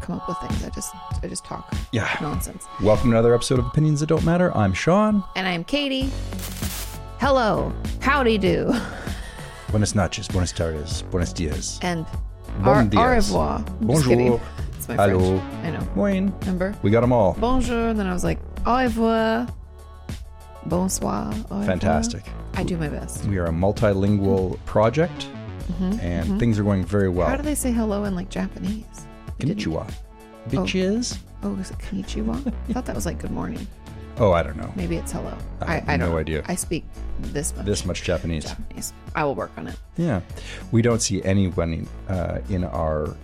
come up with things. I just I just talk Yeah. nonsense. Welcome to another episode of Opinions That Don't Matter. I'm Sean. And I'm Katie. Hello, howdy do, Buenas noches, buenas tardes, buenos dias. and au- Bon au dias. revoir. I'm just Bonjour. kidding. It's my Hello. French. I know. Moin. Remember? We got them all. Bonjour, and then I was like au revoir, bonsoir. au revoir. Fantastic. I do my best. We are a multilingual project and things are going very well. Mm-hmm. How do they say hello in like Japanese? They didn't- Konnichiwa. Bitches. Oh, is it konnichiwa? I thought that was like good morning. Oh, I don't know. Maybe it's hello. I have don't no know. idea. I speak this much. This much Japanese. Japanese. I will work on it. Yeah. We don't see anyone uh, in our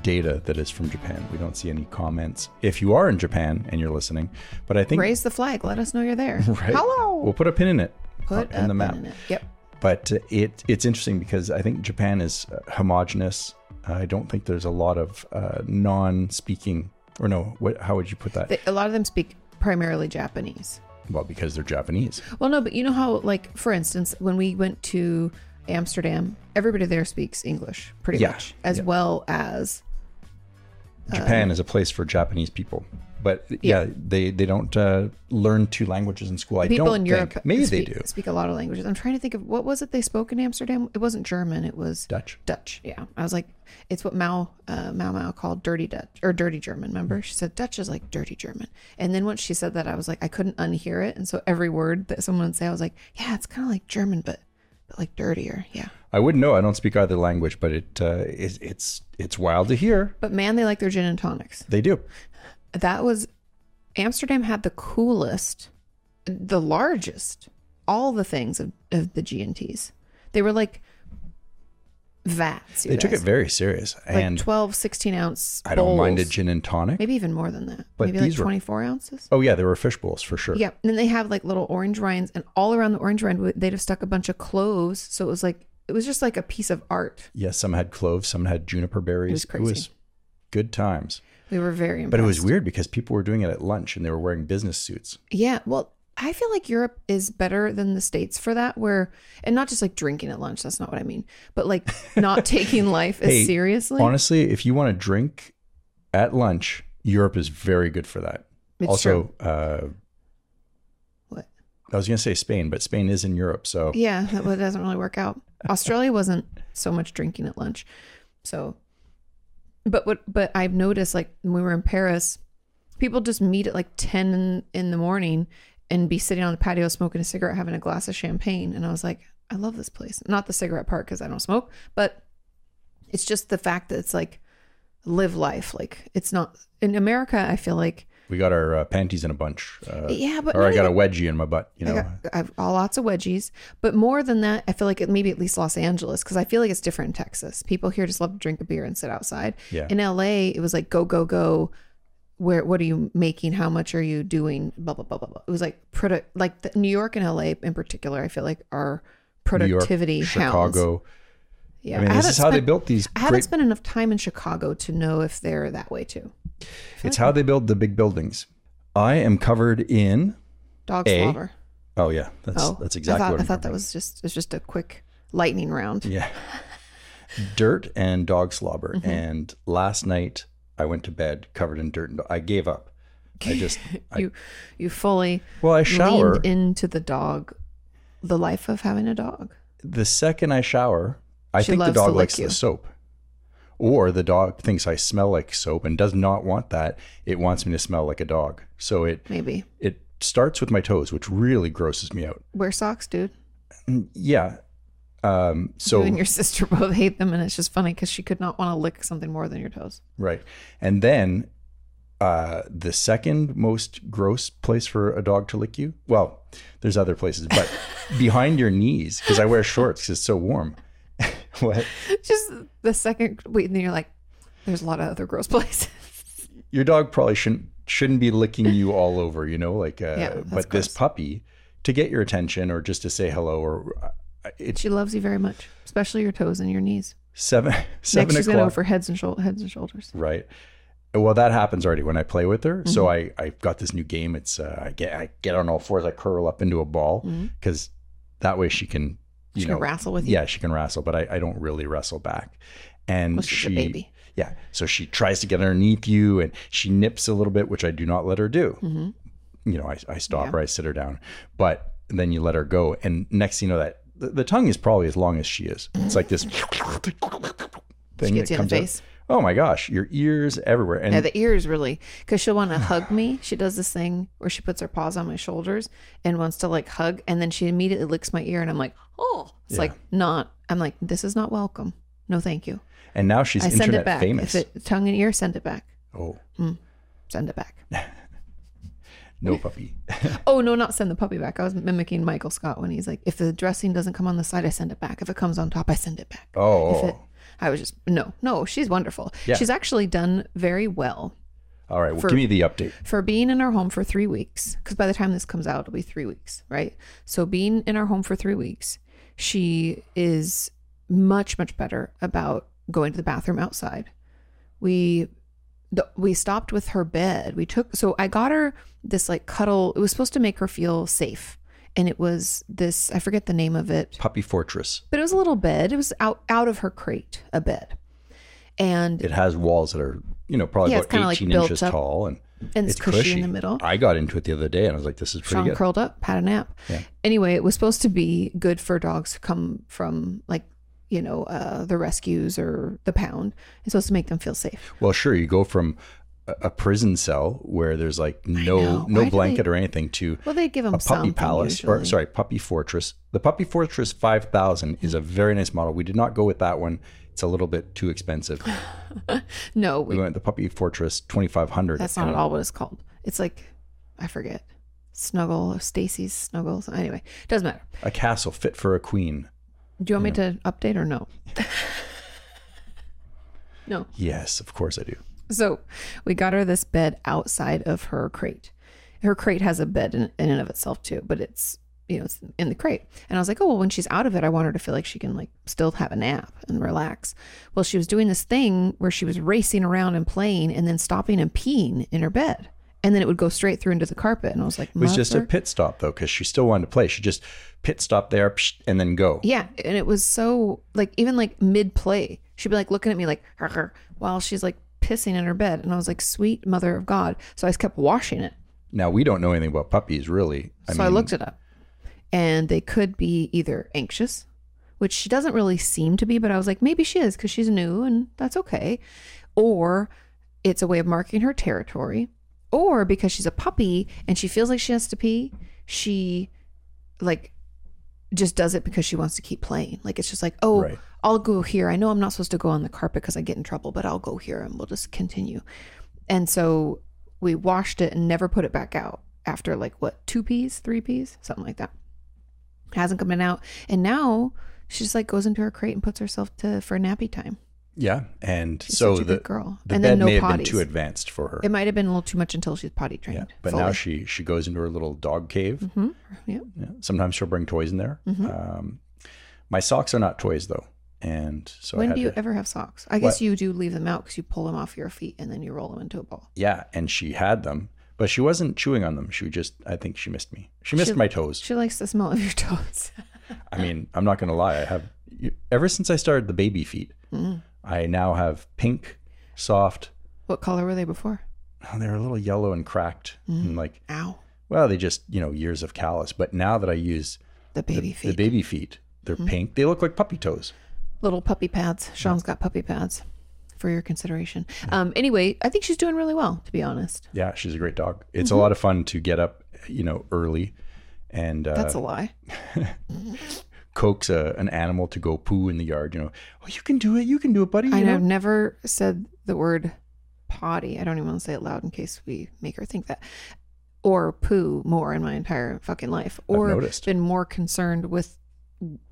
data that is from Japan. We don't see any comments. If you are in Japan and you're listening, but I think Raise the flag. Let us know you're there. right? Hello. We'll put a pin in it. Uh, Put in a the pin map. in it. Yep. But uh, it it's interesting because I think Japan is uh, homogenous. I don't think there's a lot of uh, non-speaking or no. What, how would you put that? They, a lot of them speak primarily Japanese. well, because they're Japanese. Well, no, but you know how, like, for instance, when we went to Amsterdam, everybody there speaks English pretty Yeah. much, as Yeah. well as Uh, Japan is a place for Japanese people. But yeah, they they don't uh, learn two languages in school. I people don't in Europe. think. Maybe speak, they do. speak a lot of languages. I'm trying to think of what was it they spoke in Amsterdam. It wasn't German. It was Dutch. Dutch. Yeah, I was like, it's what Mao uh, Mao Mao called dirty Dutch or dirty German. Mm-hmm. Remember, she said Dutch is like dirty German. And then once she said that, I was like, I couldn't unhear it. And so every word that someone would say, I was like, yeah, it's kind of like German, but but like dirtier. Yeah. I wouldn't know. I don't speak either language, but it uh, is, it's it's wild to hear. But man, they like their gin and tonics. They do. That was Amsterdam had the coolest, the largest, all the things of, of the G and Ts. They were like vats. you They took it guys. very serious, like and 12, 16 ounce. I don't mind a bowls. gin and tonic. Maybe even more than that. But Maybe these like were- 24 ounces. Oh yeah, there were fish bowls for sure. Yeah. And then they have like little orange rinds, and all around the orange rind, w- they'd have stuck a bunch of cloves. So it was like, it was just like a piece of art. Yes, some had cloves, some had juniper berries. It was crazy. good times. We were very impressed. But it was weird because people were doing it at lunch and they were wearing business suits. Yeah. Well, I feel like Europe is better than the States for that, where, and not just like drinking at lunch. That's not what I mean. But like not taking life as Hey, Uh, seriously. Honestly, if you want to drink at lunch, Europe is very good for that. It's also, uh, What? I was going to say Spain, but Spain is in Europe, so Yeah. That well, it doesn't really work out. Australia wasn't so much drinking at lunch. So, but what, but I've noticed like when we were in Paris, people just meet at like 10 in, in the morning and be sitting on the patio smoking a cigarette, having a glass of champagne. And I was like, I love this place. Not the cigarette part because I don't smoke, but it's just the fact that it's like live life. Like it's not in America, I feel like, we got our uh, panties in a bunch. Uh, yeah, but or not I got even- a wedgie in my butt, you know. I got, I've all lots of wedgies, but more than that, I feel like it maybe at least Los Angeles because I feel like it's different in Texas. People here just love to drink a beer and sit outside. Yeah. In LA, it was like go go go. Where what are you making? How much are you doing? Blah blah blah blah. blah. It was like product like the, New York and LA in particular. I feel like are New York, productivity hounds. Chicago. Yeah, I mean, this haven't is how they spent- built these I haven't great. spent enough time in Chicago to know if they're that way too. It's how they build the big buildings. I am covered in. Dog A. slobber. Oh yeah, that's Oh, that's exactly I thought, I what I'm thought that was just it's just a quick lightning round. Yeah. dirt and dog slobber. Mm-hmm. And last night I went to bed covered in dirt and do- I gave up. I just I, you you fully well I shower leaned into the dog the life of having a dog the second I shower, I She think the loves to dog lick likes you. the soap. Or the dog thinks I smell like soap and does not want that. It wants me to smell like a dog. So it maybe it starts with my toes, which really grosses me out. wear socks dude Yeah. Um so you and your sister both hate them and it's just funny because she could not want to lick something more than your toes Right. And then uh, the second most gross place for a dog to lick you, well, there's other places, but behind your knees, because I wear shorts because it's so warm. what? just the second wait and then you're like there's a lot of other gross places Your dog probably shouldn't shouldn't be licking you all over, you know, like, uh, Yeah, that's but this gross. puppy to get your attention or just to say hello or uh, it's she loves you very much especially your toes and your knees seven, seven next she's gonna go o'clock. for heads and shoulders heads and shoulders Right. Well, that happens already when I play with her. So I Mm-hmm. I've got this new game. It's uh, I get I get on all fours. I curl up into a ball because that way she can you Mm-hmm. she's know gonna wrestle with you yeah she can wrestle, but I, I don't really wrestle back. And Well, she's she a baby. Yeah. So she tries to get underneath you and she nips a little bit, which I do not let her do. Mm-hmm. You know, I, I stop her, I sit her down, but then you let her go. And next thing you know, that the, the tongue is probably as long as she is. It's like this thing gets that you in the comes out. face. Oh my gosh, your ears everywhere. And Yeah, the ears really, because she'll want to hug me. She does this thing where she puts her paws on my shoulders and wants to like hug, and then she immediately licks my ear, and I'm like, oh, it's like not. I'm like, this is not welcome. No, thank you. and now she's I send it internet back. famous. If it tongue and ear, send it back. oh, Send it back. no puppy. Oh no, not send the puppy back. I was mimicking Michael Scott when he's like, if the dressing doesn't come on the side, I send it back. If it comes on top, I send it back. If it, Oh, I was just no, no. She's wonderful. Yeah. She's actually done very well all right. Well, give me the update. for being in our home for three weeks. Because by the time this comes out, it'll be three weeks, right? So being in our home for three weeks, she is much much better about going to the bathroom outside. We the, we stopped with her bed. We took so I got her this like cuddle. It was supposed to make her feel safe, and it was this I forget the name of it, Puppy Fortress. but it was a little bed. It was out out of her crate, a bed, and It has walls that are, you know, probably Yeah, it's about kinda like 18 built inches up. tall and and it's, cushy, in the middle. I got into it the other day and I was like, this is pretty Sean good. curled up, had a nap. Anyway, it was supposed to be good for dogs to come from like you know uh, the rescues or the pound. It's supposed to make them feel safe. Well, sure, you go from a a prison cell where there's like know. no Why no do blanket or anything to Well, they give them a puppy palace or sorry, puppy fortress. The puppy fortress 5000 is a Mm-hmm. very nice model. We did not go with that one. It's a little bit too expensive. no, We we, went with the puppy fortress 2500. that's not at all what it's called. It's like I forget. Snuggle, Stacy's snuggles. Anyway, doesn't matter. A castle fit for a queen. Do you want me to update or no? no. Yes, of course I do. So we got her this bed outside of her crate. Her crate has a bed in, in and of itself too, but it's you know it's in the crate. And I was like, oh well, when she's out of it, I want her to feel like she can like still have a nap and relax. Well, she was doing this thing where she was racing around and playing, and then stopping and peeing in her bed, and then it would go straight through into the carpet. And I was like, It was just a "Mother pit stop though cuz she still wanted to play. She just pit stop there psh, and then go. Yeah, and it was so like even like mid play, she'd be like looking at me like "Hrr, hrr," while she's like pissing in her bed, and I was like, "Sweet mother of God!" So I just kept washing it. Now we don't know anything about puppies really. I so mean, I looked it up, and they could be either anxious, which she doesn't really seem to be, but I was like, maybe she is because she's new and that's okay, or it's a way of marking her territory, or because she's a puppy and she feels like she has to pee, she like just does it because she wants to keep playing. Like it's just like, oh, Right. I'll go here. I know I'm not supposed to go on the carpet because I get in trouble, but I'll go here and we'll just continue. And so we washed it and never put it back out after like what, two peas, three peas, something like that. Hasn't come in out. And now she just like goes into her crate and puts herself to for nappy time. yeah, and She's so such a the good girl. the and bed then no may have been potties. too advanced for her. it might have been a little too much until she's potty trained. Yeah, but now she she goes into her little dog cave. hmm yeah. Yeah. Sometimes she'll bring toys in there. Mm-hmm. Um, my socks are not toys though, and so I when had do you to- ever have socks? I guess What? you do leave them out because you pull them off your feet and then you roll them into a ball. yeah, and she had them, but she wasn't chewing on them. She would just I think she missed me. She missed She- my toes. She likes the smell of your toes. I mean, I'm not gonna lie. I have ever since I started the baby feet, Mm. I now have pink, soft. what color were they before? oh, They're a little yellow and cracked, Mm. and like Ow. well, they just you know years of callus. But now that I use The baby feet. Mm. the baby feet, they're pink. They look like puppy toes. Little puppy pads. Sean's got puppy pads for your consideration. Um, anyway, I think she's doing really well, to be honest. Yeah, she's a great dog. It's Mm-hmm. a lot of fun to get up, you know, early and uh, That's a lie. coax a, an animal to go poo in the yard. You know, oh, you can do it, you can do it, buddy. You I know? have never said the word potty. I don't even want to say it loud in case we make her think that. Or poo more in my entire fucking life. Or noticed. been more concerned with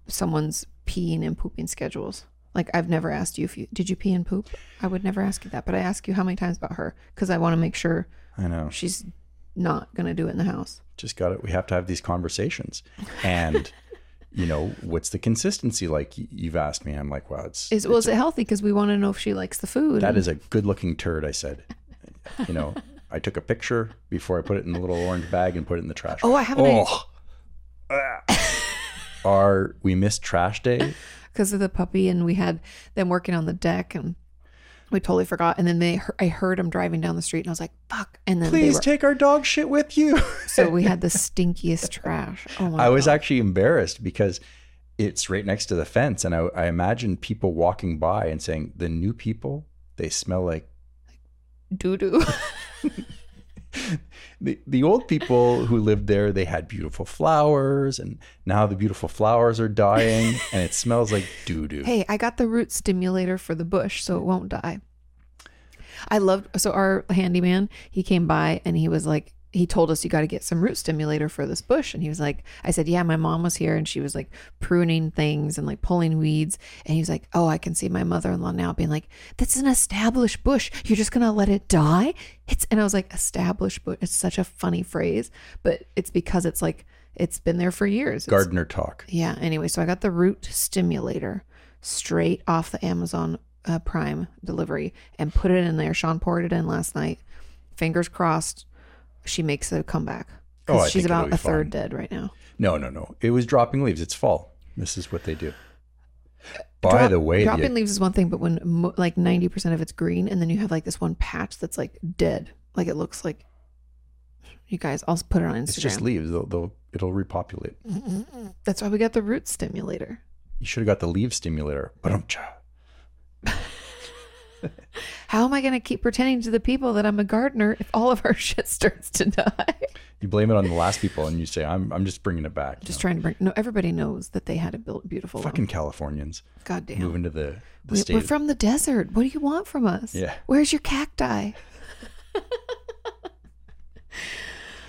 someone's peeing and pooping schedules. Like I've never asked you if you did you pee and poop. I would never ask you that, but I ask you how many times about her because I want to make sure I know. she's not gonna do it in the house. Just got it. We have to have these conversations, and you know, what's the consistency like? Y- You've asked me. I'm like, wow, it's Is was it healthy? Because we want to know if she likes the food. that is a good looking turd. I said, you know. I took a picture before I put it in the little orange bag and put it in the trash. Oh, I have an idea. oh. Ah. Are we missed trash day? because of the puppy, and we had them working on the deck, and We totally forgot. And then they, hear- I heard them driving down the street, and I was like, "Fuck!" And then Please they were, take our dog shit with you. so we had the stinkiest trash. Oh my! I was God. actually embarrassed because it's right next to the fence, and I, I imagine people walking by and saying, "The new people, they smell like doo doo. the, the old people who lived there. They had beautiful flowers, and now the beautiful flowers are dying, and it smells like doo doo." hey, I got the root stimulator for the bush, so it won't die. I loved so our handyman, he came by and he was like he told us you got to get some root stimulator for this bush and he was like I said, "Yeah, my mom was here and she was like pruning things and like pulling weeds." And he was like, "Oh, I can see my mother-in-law now being like, that's an established bush. You're just going to let it die?" It's and I was like, "Established bush. It's such a funny phrase, but it's because it's like it's been there for years. It's- Gardener talk. yeah. Anyway, so I got the root stimulator straight off the Amazon uh, Prime delivery and put it in there. Sean poured it in last night. Fingers crossed, she makes a comeback. 'Cause Oh, I she's think it'll about be a third dead right now. No, no, no. It was dropping leaves. It's fall. This is what they do. By Drop- the way, the- dropping leaves is one thing, but when mo- like ninety percent of it's green, and then you have like this one patch that's like dead, like it looks like. You guys, I'll put it on Instagram. it's just leaves. They'll, they'll, it'll repopulate. that's why we got the root stimulator. You should have got the leaf stimulator. Ba-dum-cha. How am I going to keep pretending to the people that I'm a gardener if all of our shit starts to die? You blame it on the last people, and you say, "I'm, I'm just bringing it back." Just trying to bring. No, everybody knows that they had a built beautiful. Fucking Californians one. goddamn. moving to the the We, state. we're from the desert. What do you want from us? Yeah. Where's your cacti?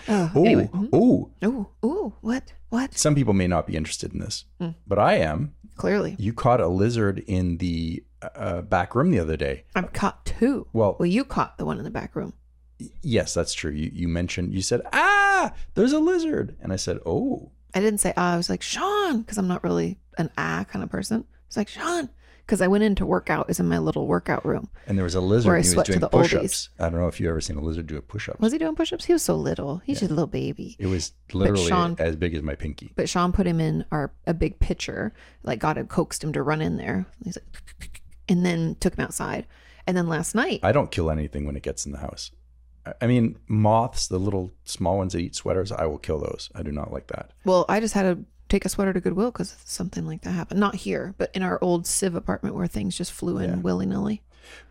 oh, oh, anyway. oh! Ooh, ooh, what, what? Some people may not be interested in this, Mm. but I am. Clearly, You caught a lizard in the uh, back room the other day. I've caught two. Well- well, you caught the one in the back room. Yes, that's true. You, you mentioned. You said, "Ah, there's a lizard," and I said, "Oh." I didn't say ah. I was like Sean because I'm not really an ah kind of person. It's like Sean because I went in to work out. Is in my little workout room. And there was a lizard Where I and he was sweat to doing the push oldies. ups. I don't know if you've ever seen a lizard do a push up. Was he doing push-ups? He was so little. He's just a little baby. It was literally Sean- as big as my pinky. But Sean put him in our a big pitcher, like got him coaxed him to run in there. He's like, and then took him outside. And then last night, I don't kill anything when it gets in the house. I- I mean, moths, the little small ones that eat sweaters, I will kill those. I do not like that. well, I just had to take a sweater to Goodwill because something like that happened. Not here, but in our old Civ apartment where things just flew in willy nilly.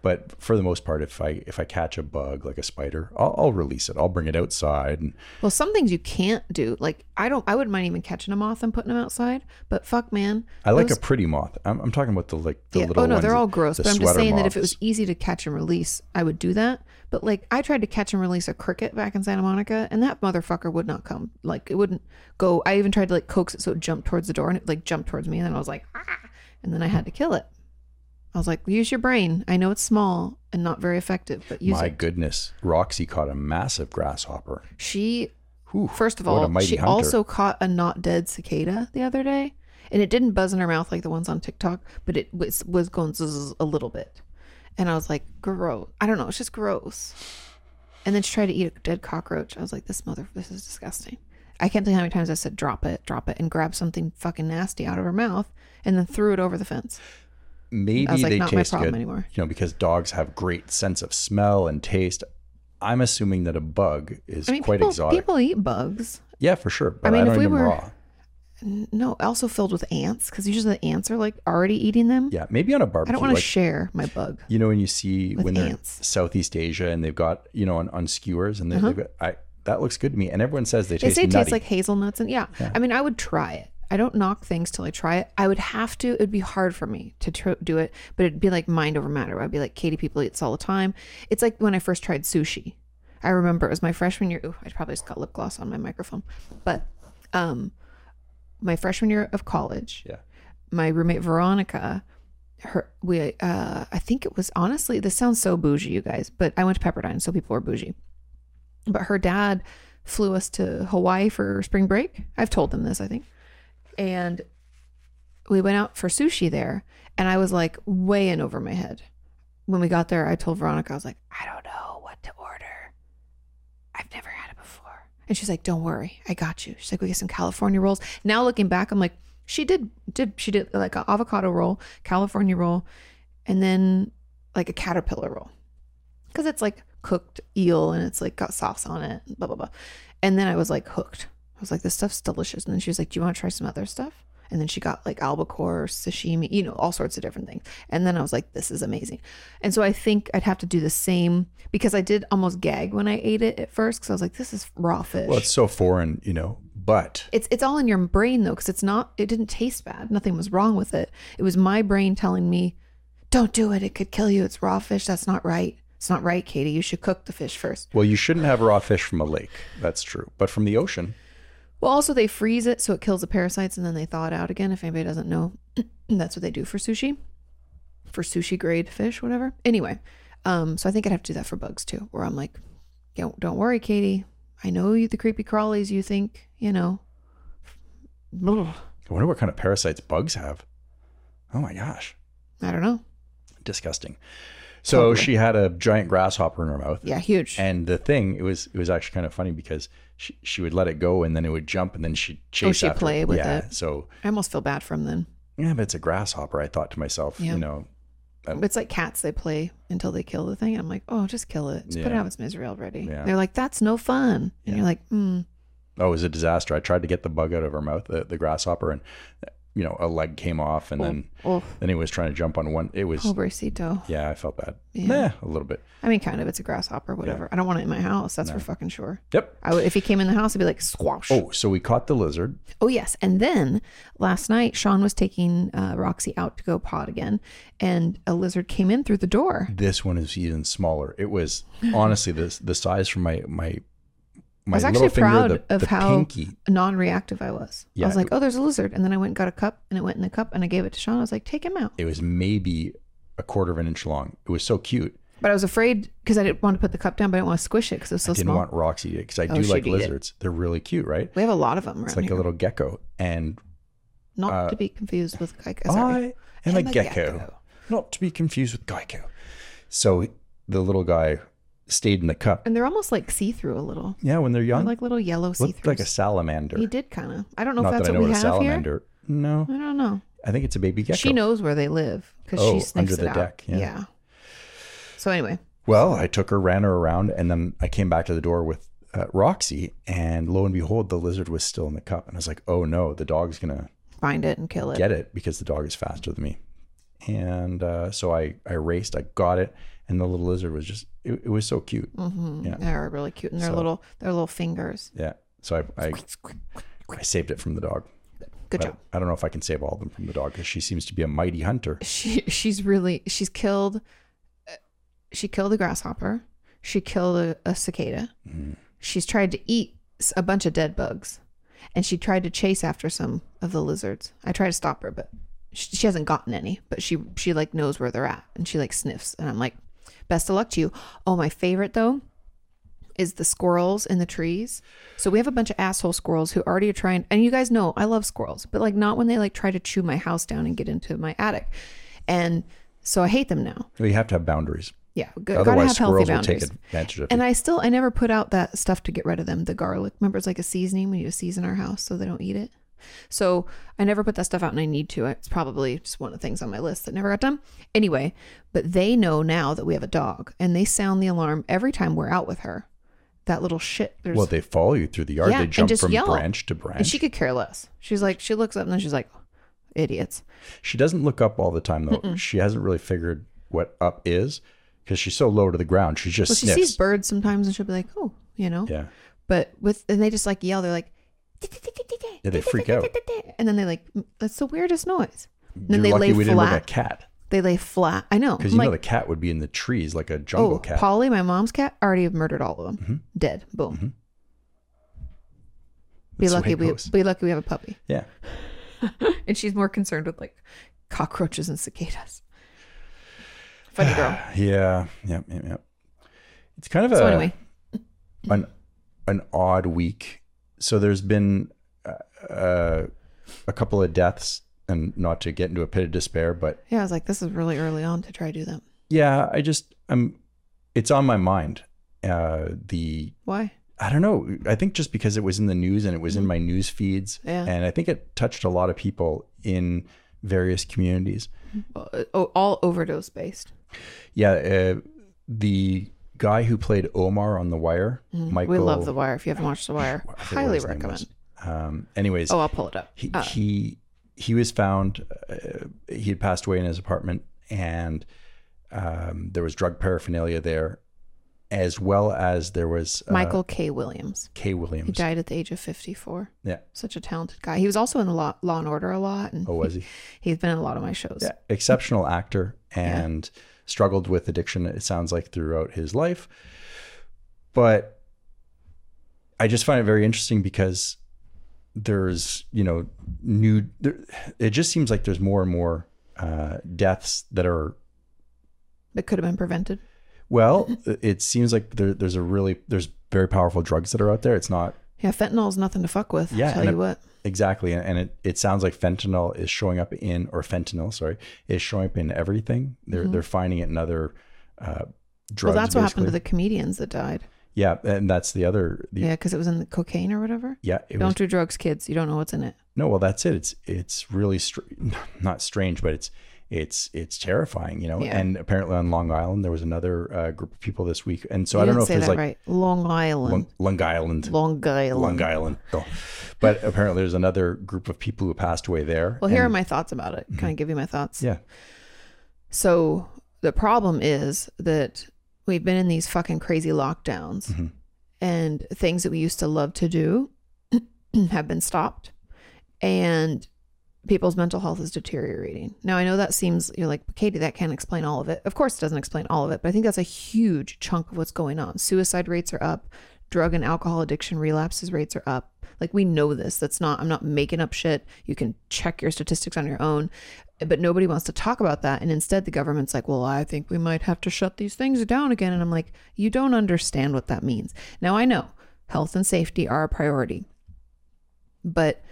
But for the most part, if I if I catch a bug like a spider, I'll, I'll release it. I'll bring it outside. And Well, some things you can't do. Like I don't, I wouldn't mind even catching a moth and putting him outside. But fuck, man, I like those- a pretty moth. I'm, I'm talking about the like the Yeah. little. Oh no, they're ones, all gross. the But I'm just sweater saying that if it moths. was easy to catch and release, I would do that. But like, I tried to catch and release a cricket back in Santa Monica, and that motherfucker would not come. Like, it wouldn't go. I even tried to like coax it so it jumped towards the door, and it like jumped towards me, and then I was like, ah, and then I had to kill it. I was like, use your brain. I know it's small and not very effective, but use my it. goodness, Roxy caught a massive grasshopper. She Whew, First of what a all, mighty she hunter. also caught a not dead cicada the other day, and it didn't buzz in her mouth like the ones on TikTok, but it was was going zzz a little bit, and I was like, gross. I don't know, it's just gross. And then she tried to eat a dead cockroach. I was like, this mother, this is disgusting. I can't tell you how many times I said, drop it, drop it, and grab something fucking nasty out of her mouth, and then threw it over the fence. maybe I was like, they "Not my taste problem good anymore." you know because dogs have great sense of smell and taste i'm assuming that a bug is I mean, quite people, exotic people eat bugs. yeah for sure but i, mean, if don't we eat them were- raw No, also filled with ants, because usually the ants are like already eating them. yeah maybe on a I barbecue don't want to like share my bug. you know when you see with when they're in ants. Uh-huh. southeast asia and they've got you know on, on skewers and they- they've got i that looks good to me and everyone says they, They taste say it nutty tastes like hazelnuts and yeah. I mean, I would try it. I don't knock things till I try it. I would have to. It'd be hard for me to tr- do it, but it'd be like mind over matter. I'd be like, Katie, people eat this all the time. It's like when I first tried sushi. I remember it was my freshman year. Ooh, I probably just got lip gloss on my microphone, but um, my freshman year of college, yeah my roommate Veronica, her we uh I think it was honestly this sounds so bougie, you guys, but I went to Pepperdine, so people were bougie. But her dad flew us to Hawaii for spring break. I've told them this, I think. And we went out for sushi there, and I was like way in over my head. When we got there, I told Veronica, I was like, I don't know what to order. I've never had it before. And she's like, Don't worry, I got you. She's like, We get some California rolls. Now looking back, I'm like, she did did she did like an avocado roll, California roll, and then like a caterpillar roll because it's like cooked eel and it's like got sauce on it, blah blah blah. And then I was like hooked. I was like, this stuff's delicious. And then she was like, do you want to try some other stuff? And then she got like albacore, sashimi, you know, all sorts of different things. And then I was like, this is amazing. And so I think I'd have to do the same because I did almost gag when I ate it at first because I was like, this is raw fish. Well, it's so foreign, you know. But It's it's all in your brain though, because it's not. It didn't taste bad. Nothing was wrong with it. It was my brain telling me, "Don't do it. It could kill you. It's raw fish. That's not right. It's not right, Katie. You should cook the fish first. well, you shouldn't have raw fish from a lake. That's true. But from the ocean, Well, also they freeze it so it kills the parasites, and then they thaw it out again. If anybody doesn't know, that's what they do for sushi, for sushi grade fish, whatever. Anyway, um, so I think I'd have to do that for bugs too, where I'm like, don't don't worry, Katie. I know you the creepy crawlies. You think you know. I wonder what kind of parasites bugs have. Oh my gosh, I don't know. disgusting. So she had a giant grasshopper in her mouth. Yeah, huge. And the thing, it was it was actually kind of funny because she, she would let it go and then it would jump and then she'd chase Oh, she'd after play with yeah, it. So I almost feel bad for him then. yeah, but it's a grasshopper. I thought to myself, Yeah. you know, It's like cats, they play until they kill the thing. I'm like, oh, just kill it. Just put it Yeah. out of its misery already. Yeah. They're like, that's no fun. And you're like, mm, oh, it was a disaster. I tried to get the bug out of her mouth, the, the grasshopper, and you know, a leg came off, and then oh, then it was trying to jump on one. It was pobrecito. yeah, I felt bad. Yeah. Nah, a little bit. oh, I mean, kind of. It's a grasshopper, whatever. I don't want it in my house. That's for fucking sure. Yep. I would, if he came in the house, I'd be like, squash. Oh, so we caught the lizard. Oh, yes. And then last night, Sean was taking uh, Roxy out to go pod again, and a lizard came in through the door. This one is even smaller. It was honestly this the size from my my I my was little actually finger, proud the, of the how pinky. non reactive I was. I Yeah, was like, oh, there's a lizard. And then I went and got a cup, and it went in the cup, and I gave it to Sean. I was like, take him out. It was maybe a quarter of an inch long. It was so cute. But I was afraid because I didn't want to put the cup down, but I didn't want to squish it because it was so Didn't small. want Roxy because I Oh, do she'd like eat it. lizards. They're really cute, right? we have a lot of them around It's like here. a little gecko, and Not uh, to be confused with like. Sorry. I am a gecko. not to be confused with Geico. So the little guy stayed in the cup. And they're almost like see through a little. Yeah, when they're They're young, like little yellow see looked through. like a salamander. he did kind of. I don't know Not if that that's I know what we what a have here. salamander. No, I don't know. I think it's a baby gecko. She knows where they live because Oh, she sniffs under the it out. deck, yeah. So anyway, Well, I took her, ran her around, and then I came back to the door with uh, Roxy, and lo and behold, the lizard was still in the cup, and I was like, "Oh no, the dog's gonna find it and kill it. get it because the dog is faster than me." And uh, so I I raced, I got it, and the little lizard was just it, it was so cute. hmm Yeah. They're really cute, and their So- little their little fingers. Yeah, so I I, I saved it from the dog. Good But job. I don't know if I can save all of them from the dog because she seems to be a mighty hunter. she she's really she's killed uh, she killed a grasshopper she killed a, a cicada she's tried to eat s- a bunch of dead bugs and she tried to chase after some of the lizards i tried to stop her but she, she hasn't gotten any but she she like knows where they're at and she like sniffs and i'm like best of luck to you oh my favorite though is the squirrels in the trees. So we have a bunch of asshole squirrels who already are trying and you guys know I love squirrels, but like not when they like try to chew my house down and get into my attic. And so I hate them now. Well, you have to have boundaries. Yeah. Go, gotta Otherwise, have healthy squirrels will take boundaries. advantage of and you. I still I never put out that stuff to get rid of them, the garlic. Remember it's like a seasoning. We need to season our house so they don't eat it. So I never put that stuff out and I need to. It's probably just one of the things on my list that never got done. Anyway, but they know now that we have a dog and they sound the alarm every time we're out with her. That little shit. There's well, they follow you through the yard. Yeah, they and jump just from yell. branch to And branch. she She, could care less. She's like, she looks up and then she's like, idiots. doesn't look up all the time, though. She hasn't really figured what up is because she's so low to the ground. She just Well, she sniffs. sees birds sometimes and she'll be like, oh, you know. yeah. But with, and they just like yell. They're like, Yeah, they freak out. and then they like, "Mm, that's the weirdest noise. And then You're they lucky lay we didn't have a flat. cat They lay flat. I know. because I'm you know like, the cat would be in the trees like a jungle oh, cat. Mm-hmm. Polly, my mom's cat, already murdered all of them. Dead. Boom. Be That's the way lucky it we goes. be lucky we have a puppy. yeah. And she's more concerned with like cockroaches and cicadas. Funny girl. Yeah. Yep. Yep. Yep. It's kind of a So anyway, an an odd week. So there's been uh, a couple of deaths, and not to get into a pit of despair, but yeah, I was like, this is really early on to try to do that. yeah, I just I'm it's on my mind. Uh, the Why? I don't know. I think just because it was in the news and it was in my news feeds, Mm-hmm. Yeah. and I think it touched a lot of people in various communities. Uh, Oh, all overdose based. Yeah, uh, the guy who played Omar on The Wire, Mm-hmm. Michael. Mm-hmm. We love The Wire. If you haven't watched The Wire, I forget what highly his name recommend. was. Um, anyways, Oh, I'll pull it up. he Uh, he he was found. Uh, he had passed away in his apartment, and um, there was drug paraphernalia there, as well as there was uh, Michael K. Williams. K. He Williams. died at the age of 54. Yeah. Such a talented guy. He was also in Law, Law and Order a lot. And Oh, was he? He's been in a lot of my shows. Yeah, exceptional actor and struggled with addiction. It sounds like throughout his life, but I just find it very interesting because there's you know new. There, it just seems like there's more and more uh, deaths that are It could have been prevented. Well, it seems like there, there's a really there's very powerful drugs that are out there. It's not Yeah, fentanyl's nothing to fuck with. Yeah, Tell and you it- what. exactly, and it it sounds like fentanyl is showing up in or fentanyl, sorry, is showing up in everything. They're they're finding it in other uh, drugs. Mm-hmm. Well, that's what happened to basically. the comedians that died. yeah, and that's the other the, Yeah, yeah. 'cause yeah, because it was in the cocaine or whatever. it Don't was do drugs, kids. You don't know what's in it. no. Well, that's it. It's it's really str- not strange, but it's it's it's terrifying, you know. Yeah. And apparently on Long Island, there was another uh, group of people this week, and so you I don't know didn't if say there's that like right. Long Island. Long, Long Island, Long, Island. Long Island. though. But apparently, there's another group of people who passed away there. Well, here are And- Mhm. my thoughts about it. Can I give you my thoughts? Yeah. So the problem is that we've been in these fucking crazy lockdowns Mhm. and things that we used to love to do have been stopped and people's mental health is deteriorating. Now I know that seems you're like Katie that can't explain all of it. Of course it doesn't explain all of it, but I think that's a huge chunk of what's going on. Suicide rates are up, drug and alcohol addiction relapses rates are up. Like we know this. That's not I'm not making up shit. You can check your statistics on your own. But nobody wants to talk about that. And instead the government's like, well, I think we might have to shut these things down again. And I'm like, you don't understand what that means. Now I know health and safety are a priority. But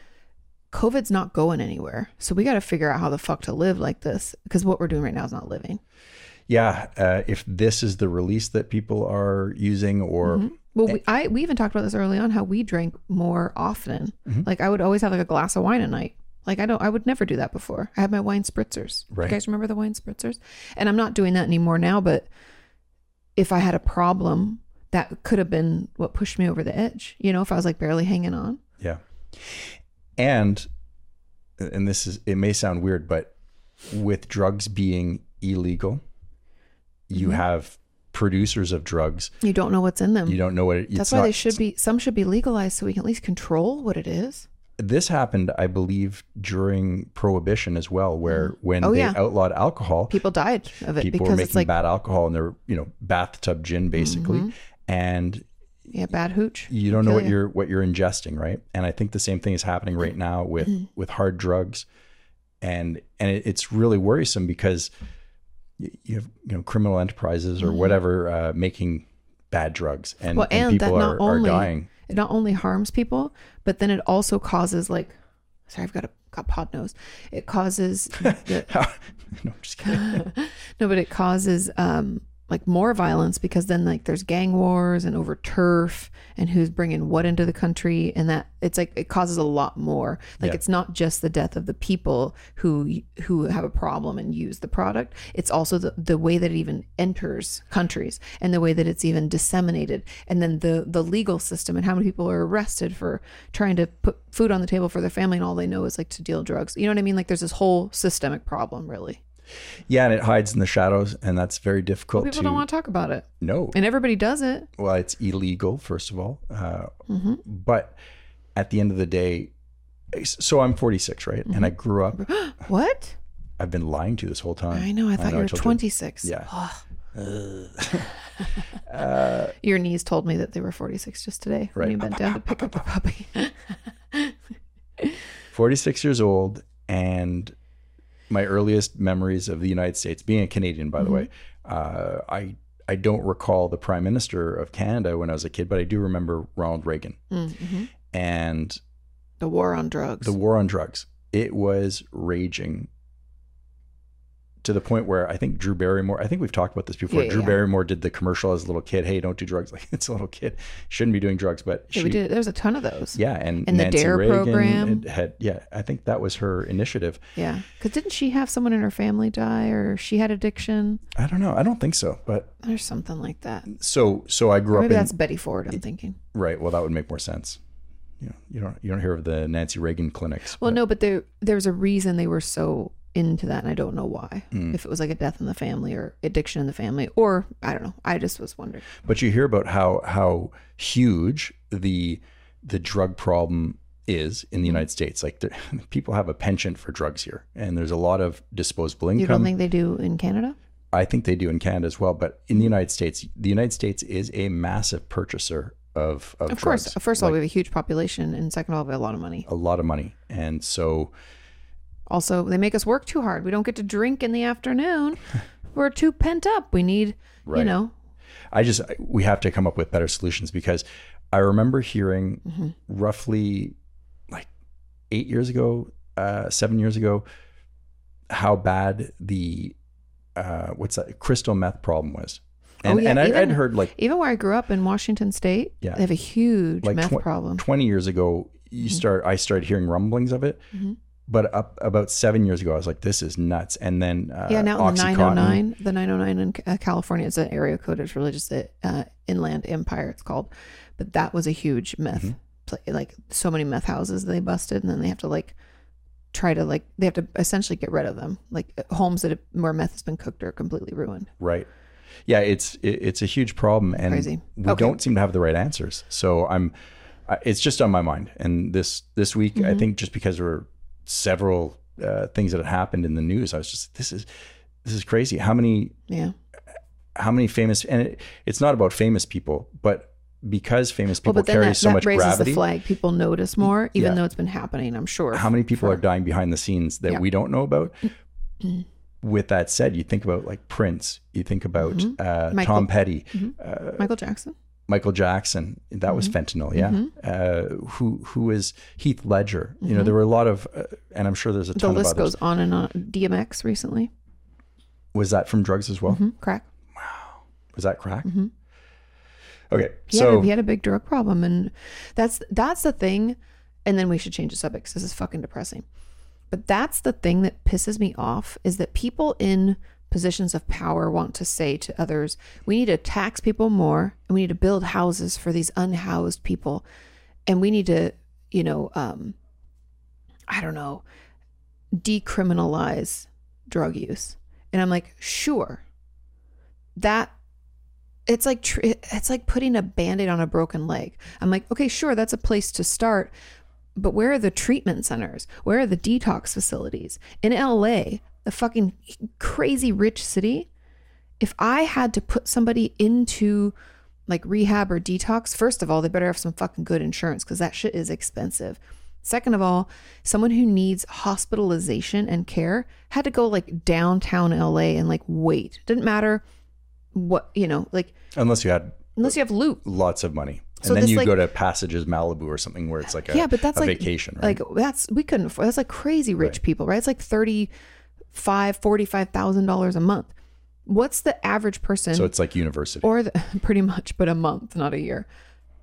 COVID's not going anywhere. So we got to figure out how the fuck to live like this because what we're doing right now is not living. yeah, uh, if this is the release that people are using, or Well, we, I we even talked about this early on how we drank more often. Mm-hmm. Like I would always have like a glass of wine a night. Like I don't, I would never do that before. I had my wine spritzers. Right. You guys remember the wine spritzers? And I'm not doing that anymore now. But if I had a problem, that could have been what pushed me over the edge. You know, if I was like barely hanging on. yeah, and and this is it may sound weird, but with drugs being illegal, you Mm-hmm. have producers of drugs. You don't know what's in them. You don't know what it, Mm-hmm. That's it's why not- they should be. Some should be legalized so we can at least control what it is. This happened, I believe, during Prohibition as well, where when Oh, they yeah. outlawed alcohol, People died of it people were because making it's like Mm-hmm. bad alcohol in their you know bathtub gin basically and yeah, bad hooch. you don't know what Kill ya. you're what you're ingesting right and i think the same thing is happening right now with Mm-hmm. with hard drugs and and it, it's really worrisome because y- you have you know criminal enterprises or whatever uh, making bad drugs and, Mm-hmm. Well, and, and that people not are, only- are dying it not only harms people, but then it also causes like, sorry, I've got a got pod nose. It causes the- no I'm just kidding no, but it causes um like more violence because then like there's gang wars and over turf and who's bringing what into the country and that it's like it causes a lot more. Like Yeah. it's not just the death of the people who who have a problem and use the product. It's also the, the way that it even enters countries and the way that it's even disseminated and then the the legal system and how many people are arrested for trying to put food on the table for their family and all they know is like to deal drugs. You know what I mean? Like there's this whole systemic problem really. yeah and it hides in the shadows and that's very difficult People to don't want to talk about it. know And everybody does it. well, it's illegal, first of all. Uh, Mm-hmm. But at the end of the day, so I'm 46, right? Mm-hmm. And I grew up. What? I've been lying to you this whole time. I know. I thought know, you were told 26. Yeah. Uh, Ugh. Your knees told me that they were 46 just today when Right. you bent down to pick up the puppy. 46 years old, and my earliest memories of the United States, being a Canadian, Mm-hmm. by the way, uh, I I don't recall the Prime Minister of Canada when I was a kid, but I do remember Ronald Reagan mm-hmm. and The war on drugs. the war on drugs. It was raging to the point where I think Drew Barrymore, I think we've talked about this before. Yeah, yeah, Drew yeah. Barrymore did the commercial as a little kid. Hey, don't do drugs. Like it's a little kid. Shouldn't be doing drugs, but Yeah, she we did. There was a ton of those. Yeah, and, And the Nancy DARE Reagan program. had- had yeah, I think that was her initiative. Yeah. Because didn't she have someone in her family die or she had addiction I don't know. I don't think so. But or something like that? so so I grew up Maybe in that's Betty Ford, I'm thinking. right, well that would make more sense. You know, you don't you don't hear of the Nancy Reagan clinics. Well, no, but there there was a reason they were so into that, and I don't know why. Mm. If it was like a death in the family or addiction in the family, or I don't know. I just was wondering. but you hear about how how huge the the drug problem is in the Mm-hmm. United States. Like there- people have a penchant for drugs here, and there's a lot of disposable You income. don't think they do in Canada? I think they do in Canada as well, but in the United States, the United States is a massive purchaser of of, Of drugs. course. Uh, First of all, we have a huge population, and second of all, we have a lot of money. A lot of money, and so Also, they make us work too hard. We don't get to drink in the afternoon. We're too pent up. We need, you Right. know, I just we have to come up with better solutions because I remember hearing mm-hmm. roughly like eight years ago, uh, seven years ago, how bad the uh, what's that crystal meth problem was, Oh, and yeah, and I, even- I'd heard like even where I grew up in Washington State, Yeah. they have a huge like meth twen- problem. twenty years ago, you Mm-hmm. start I started hearing rumblings of it. But up about seven years ago, I was like, "This is nuts." And then uh, Yeah, now in the Oxycontin- 909, the 909 in uh, California is an area code. It's really just the uh, Inland Empire, it's called. But that was a huge meth, Mm-hmm. pla- like so many meth houses they busted, and then they have to like try to like they have to essentially get rid of them, like uh, homes that have, where meth has been cooked are completely ruined. Right. Yeah, it's it, it's a huge problem, and Crazy. we Okay. don't seem to have the right answers. So I'm, I, it's just on my mind. And this this week, I Mm-hmm. think just because there were several uh, things that had happened in the news, I was just this is this is crazy. How many Yeah. how many famous and it, it's not about famous people, but because famous people well, but then carry that, so that much raises gravity, the flag. People notice more, even Yeah. though it's been happening. I'm sure. how many people are dying behind the scenes that Yeah. Mm-hmm. we don't know about? With that said, you think about like Prince, you think about uh, Mm-hmm. Michael- Mm-hmm. Tom Petty, uh, Michael Jackson. Michael Jackson. That was Mm-hmm. fentanyl, yeah. Uh, who who is Heath Ledger? You know, there were a lot of, uh, and I'm sure there's a Mm-hmm. The ton of list goes others. on and on. DMX recently, was that from drugs as well? Hmm, crack. Was that crack? Mm-hmm. Okay, He, had so a, he had a big drug problem, and that's that's the thing. And then we should change the subject 'cause this is fucking depressing. But that's the thing that pisses me off is that people in positions of power want to say to others, "We need to tax people more, and we need to build houses for these unhoused people, and we need to, you know, um, I don't know, decriminalize drug use." And I'm like, sure, that it's like tr- it's like putting a band-aid on a broken leg i'm like okay sure that's a place to start but where are the treatment centers where are the detox facilities in la the fucking crazy rich city if i had to put somebody into like rehab or detox first of all they better have some fucking good insurance because that shit is expensive second of all someone who needs hospitalization and care had to go like downtown la and like wait didn't matter what you know like unless you had unless you have loot. lots of money, and So then this, you like- go to Passages Malibu or something where it's like a yeah, but that's a like vacation, right? Like that's we couldn't afford. That's like crazy rich people, right? It's like thirty five, forty five thousand dollars a month. What's the average person? so it's like university. or the, pretty much, but a month, not a year.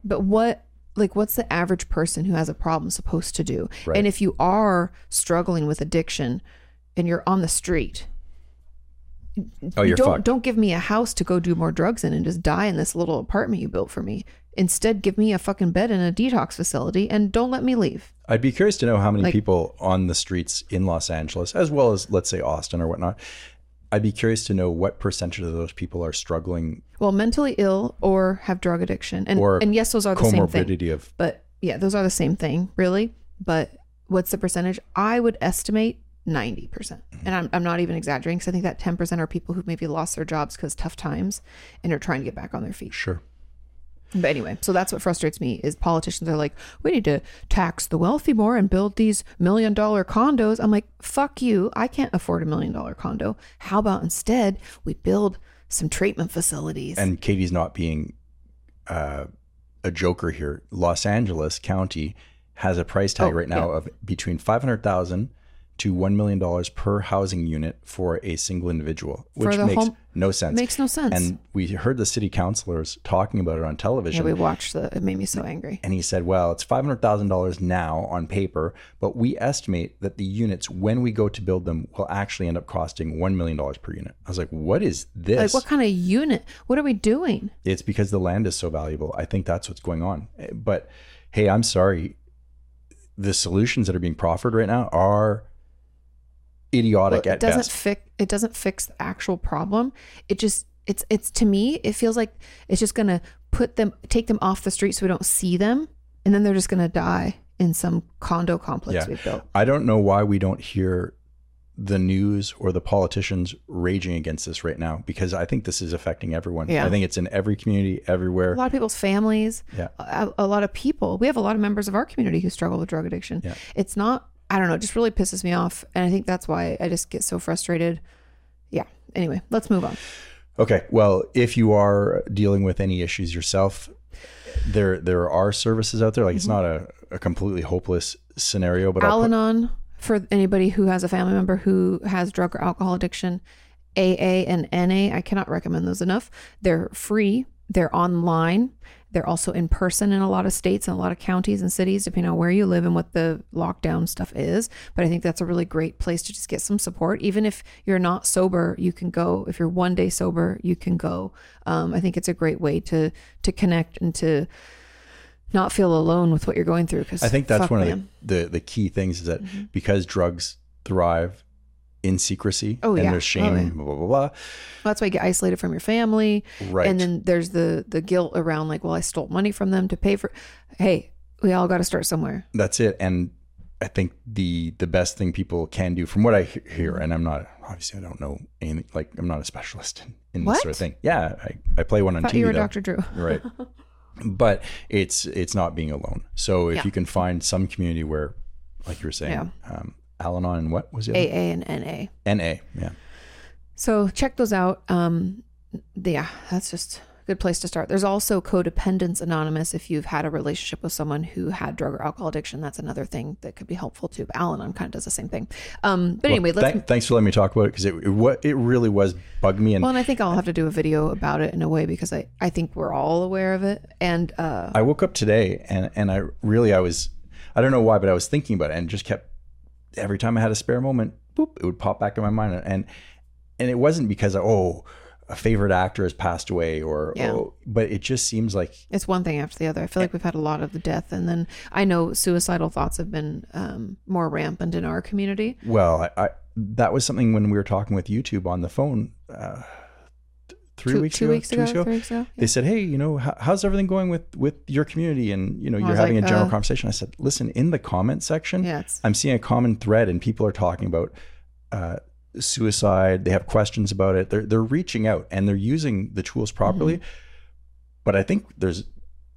But what, like, what's the average person who has a problem supposed to do? Right. And if you are struggling with addiction and you're on the street, oh, you're don't fucked. don't give me a house to go do more drugs in and just die in this little apartment you built for me. Instead, give me a fucking bed in a detox facility and don't let me leave. I'd be curious to know how many Like- people on the streets in Los Angeles, as well as let's say Austin or whatnot. I'd be curious to know what percentage of those people are struggling Well, mentally ill or have drug addiction, and Or and yes, those are the same thing. comorbidity of But yeah, those are the same thing, really. But what's the percentage? I would estimate 90%. percent And I'm, I'm not even exaggerating because I think that 10% are people who maybe lost their jobs because tough times and are trying to get back on their feet. sure. But anyway, so that's what frustrates me is politicians are like, we need to tax the wealthy more and build these million dollar condos. I'm like, fuck you. I can't afford a million dollar condo. How about instead we build some treatment facilities? and Katie's not being uh, a joker here. Los Angeles County has a price tag Oh, right now of between five hundred thousand to $1 million per housing unit for a single individual, which the makes home- no sense. Makes no sense. and we heard the city councilors talking about it on yeah, television. we watched the. It made me so angry. and he said, well, it's $500,000 now on paper, but we estimate that the units, when we go to build them, will actually end up costing $1 million per unit. I was like, what is Like, this? what kind of unit? What are we doing? it's because the land is so valuable. I think that's what's going on. Eh, But hey, I'm sorry. The solutions that are being proffered right now are idiotic Well, at it doesn't best. fix it doesn't fix the actual problem it just it's it's to me it feels like it's just gonna put them take them off the street so we don't see them and then they're just gonna die in some condo complex Yeah. we've built I don't know why we don't hear the news or the politicians raging against this right now because I think this is affecting everyone. Yeah. I think it's in every community, a everywhere. lot of people's families Yeah. a, a lot of people we have a lot of members of our community who struggle with drug addiction Yeah. it's not i don't know it just really pisses me off and i think that's why i just get so frustrated yeah anyway let's move on Okay. Well, if you are dealing with any issues yourself, there there are services out there. Like it's not Mm-hmm. a, a completely hopeless scenario, but I'll put- Al-Anon for anybody who has a family member who has drug or alcohol addiction. AA and NA, I cannot recommend those enough. They're free. They're online. They're also in person in a lot of states and a lot of counties and cities, depending on where you live and what the lockdown stuff is. But I think that's a really great place to just get some support. Even if you're not sober, you can go. If you're one day sober, you can go. Um, I think it's a great way to to connect and to not feel alone with what you're going through. Because I think that's one of the, the, the key things is that Mm-hmm. because drugs thrive in secrecy Oh, and yeah. there's shame, Oh, yeah. blah, blah, blah, Well, that's why you get isolated from your family. blah. Right. And then there's the the guilt around like, well, I stole money from them to pay for. Hey, we all got to start somewhere. that's it. And I think the the best thing people can do from what I he- Mm-hmm. hear, and I'm not obviously I don't know anything like I'm not a specialist in, in this sort What? of thing. Yeah, I, I play one on Thought TV. you were though. Dr. Drew. right but it's it's not being alone so if Yeah. you can find some community where like you were saying um al-anon and what was it AA and NA. na yeah So check those out. Um, yeah, that's just a good place to start. There's also Codependence Anonymous if you've had a relationship with someone who had drug or alcohol addiction. That's another thing that could be helpful too. But Al-Anon kind of does the same thing. Um, but anyway, Well, let's. thank- thanks for letting me talk about it because it, it what it really was bugged me and well, and I think I'll have to do a video about it in a way because I, I think we're all aware of it. And uh, i woke up today and and i really i was i don't know why but i was thinking about it and just kept every time i had a spare moment boop it would pop back in my mind and and it wasn't because oh a favorite actor has passed away or Yeah. oh, but it just seems like it's one thing after the other. I feel like we've had a lot of the death, and then I know suicidal thoughts have been um, more rampant in our community. Well, I, I that was something when we were talking with YouTube on the phone uh, th- three two, weeks two ago. weeks ago, three weeks ago. They said, "Hey, you know, how, how's everything going with with your community?" And you know, I you're was having like, a general uh, conversation. I said, "Listen, in the comment section, Yeah, it's I'm seeing a common thread, and people are talking about uh, suicide. They have questions about it. They're they're reaching out and they're using the tools properly. Mm-hmm. But I think there's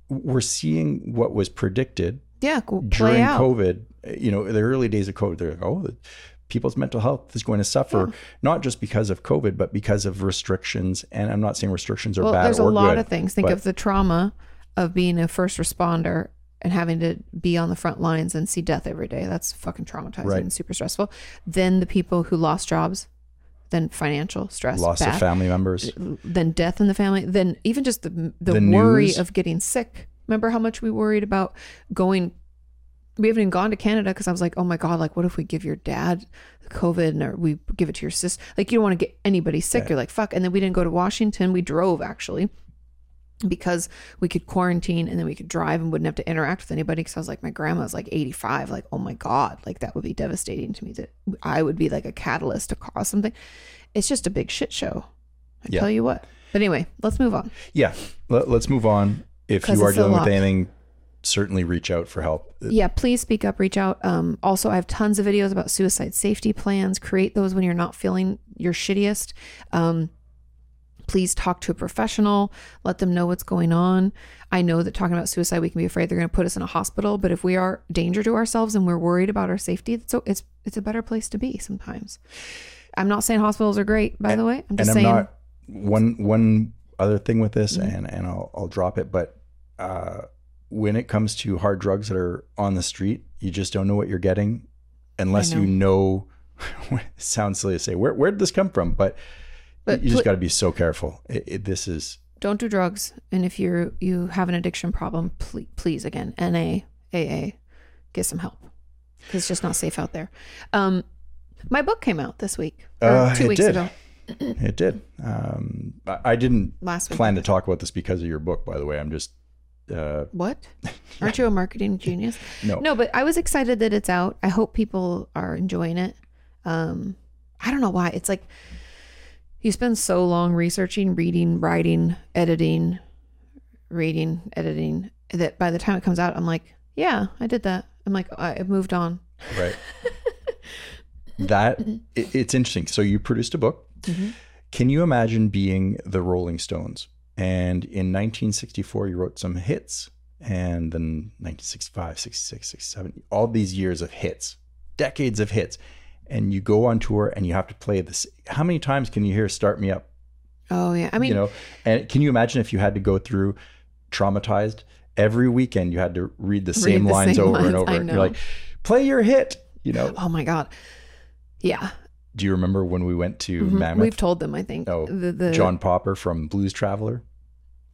we're seeing what was predicted yeah, go- play during out. COVID, you know, the early days of COVID, they're like, oh, the, people's mental health is going to suffer, not just because of COVID, but because of restrictions. And I'm not saying restrictions are well, bad there's a or lot good. of things. Think but- of the trauma of being a first responder and having to be on the front lines and see death every day. That's fucking traumatizing Right. and super stressful. Then the people who lost jobs, then financial stress, Loss bad. of family members. then death in the family, then even just the the, The worry news. of getting sick. Remember how much we worried about going. We haven't even gone to Canada because I was like, oh my god, like what if we give your dad COVID and or we give it to your sister? Like you don't want to get anybody sick. You're like fuck. And then we didn't go to Washington. We drove actually because we could quarantine and then we could drive and wouldn't have to interact with anybody because i was like my grandma's like 85 like oh my god like that would be devastating to me that i would be like a catalyst to cause something it's just a big shit show i Yeah. tell you what but anyway let's move on Yeah. Let, us move on. If 'Cause you are it's a dealing with lot. anything, certainly reach out for help. yeah please speak up reach out um, also i have tons of videos about suicide safety plans create those when you're not feeling your shittiest um, please talk to a professional let them know what's going on i know that talking about suicide we can be afraid they're going to put us in a hospital but if we are danger to ourselves and we're worried about our safety so it's it's a better place to be sometimes i'm not saying hospitals are great by the Mm-hmm. way i'm and just I'm saying not one one other thing with this, and and I'll I'll drop it. But uh, when it comes to hard drugs that are on the street, you just don't know what you're getting unless I know. you know it sounds silly to say where where did this come from, but, But you just pl- got to be so careful. It, it, this is don't do drugs and if you you have an addiction problem please, please again na aa get some help 'Cause it's just not safe out there um my book came out this week or Uh, two it weeks did. ago it did. Um, I, I didn't last week plan to talk about this because of your book, by the way. I'm just uh, what aren't you a marketing genius no. no but i was excited that it's out i hope people are enjoying it um i don't know why it's like you spend so long researching reading writing editing reading editing that by the time it comes out i'm like yeah i did that i'm like i I've moved on right that it, it's interesting so you produced a book Mhm. can you imagine being the rolling stones and in 1964 you wrote some hits and then 1965 66 67 all these years of hits decades of hits and you go on tour and you have to play this how many times can you hear start me up oh yeah i mean you know and can you imagine if you had to go through traumatized every weekend you had to read the same the lines same over and lines, over I and you're know. like play your hit you know oh my god yeah do you remember when we went to Mhm. we've Mammoth? told them i think Oh, the, the John Popper from Blues Traveler.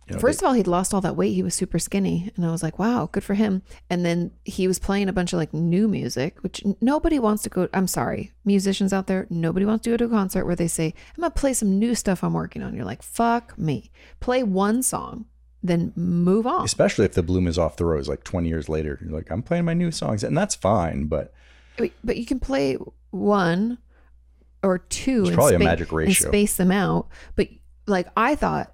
You know, First of all, he'd lost all that weight. He was super skinny. And I was like, wow, good for him. And then he was playing a bunch of like new music, which n- nobody wants to go. I'm sorry, musicians out there, nobody wants to go to a concert where they say, I'm going to play some new stuff I'm working on. You're like, fuck me. Play one song, then move they- on. especially if the bloom is off the rose, like 20 years later, you're like, I'm playing my new songs, and that's fine, but Wait, But you can play one or two It's and probably a spa- magic and ratio. space them out. But like I thought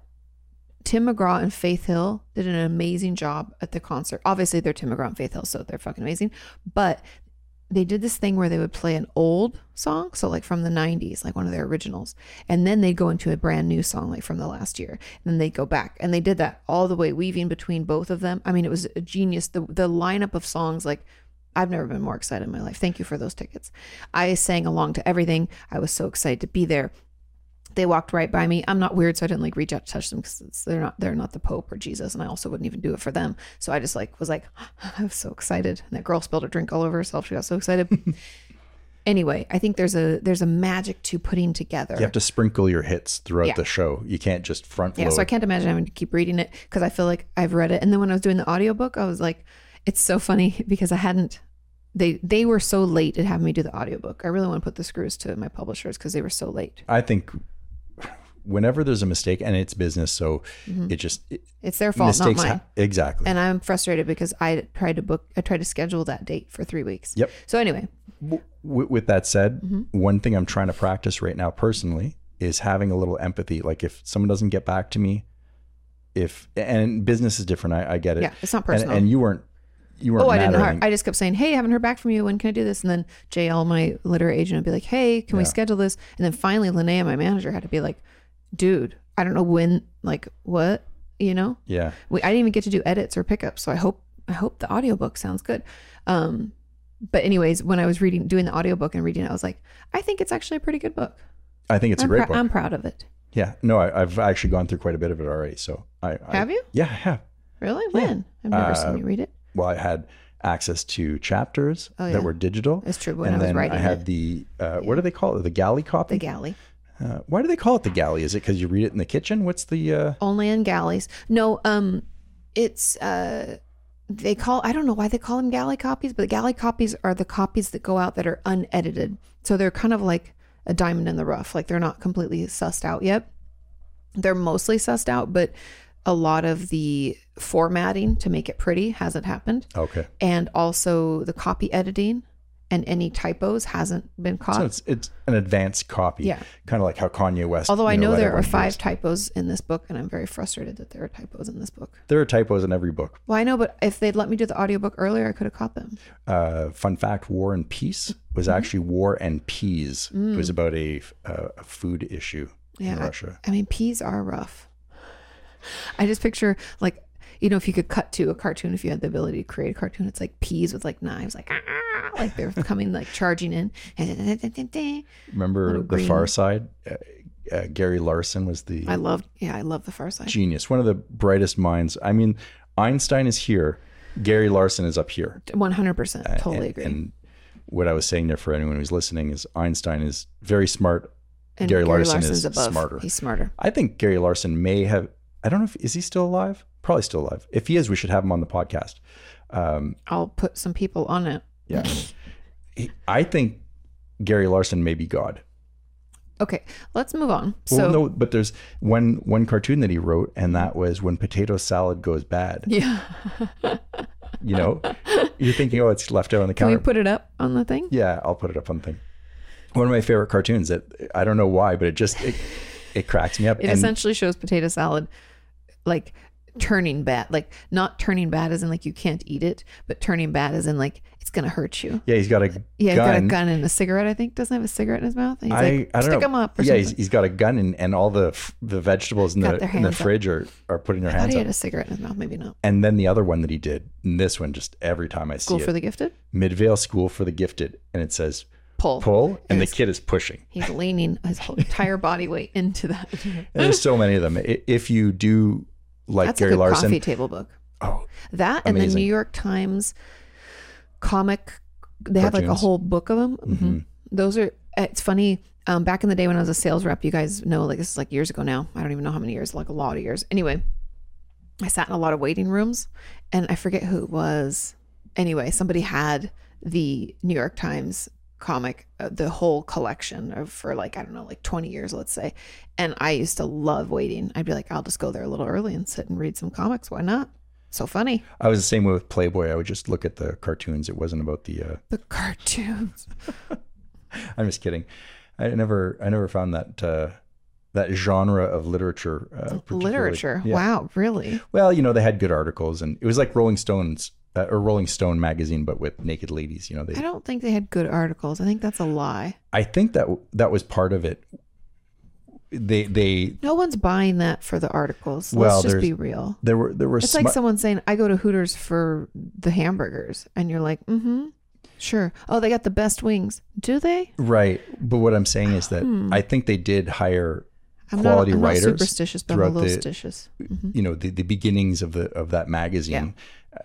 Tim McGraw and Faith Hill did an amazing job at the concert. Obviously they're Tim McGraw and Faith Hill, so they're fucking amazing. But they did this thing where they would play an old song, so like from the 90s, like one of their originals, and then they'd go into a brand new song like from the last year. And then they'd go back. And they did that all the way weaving between both of them. I mean, it was a genius the the lineup of songs like I've never been more excited in my life. Thank you for those tickets. I sang along to everything. I was so excited to be there. They walked right by me. I'm not weird, so I didn't like reach out to touch them because they're not they're not the Pope or Jesus, and I also wouldn't even do it for them. So I just like was like I was so excited, and that girl spilled her drink all over herself. She got so excited. anyway, I think there's a there's a magic to putting together. you have to sprinkle your hits throughout Yeah. the show. You can't just front Yeah, load. so I can't imagine having to keep reading it because I feel like I've read it. And then when I was doing the audiobook, I was like, it's so funny because I hadn't they they were so late at having me do the audiobook. I really want to put the screws to my publishers because they were so late. I think whenever there's a mistake, and it's business, so it just it, It's their Mm-hmm. fault, not mistakes mine. ha- exactly. and I'm frustrated because I tried to book I tried to schedule that date for three weeks. Yep. So anyway, W- with, with that said, Mm-hmm. one thing I'm trying to practice right now personally is having a little empathy. Like if someone doesn't get back to me, if and business is different, I, I get it. yeah, it's not and, personal. and you weren't you weren't oh, I mad didn't. or Hire. anything. I just kept saying, "Hey, I haven't heard back from you. When can I do this?" And then JL, my literary agent, would be like, "Hey, can we Yeah. schedule this?" And then finally, Linnea, my manager, had to be like, "Dude, I don't know when. Like, what? You know, yeah we, I didn't even get to do edits or pickups. So I hope I hope the audiobook sounds good." Um, but anyways, when I was reading, doing the audiobook and reading, it, I was like, "I think it's actually a pretty good book. i think it's I'm a great prou- book I'm proud of it. yeah no I, i've actually gone through quite a bit of it already so i, I Have you? yeah i have Really? When? I've never Uh, seen you read it. well i had access to chapters Oh, yeah. that were digital It's true. When and I was then writing i had it, the uh, what do they call it the galley copy the galley. uh, why do they call it the galley is it because you read it in the kitchen what's the uh, only in galleys. No, um, it's uh, they call I don't know why they call them galley copies, but galley copies are the copies that go out that are unedited, so they're kind of like a diamond in the rough, like they're not completely sussed out yet. They're mostly sussed out, but a lot of the formatting to make it pretty hasn't happened, okay and also the copy editing and any typos hasn't been caught. so it's it's an advanced copy Uh, Yeah. kind of like how kanye west Although I you know, let there are everyone five hears. typos in this book, and I'm very frustrated that there are typos in this book. there are typos in every book Well, I know, but if they'd let me do the audiobook earlier, I could have caught them. uh, fun fact war and peace was Mm-hmm. actually war and peas it was about a, f- a- a food issue in Mm. Yeah, russia I mean, peas are rough. I just picture like you know if you could cut to a cartoon if you had the ability to create a cartoon, it's like peas with like knives, like "Ah," like they're coming like charging in. remember the green- far side uh, uh, gary larson was the I loved, yeah, I love the Far Side. genius one of the brightest minds i mean einstein is here gary larson is up here One hundred percent, totally Uh, and, agree. and what I was saying there for anyone who's listening is Einstein is very smart. And Gary Larson is smarter. He's smarter. I think Gary Larson may have. I don't know if is he still alive. Probably still alive. If he is, we should have him on the podcast. Um, I'll put some people on it. yeah, He- I think Gary Larson may be God. Okay, let's move on. Well, so no, but there's one one cartoon that he wrote, and that was when potato salad goes bad. yeah, You know, you're thinking, oh, it's left out on the can we counter. put it up on the thing? Yeah, I'll put it up on the thing. One of my favorite cartoons that I don't know why, but it just it, it cracks me up. It essentially shows potato salad like turning bad, like not turning bad as in like you can't eat it, but turning bad as in like it's gonna hurt you. yeah, he's got a Yeah, gun. he's got a gun and a cigarette. I think doesn't he have a cigarette in his mouth. And he's I, like, I don't stick know. him up. Or yeah, he's, something. he's got a gun, and, and all the f- the vegetables in Got the their in the hands up. fridge are, are putting their I thought hands he up. had a cigarette in his mouth. Maybe not. And then the other one that he did, and this one just every time I see School it, for the gifted. Midvale School for the Gifted, and it says Pull. pull, and the Yes. kid is pushing. He's leaning his whole entire body weight into that. And there's so many of them. I- If you do like That's Gary a good Larson, coffee table book. oh, That and the Amazing. New York Times comic. They have like a Cartoons. whole book of them. hmm Those are. It's funny. Um, back in the day when I was a sales rep, you guys know, like this is like years ago now. I don't even know how many years, like a lot of years. Anyway, I sat in a lot of waiting rooms, and I forget who it was. Anyway, somebody had the New York Times comic, uh, the whole collection of, for like I don't know, like twenty years, let's say. And I used to love waiting. I'd be like, I'll just go there a little early and sit and read some comics. Why not? So funny. I was the same way with Playboy. I would just look at the cartoons. It wasn't about the. Uh, The cartoons. I'm just kidding. I never, I never found that uh, that genre of literature. Uh, particularly- Literature. Yeah. Wow, really? Well, you know, they had good articles, and it was like Rolling Stones uh, or Rolling Stone magazine, but with naked ladies. You know, I they. don't think they had good articles. I think that's a lie. I think that that was part of it. They they No one's buying that for the articles. Well, Let's just there's- be real. there were there were It's smu- like someone saying, I go to Hooters for the hamburgers. And you're like, mm hmm, sure. Oh, they got the best wings. Do they? right, but what I'm saying is that I think they did Hmm. hire I'm quality not, mm-hmm. I'm writers not superstitious, but I'm a throughout little the- stitious. you know the, the beginnings of the of that magazine uh,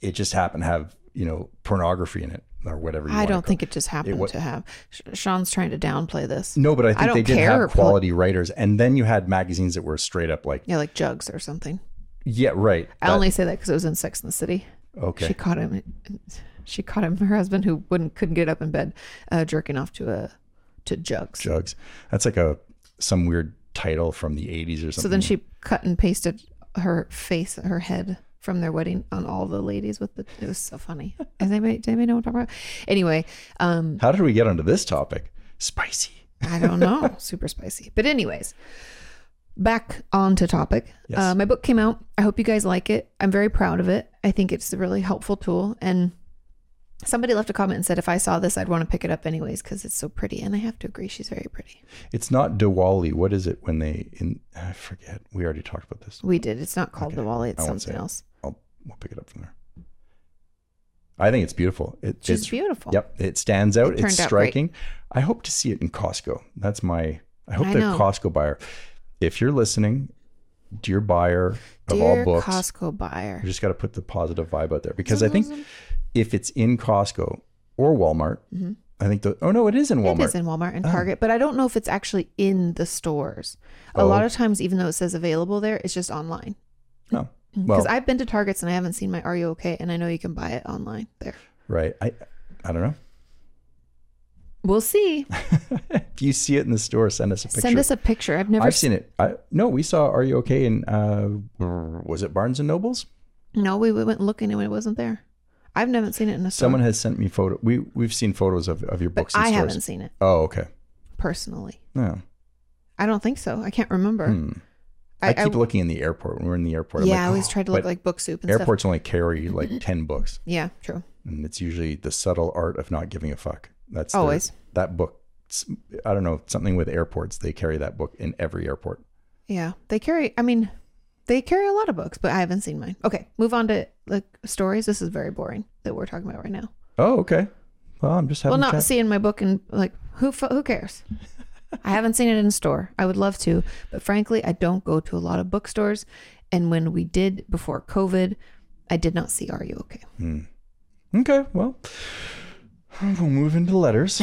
it just happened to have you know pornography in it or whatever you I wanna don't call- think it just happened wa- to have. Sh- Sean's trying to downplay this. no but i think don't they did care if have pol- quality writers and then you had magazines that were straight up like Yeah, like jugs or something. yeah right I that- only say that because it was in Sex and the City. okay She caught him. She caught him. Her husband, who wouldn't couldn't get up in bed, uh, jerking off to a to jugs. jugs that's like a some weird title from the 80s or something so then she cut and pasted her face, her head from their wedding on all the ladies with the. It was so funny. Does anybody, does anybody know what I'm talking about? Anyway, um, how did we get onto this topic spicy I don't know. Super spicy. But anyways, back on to topic. Uh, my book came out. I hope you guys like it. I'm very proud of it. I think it's a really helpful tool. And somebody left a comment and said, if I saw this, I'd want to pick it up anyways because it's so pretty. And I have to agree, she's very pretty. it's not diwali what is it when they in i forget we already talked about this We did. It's not called Okay. Diwali. It's I won't say something it. else. i'll we'll pick it up from there i think it's beautiful it, She's it's beautiful. Yep, it stands out. It it's turned out great. striking. I hope to see it in Costco. That's my. I hope I they're know. Costco buyer. If you're listening, dear buyer of Dear all books, Costco buyer. you just got to put the positive vibe out there because I think if it's in Costco or Walmart, I think the oh no, it is in Walmart. Mm-hmm. It is in Walmart and Target, but I don't know if it's actually in the stores. A Oh. lot of times, even though it says available there, it's just online. Oh, Because well, I've been to Targets and Mm-hmm. I haven't seen my Are You Okay? And I know you can buy it online there. right. I I don't know. We'll see. If you see it in the store, send us a picture. Send us a picture. I've never I've seen it. I, no, we saw Are You Okay? in uh, was it Barnes and Nobles? No, we we went looking and it wasn't there. I've never seen it in a store. Someone has sent me photo. We we've seen photos of, of your but books. in I stores. haven't seen it Oh, okay. personally. No. I don't think so. I can't remember. Hmm. I, I, I, keep looking in the airport when we're in the airport. I'm yeah, like, I always "Oh," try to look but like book soup and stuff. airports only carry like ten books, Yeah, true. and it's usually the subtle art of not giving a fuck. That's their- Always. that book. s- I don't know something with airports. They carry that book in every airport. Yeah, they carry. I mean, they carry a lot of books, but I haven't seen mine. Okay, move on to like stories. This is very boring that we're talking about right now. Oh, okay. Well, I'm just Well, having. a not chat. seeing my book and like who fu- who cares? I haven't seen it in a store. I would love to, but frankly, I don't go to a lot of bookstores. And when we did before COVID, I did not see Are You Okay? okay. Well, We'll move into letters.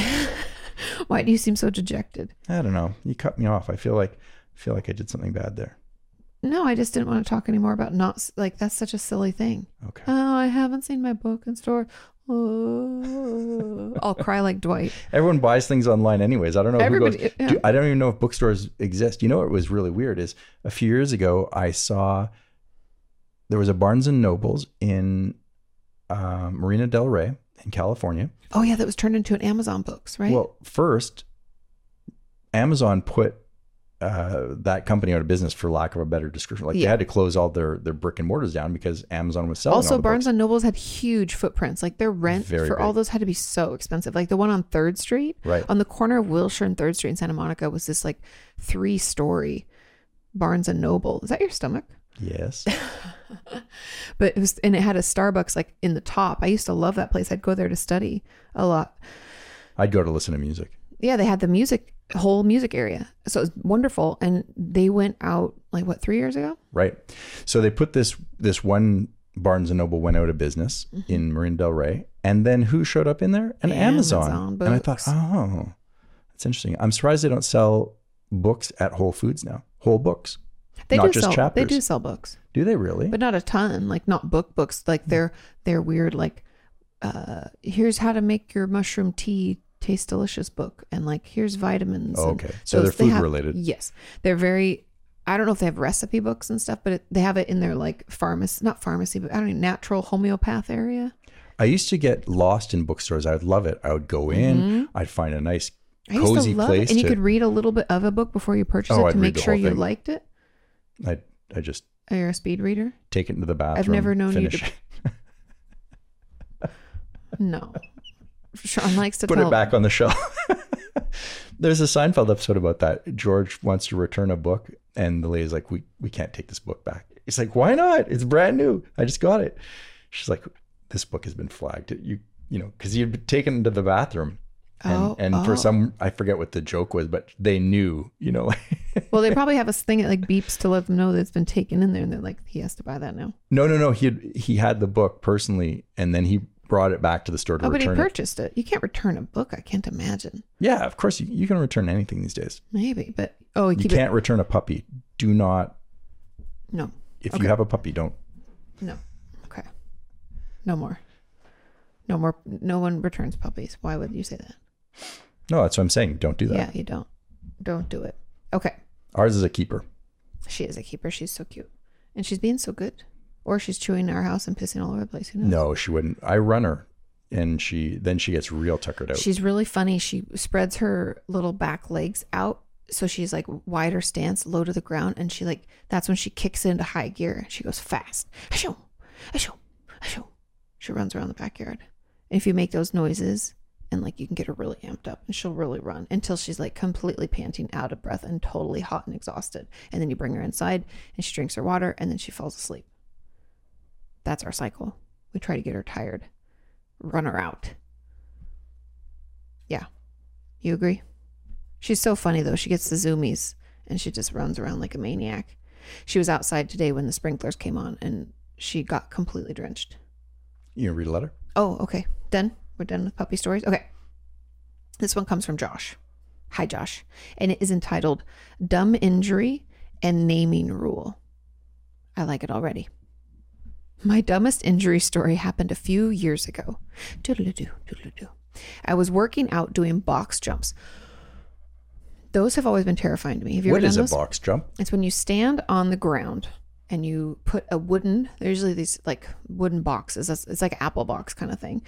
Why do you seem so dejected? I don't know. You cut me off. I feel like I feel like I did something bad there. No, I just didn't want to talk anymore about not s- like that's such a silly thing. Okay. Oh, I haven't seen my book in store. Oh. I'll cry like Dwight. Everyone buys things online anyways. I don't know who goes. Everybody- yeah. Do, I don't even know if bookstores exist. You know what was really weird is a few years ago I saw there was a Barnes and Nobles in uh, Marina Del Rey in California. Oh yeah, that was turned into an Amazon books, right? Well, first, Amazon put uh, that company out of business for lack of a better description. Like they Yeah. had to close all their their brick and mortars down because Amazon was selling. all also, the Barnes books. and Nobles had huge footprints. Like their rent Very for all big. those had to be so expensive. Like the one on Third Street, Right. on the corner of Wilshire and Third Street in Santa Monica, was this like three-story Barnes and Noble. Is that your stomach? yes. but it was and it had a starbucks like in the top i used to love that place i'd go there to study a lot I'd go to listen to music. yeah they had the music whole music area so it was wonderful and they went out like what three years ago right? So they put this this one Barnes and Noble went out of business Mm-hmm. in Marina Del Rey, and then who showed up in there? An Amazon. Amazon and I thought, books. oh, that's interesting. I'm surprised they don't sell books at Whole Foods now. Whole books, they not do just sell they chapters. do sell books Do they really? but not a ton like not book books like Hmm. they're they're weird like uh here's how to make your mushroom tea taste delicious book and like here's vitamins Oh, and okay. So they're those- they food have- related. yes they're very i don't know if they have recipe books and stuff but it, they have it in their like pharmacy not pharmacy but i don't know natural homeopath area I used to get lost in bookstores. I would love it. I would go in. I'd find a nice Mm-hmm. I used cozy to love place it. And to. you could read a little bit of a book before you purchase Oh, it I'd to read make the sure whole you thing. liked it. I I just Are you a speed reader? take it into the bathroom. never known you to- finish it, No. Sean likes to put tell it back on the shelf. There's a Seinfeld episode about that. George wants to return a book, and the lady's like, "We we can't take this book back." He's like, "Why not? It's brand new. I just got it." She's like, "This book has been flagged. You you know because you'd taken it into the bathroom." And, Oh, and oh. for some, I forget what the joke was, but they knew, you know. Well, they probably have a thing that like beeps to let them know that it's been taken in there, and they're like, he has to buy that now. no, no, no. He had, he had the book personally, and then he brought it back to the store to Oh, but he return it. purchased it. You can't return a book. I can't imagine. Yeah, of course you, you can return anything these days. Maybe, but oh, you You keep can't return a puppy. Do not. it. No, If Okay. you have a puppy, don't. no. Okay, no more. No more. No one returns puppies. Why would you say that? No, that's what I'm saying. Don't do that. Yeah, you don't. Don't do it. Okay. Ours is a keeper. She is a keeper. She's so cute. And she's being so good. Or she's chewing our house and pissing all over the place. Who knows? No, she wouldn't. I run her, and she then she gets real tuckered out. She's really funny. She spreads her little back legs out. So she's like wider stance, low to the ground. And she like, that's when she kicks it into high gear. She goes fast. Ashoo, ashoo, ashoo. She runs around the backyard. And if you make those noises and like, you can get her really amped up and she'll really run until she's like completely panting out of breath and totally hot and exhausted. And then you bring her inside and she drinks her water and then she falls asleep. That's our cycle. We try to get her tired, run her out. Yeah. You agree? She's so funny though. She gets the zoomies and she just runs around like a maniac. She was outside today when the sprinklers came on and she got completely drenched. you read a letter. Oh, okay. Done. We're done with puppy stories. Okay. This one comes from Josh. Hi, Josh. And it is entitled Dumb Injury and Naming Rule. I like it already. My dumbest injury story happened a few years ago. Doodle-doo, doodle-doo. I was working out doing box jumps. Those have always been terrifying to me. Have you What ever is done a those? box jump? It's when you stand on the ground and you put a wooden. There's usually these like wooden boxes. That's- It's like apple box kind of thing.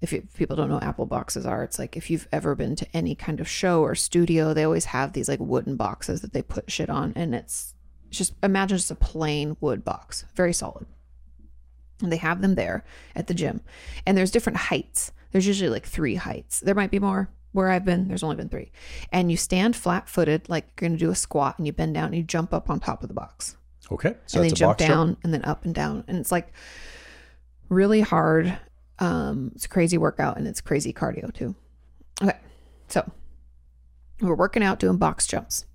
If you, people don't know what apple boxes are, it's like if you've ever been to any kind of show or studio, they always have these like wooden boxes that they put shit on, and it's it's just imagine just a plain wood box, very solid. And they have them there at the gym, and there's different heights. There's usually like three heights. There might be more. Where I've been, there's only been three. And you stand flat footed, like you're gonna do a squat, and you bend down and you jump up on top of the box Okay, so and then that's a jump box down jump. and then up and down and it's like really hard um it's a crazy workout and it's crazy cardio too okay so we're working out doing box jumps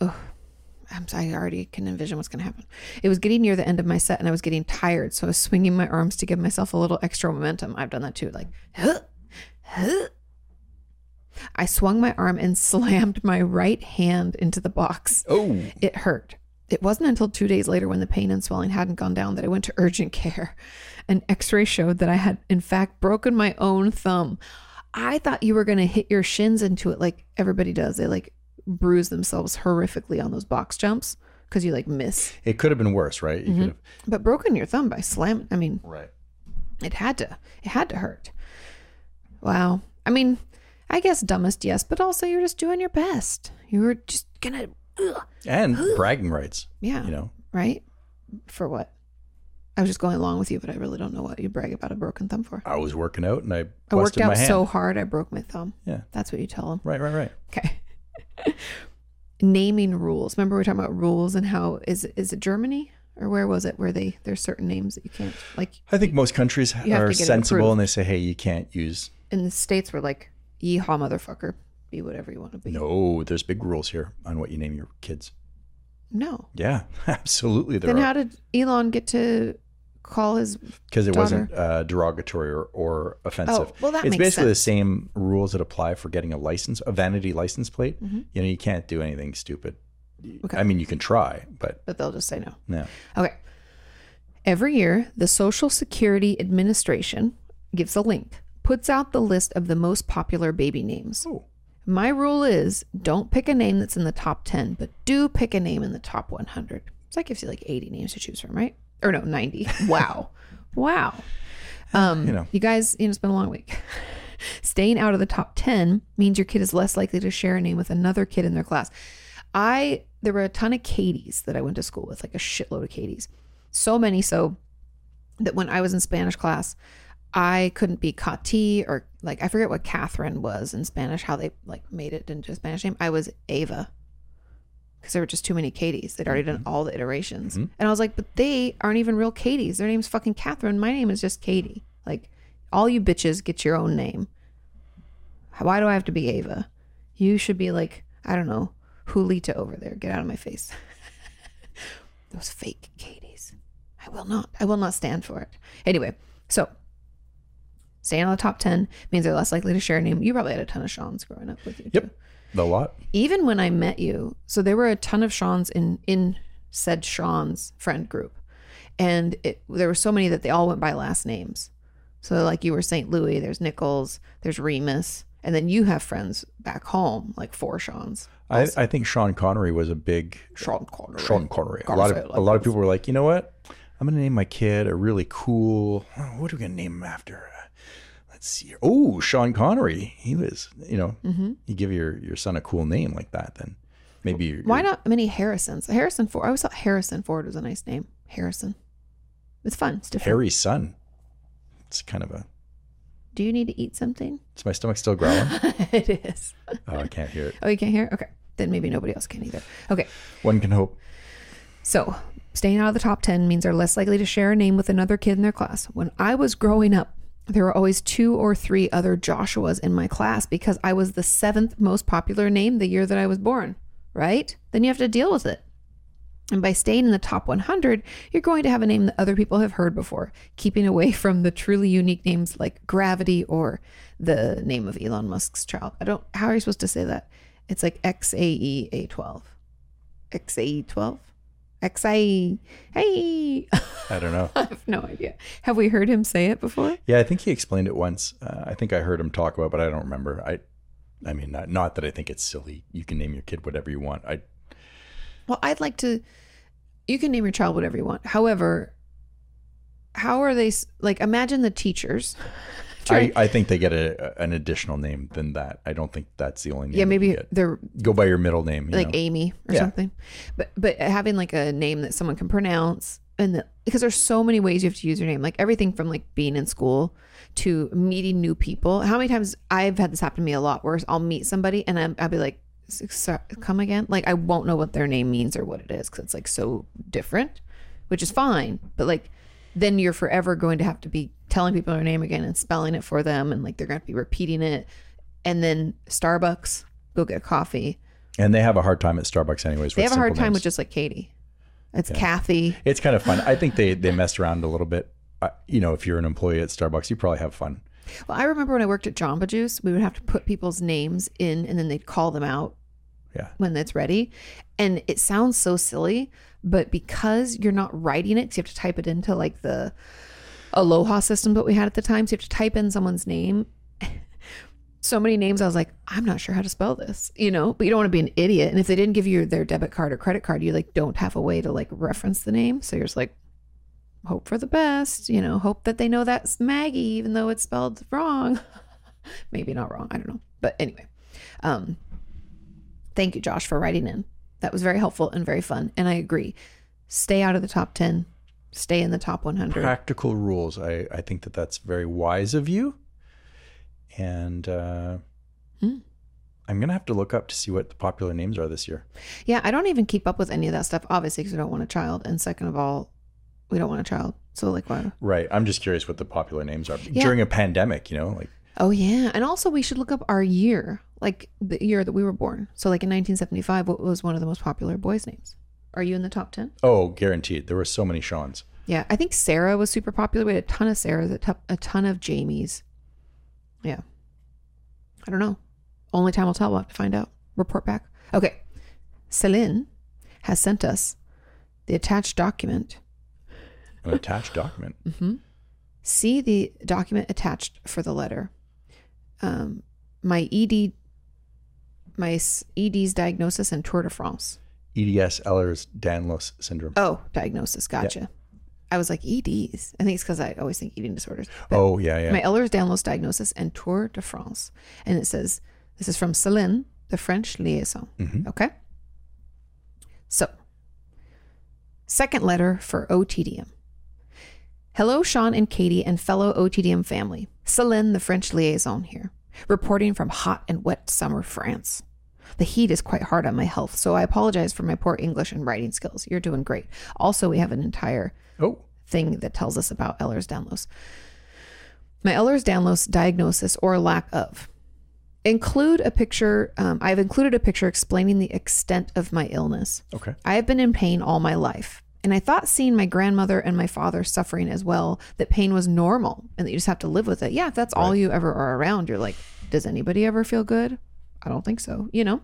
Ugh. I'm sorry, I already can envision what's going to happen. It was getting near the end of my set and I was getting tired. So I was swinging my arms to give myself a little extra momentum. I've done that too. Like, I swung my arm and slammed my right hand into the box. Oh, It hurt. It wasn't until two days later, when the pain and swelling hadn't gone down, that I went to urgent care. An x ray showed that I had, in fact, broken my own thumb. I thought you were going to hit your shins into it like everybody does. They like bruise themselves horrifically on those box jumps because you like miss. it could have been worse, right? Mm-hmm. You could have, But broken your thumb by slam, I mean, right. it had to, it had to hurt. Wow. I mean, I guess dumbest, yes, but also you're just doing your best. You were just going to, And bragging rights, yeah. you know. right? For what? I was just going along with you, but I really don't know what you brag about a broken thumb for. I was working out and I I worked busted my out hand. so hard I broke my thumb. yeah. That's what you tell them. Right, right, right. Okay. Naming rules. Remember we were talking about rules and how is is it Germany or where was it where they there's certain names that you can't like I think most countries to are get it sensible approved. and they say, hey, you can't use. in the states were like yeehaw motherfucker be whatever you want to be. No, there's big rules here on what you name your kids. No. Yeah, absolutely. There Then are. how did Elon get to call his Because it daughter- wasn't uh, derogatory or, or offensive. Oh, well, that it's makes basically sense. the same rules that apply for getting a license, a vanity license plate. You know, you can't do anything stupid. Mm-hmm. Okay. I mean, you can try, but but they'll just say no. no. Okay. Every year, the Social Security Administration gives a link, puts out the list of the most popular baby names. Oh. My rule is don't pick a name that's in the top 10, but do pick a name in the top 100. So that gives you like 80 names to choose from, right? Or no, 90. Wow. wow. Um, You know. you guys, you know, it's been a long week. Staying out of the top 10 means your kid is less likely to share a name with another kid in their class. I, there were a ton of Katie's that I went to school with, like a shitload of Katie's. So many so that when I was in Spanish class, I couldn't be Cati or like I forget what Catherine was in Spanish, how they like made it into a Spanish name. I was Ava because there were just too many Katie's. They'd already done all the iterations. And I was like, but they aren't even real Katie's. Their name's fucking Catherine. My name is just Katie. Like, all you bitches get your own name. Why do I have to be Ava? You should be like, I don't know, Julita over there. Get out of my face. Those fake Katie's. I will not. I will not stand for it. Anyway, so staying on the top 10 means they're less likely to share a name. You probably had a ton of Sean's growing up with you. Yep. too The lot. even when I met you, so there were a ton of Sean's in in said Sean's friend group, and it there were so many that they all went by last names. So like you were St. Louis, there's Nichols, there's Remus, and then you have friends back home like four Sean's, I, I think Sean Connery was a big Sean Connery. Sean Connery. A lot of Connery, a lot of people were like, you know what? I'm gonna name my kid a really cool. oh, What are we gonna name him after? Uh, Let's see. Oh, Sean Connery. He was. You know, Mm-hmm. you give your your son a cool name like that, then maybe. You're, Why not many Harrisons? Harrison Ford. I always thought Harrison Ford was a nice name. Harrison. It's fun. It's different. Harry's son? It's kind of a. Do you need to eat something? Is my stomach still growling? it is. oh, I can't hear it. Oh, you can't hear? Okay. Then maybe nobody else can either. Okay. One can hope. So, staying out of the top 10 means they're less likely to share a name with another kid in their class. When I was growing up, there were always two or three other Joshuas in my class because I was the seventh most popular name the year that I was born, right? Then you have to deal with it. And by staying in the top 100, you're going to have a name that other people have heard before, keeping away from the truly unique names like Gravity or the name of Elon Musk's child. I don't, how are you supposed to say that? It's like E XAEA12. XAE12? XAE. E. Hey. I I don't know. have no idea. Have we heard him say it before? Yeah, I think he explained it once. Uh, I think I heard him talk about, it, but I don't remember. I, I mean, not, not that I think it's silly. You can name your kid whatever you want. I Well, I'd like to. You can name your child whatever you want. However, how are they s- like? Imagine the teachers. I, trying- I think they get a, an additional name than that. I don't think that's the only name. yeah, that you maybe get. they're go by your middle name. you like know? Amy or Yeah. something. But but having like a name that someone can pronounce and that because there's so many ways you have to use your name, like everything from like being in school to meeting new people. How many times I've had this happen to me a lot, where I'll meet somebody and I'm, I'll be like, "S- so- "Come again?" Like I won't know what their name means or what it is because it's like so different, which is fine. But like then you're forever going to have to be telling people their name again and spelling it for them, and like they're going to be repeating it. And then Starbucks, go get a coffee and they have a hard time at Starbucks, anyways. they with have a hard simple time with names. just like Katie. It's Kathy. It's kind of fun. I think they they messed around a little bit. Uh, you know, if you're an employee at Starbucks, you probably have fun. Well, I remember when I worked at Jamba Juice, we would have to put people's names in and then they'd call them out Yeah. when it's ready. And it sounds so silly, but because you're not writing it, 'cause you have to type it into like the Aloha system that we had at the time. So you have to type in someone's name. so many names, I was like, I'm not sure how to spell this, you know, but you don't want to be an idiot. And if they didn't give you their debit card or credit card, you like don't have a way to like reference the name. So you're just like, hope for the best, you know, hope that they know that's Maggie, even though it's spelled wrong. Maybe not wrong. I don't know. But anyway, um, thank you, Josh, for writing in. That was very helpful and very fun. And I agree. Stay out of the top 10, stay in the top 100. Practical rules. I, I think that that's very wise of you. And uh, Hmm. I'm going to have to look up to see what the popular names are this year. Yeah, I don't even keep up with any of that stuff, obviously, because we don't want a child. And second of all, we don't want a child. So, like, why? Right. I'm just curious what the popular names are Yeah. during a pandemic, you know, like Oh, yeah. And also, we should look up our year, like the year that we were born. So, like in 1975, what was one of the most popular boys' names? Are you in the top 10? Oh, guaranteed. There were so many Sean's. Yeah, I think Sarah was super popular. We had a ton of Sarahs, a, tu- a ton of Jamies. Yeah. I don't know. Only time will tell. We'll have to find out. Report back. Okay. Celine has sent us the attached document. An attached document. See the document attached for the letter. Um, my ED, my s- ED's diagnosis and Tour de France. EDS Ehlers Danlos syndrome. Oh, diagnosis. Gotcha. I was like EDs. I think it's because I always think eating disorders. oh, yeah, yeah. My Ehlers Danlos diagnosis and Tour de France. And it says, this is from Celine, the French liaison. Mm-hmm. Okay. So, second letter for OTDM. Hello, Sean and Katie and fellow OTDM family. Celine, the French liaison here, reporting from hot and wet summer France. The heat is quite hard on my health, so I apologize for my poor English and writing skills. You're doing great. Also, we have an entire oh, thing that tells us about Ehlers Danlos. My Ehlers Danlos diagnosis or lack of. Include a picture. Um, I've included a picture explaining the extent of my illness. okay. I have been in pain all my life. And I thought seeing my grandmother and my father suffering as well, that pain was normal and that you just have to live with it. Yeah, if that's all you ever are around, you're like, does anybody ever feel good? I don't think so, you know?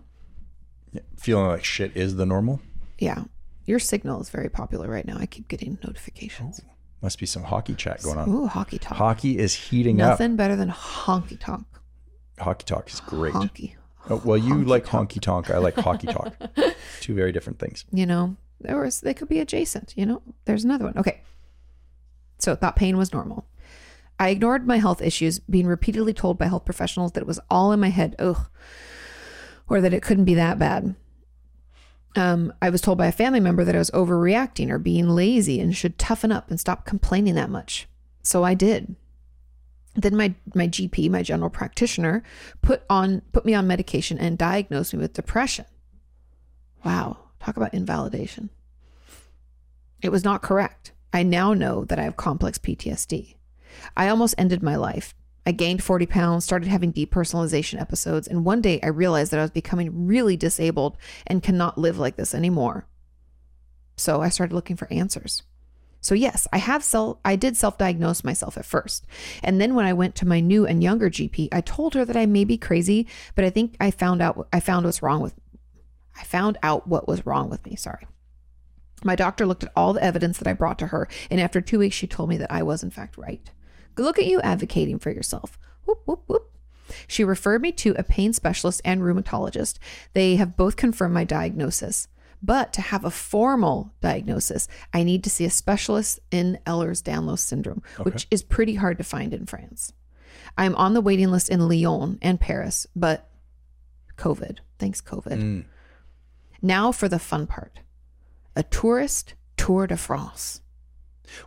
Feeling like shit is the normal. Yeah. Your signal is very popular right now. I keep getting notifications. Must be some hockey chat going on. Ooh, hockey talk. Hockey is heating Nothing better than honky tonk. up. Hockey talk is great. Honky. Oh, well, you like honky tonk. I like hockey talk. Two very different things. You know, there was they could be adjacent, you know. There's another one. Okay. So I thought pain was normal. I ignored my health issues, being repeatedly told by health professionals that it was all in my head, ugh, or that it couldn't be that bad. Um, I was told by a family member that I was overreacting or being lazy and should toughen up and stop complaining that much. So I did. Then my my GP, my general practitioner, put on put me on medication and diagnosed me with depression. Wow, talk about invalidation. It was not correct. I now know that I have complex PTSD. I almost ended my life. I gained 40 pounds, started having depersonalization episodes, and one day I realized that I was becoming really disabled and cannot live like this anymore. So I started looking for answers. So yes, I have self I did self-diagnose myself at first. And then when I went to my new and younger GP, I told her that I may be crazy, but I think I found out I found what's wrong with I found out what was wrong with me. Sorry. My doctor looked at all the evidence that I brought to her, and after two weeks, she told me that I was, in fact, right. Good Look at you advocating for yourself. Whoop, whoop, whoop. She referred me to a pain specialist and rheumatologist. They have both confirmed my diagnosis. But to have a formal diagnosis, I need to see a specialist in Ehlers Danlos syndrome, which is pretty hard to find in France. I'm on the waiting list in Lyon and Paris, but COVID. Thanks, COVID. Mm. Now for the fun part a tourist tour de France.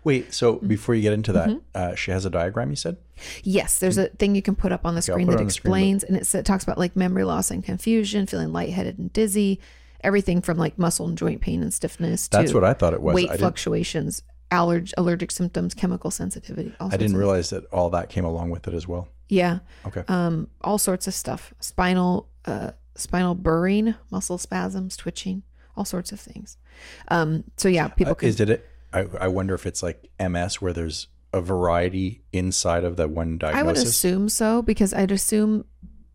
Wait, so Mm-hmm. before you get into that, uh, she has a diagram, you said? Yes, there's a thing you can put up on the I'll screen put it that on the screen, but- explains, and it's, it talks about like memory loss and confusion, feeling lightheaded and dizzy, everything from like muscle and joint pain and stiffness That's to what I thought it was. weight I didn't, fluctuations, allerg- allergic symptoms, chemical sensitivity. All I sorts didn't of- realize that all that came along with it as well. Yeah. Okay. um, all sorts of stuff spinal uh, spinal burring muscle spasms twitching all sorts of things um, so yeah people Uh, can is it? I, I wonder if it's like MS where there's a variety inside of that one I would diagnosis? assume so because I'd assume,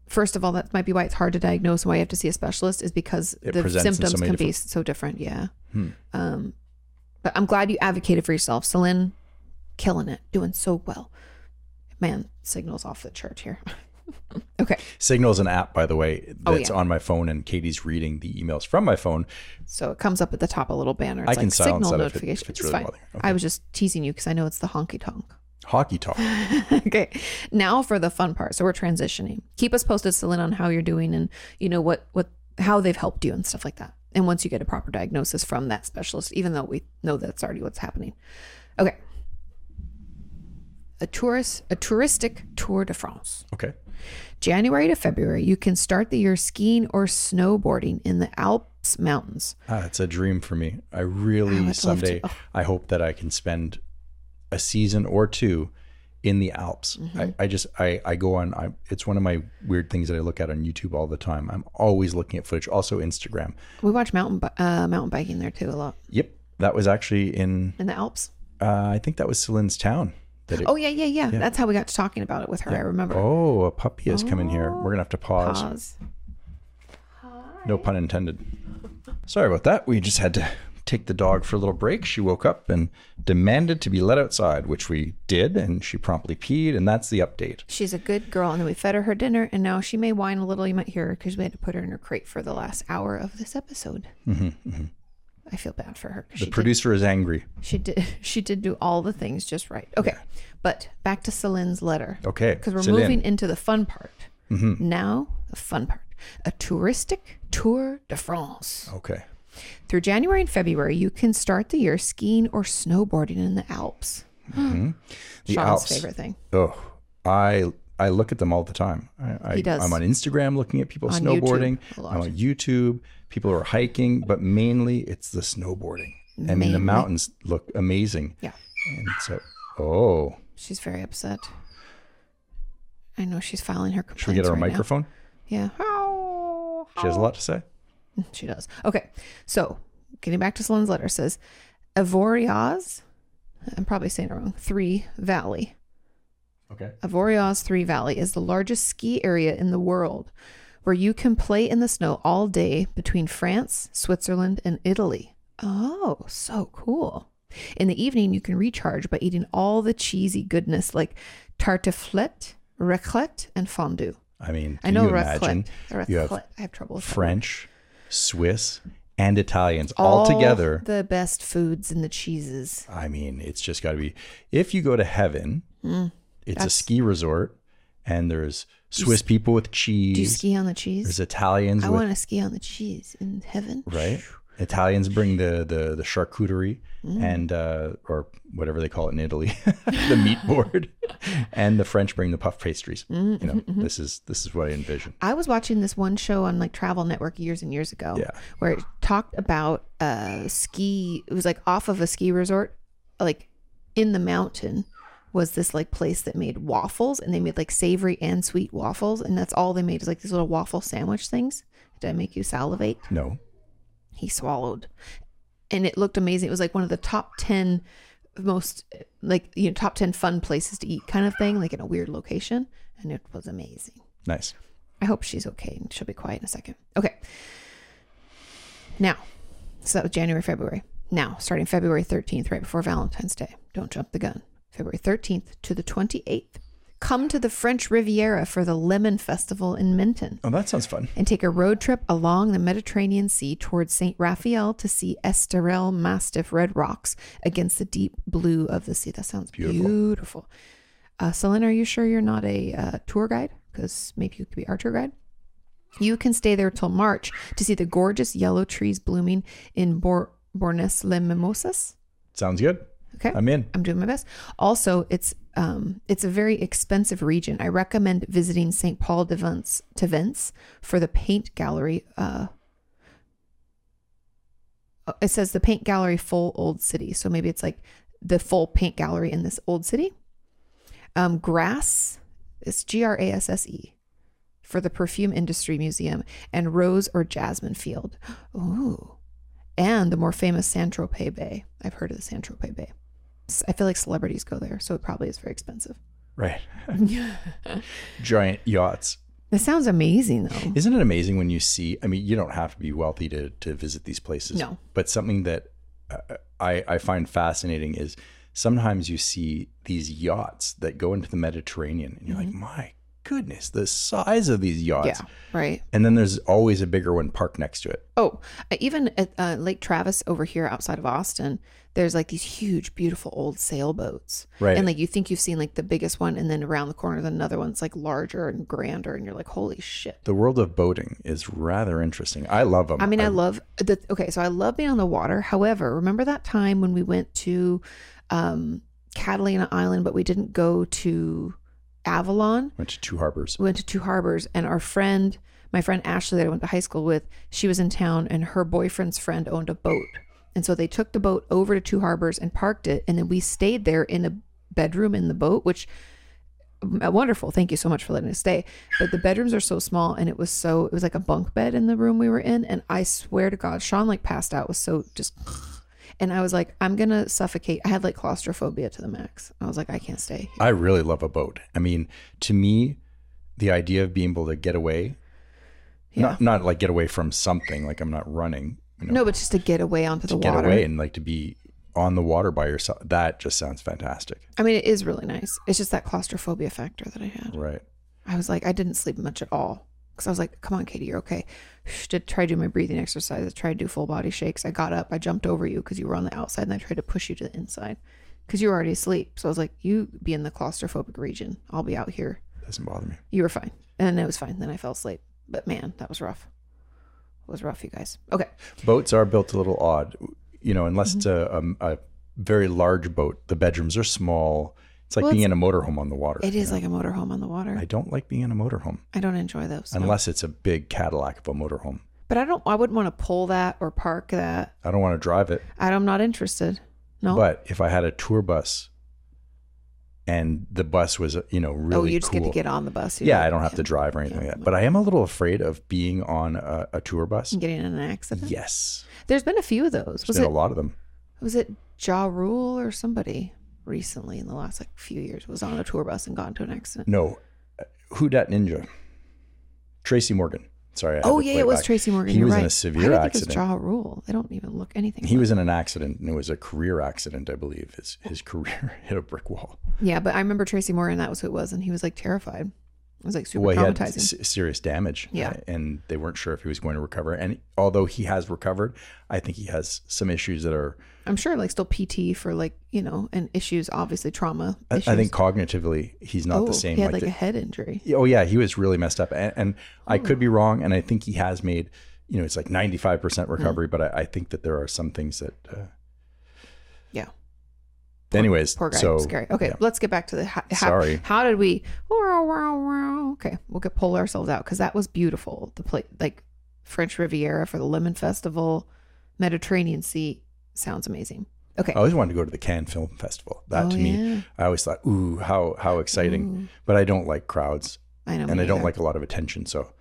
first of all, that might be why it's hard to diagnose and why you have to see a specialist is because It the presents in so symptoms many can be so different. Yeah. Hmm. Um, but I'm glad you advocated for yourself, Celine. Killing it, doing so well. Man, signals off the chart here. okay, Signal is an app, by the way, Oh, that's yeah. on my phone, and Katie's reading the emails from my phone. so it comes up at the top a little banner. It's I like can silence signal that if it- notification. if it's really fine. bothering you. I was just teasing you because I know it's the honky tonk. Hockey talk. okay. Now for the fun part. So we're transitioning. Keep us posted, Celine, on how you're doing and you know what what how they've helped you and stuff like that. And once you get a proper diagnosis from that specialist, even though we know that's already what's happening. Okay. A tourist a touristic tour de France. Okay. January to February, you can start the year skiing or snowboarding in the Alps mountains. Ah, it's a dream for me. I I would really love to- someday oh. I hope that I can spend a season or two in the Alps. Mm-hmm. I, I just I, I go on I it's one of my weird things that I look at on YouTube all the time. I'm always looking at footage, also Instagram. We watch mountain bi- uh, mountain biking there too a lot Yep. That was actually in in the Alps. uh, I think that was Celine's town. That it, Oh yeah, yeah, yeah. That's how we got to talking about it with her. I remember. oh, a puppy has come in here. We're gonna have to pause. Pause. No pun intended. Sorry about that. We just had to take the dog for a little break. She woke up and demanded to be let outside, which we did, and she promptly peed, and that's the update. She's a good girl, and then we fed her her dinner, and now she may whine a little. You might hear her because we had to put her in her crate for the last hour of this episode. I feel bad for her. 'cause Mm-hmm, The she did producer is angry. She did. She did do all the things just right. Okay, but back to Celine's letter. Okay, because we're Celine. Mm-hmm. moving into the fun part. Now, the fun part: a touristic tour de France. Okay. Through January and February, you can start the year skiing or snowboarding in the Alps. The Sean's Alps. favorite thing. Oh, I I look at them all the time. I, I, He does. I'm on Instagram looking at people On YouTube snowboarding. a lot. I'm on YouTube. People are hiking, but mainly it's the snowboarding. I mean, Mainly. the mountains look amazing. Yeah. And so, oh, She's very upset. I know she's filing her complaints. should we get our right now. microphone? Yeah. How- She has a lot to say. She does. Okay. So getting back to Celine's letter says Avoriaz, I'm probably saying it wrong, Three Valley. Okay. Avoriaz Three Valley is the largest ski area in the world where you can play in the snow all day between France, Switzerland, and Italy. Oh, so cool. In the evening, you can recharge by eating all the cheesy goodness like tartiflette, raclette, and fondue. I mean, I can know you imagine raclette. you have Raclette. I have trouble with that word. French, Swiss, and Italians all, together? the best foods and the cheeses I mean, it's just got to be. If you go to heaven, it's a Mm. that's- ski resort, and there's Swiss people with do you cheese. ski on the There's cheese Italians i with want to ski on the cheese in heaven right. Italians bring the the the charcuterie Mm. and uh, or whatever they call it in Italy, the meat board, and the French bring the puff pastries. Mm-hmm, You know, this is this is what I envision. i was watching this one show on like travel network years and years ago Yeah. where it talked about uh ski it was like off of a ski resort like in the mountain was this like place that made waffles and they made like savory and sweet waffles and that's all they made is like these little waffle sandwich things did i make you salivate No, he swallowed and it looked amazing it was like one of the top 10 most like you know top 10 fun places to eat kind of thing like in a weird location and it was amazing nice. i hope she's okay and she'll be quiet in a second okay now so that was january february now starting february 13th right before valentine's day don't jump the gun february 13th to the 28th come to the french riviera for the lemon festival in minton Oh, that sounds fun. and take a road trip along the Mediterranean Sea towards St. Raphael to see Estoril Mastiff Red Rocks against the deep blue of the sea. That sounds Beautiful. beautiful. Uh, Celine, are you sure you're not a uh, tour guide? Because maybe you could be our tour guide. You can stay there till March to see the gorgeous yellow trees blooming in Bor- Bornes les Mimosas. Sounds good. Okay. I'm in. I'm doing my best. Also, it's um, it's a very expensive region. I recommend visiting St. Paul de Vence, to Vence for the paint gallery. Uh, oh, it says the paint gallery full old city. So maybe it's like the full paint gallery in this old city. Um, grass, it's G R A S S E for the perfume industry museum and rose or jasmine field. Ooh. And the more famous San Tropez Bay. I've heard of the San Tropez Bay. s- I feel like celebrities go there, so it probably is very expensive. Right. Giant yachts. This sounds amazing, though. Isn't it amazing when you see? I mean, you don't have to be wealthy to, to visit these places. No. But something that uh, I, I find fascinating is sometimes you see these yachts that go into the Mediterranean and you're like, my goodness, the size of these Mm-hmm. Yeah, yachts. right. And then there's always a bigger one parked next to it. Oh, uh, even at uh, Lake Travis over here outside of Austin, there's like these huge, beautiful old sailboats. Right. And like you think you've seen like the biggest one, and then around the corner, then another one's like larger and grander, and you're like, holy shit. The world of boating is rather interesting. I love them. I mean, I love the okay. So I love being on the water. However, remember that time when we went to um, Catalina Island, but we didn't go to Avalon. went to two harbors. We went to Two Harbors, and our friend, my friend Ashley, that I went to high school with, she was in town, and her boyfriend's friend owned a boat, and so they took the boat over to Two Harbors and parked it, and then we stayed there in a bedroom in the boat, which uh, wonderful. Thank you so much for letting us stay. But the bedrooms are so small, and it was so it was like a bunk bed in the room we were in, and I swear to God, Sean like passed out was so just. And I was like, I'm gonna suffocate. I had like claustrophobia to the max. I was like, I can't stay. I really love a boat. I mean, to me, the idea of being able to get away, not not like get away from something, like I'm not running, you know, No, but just to get away onto the get water. away and like to be on the water by yourself. That just sounds fantastic. I mean, it is really nice. It's just that claustrophobia factor that I had. Right. I was like, I didn't sleep much at all because I was like, come on, Katie, you're okay. Did try to do my breathing exercises, try to do full body shakes. I got up, I jumped over you because you were on the outside and I tried to push you to the inside because you were already asleep. So I was like, you be in the claustrophobic region. I'll be out here. Doesn't bother me. You were fine. And it was fine. Then I fell asleep. But man, that was rough. It was rough, you guys. Okay. Boats are built a little odd, you know, unless it's Mm-hmm. a, um, a very large boat. The bedrooms are small. It's like Well, being in a motorhome on the water. It is like a motorhome on the water. I I, don't like being in a motorhome don't enjoy those. no. unless it's a big Cadillac of a motorhome. But I don't, I wouldn't want to pull that or park that. I don't want to drive it. I'm not interested. No. But if I had a tour bus and the bus was, uh, you know, really oh, you just cool. get to get on the bus. You yeah, don't- I don't have to drive or anything like that. But I am a little afraid of being on a, a tour bus. Getting in an accident. Yes. There's been a few of those. Mm, There's Was been it a lot of them. was it Ja Rule or somebody recently in the last like few years was on a tour bus and got into an accident? No. uh, Who dat ninja? Tracy Morgan. Sorry. I had oh to yeah, play it was back. Tracy Morgan. He You're was right. in a Why severe do you think accident. It's Ja Rule. They don't even look anything. He like- was in an accident and it was a career accident, I believe. His his career hit a brick wall. yeah, but I remember Tracy Morgan. That was who it was, and he was like terrified. It was like super well, he had traumatizing. s- serious damage. Yeah. uh, And they weren't sure if he was going to recover. And although he has recovered, I think he has some issues that are, I'm sure like still PT for like you know and issues obviously trauma. I, Issues. I think cognitively, he's not oh, the same. He had like, like the- a head injury. oh yeah, he was really messed up, and, and I could be wrong, and I think he has made, you know, it's like ninety five percent Mm. recovery, but I, I think that there are some things that. Uh, Yeah. anyways, Poor guy. so Scary. Okay, yeah. let's get back to the. How, how- Sorry. How did we? Okay, we'll get pull ourselves out because that was beautiful. The place, like French Riviera for the Lemon Festival, Mediterranean Sea sounds amazing. Okay. I always wanted to go to the Cannes Film Festival. That Oh, to me, yeah. I always thought, ooh, how how exciting! But I don't like crowds, I uh, know. and me I don't either. like a lot of attention, so.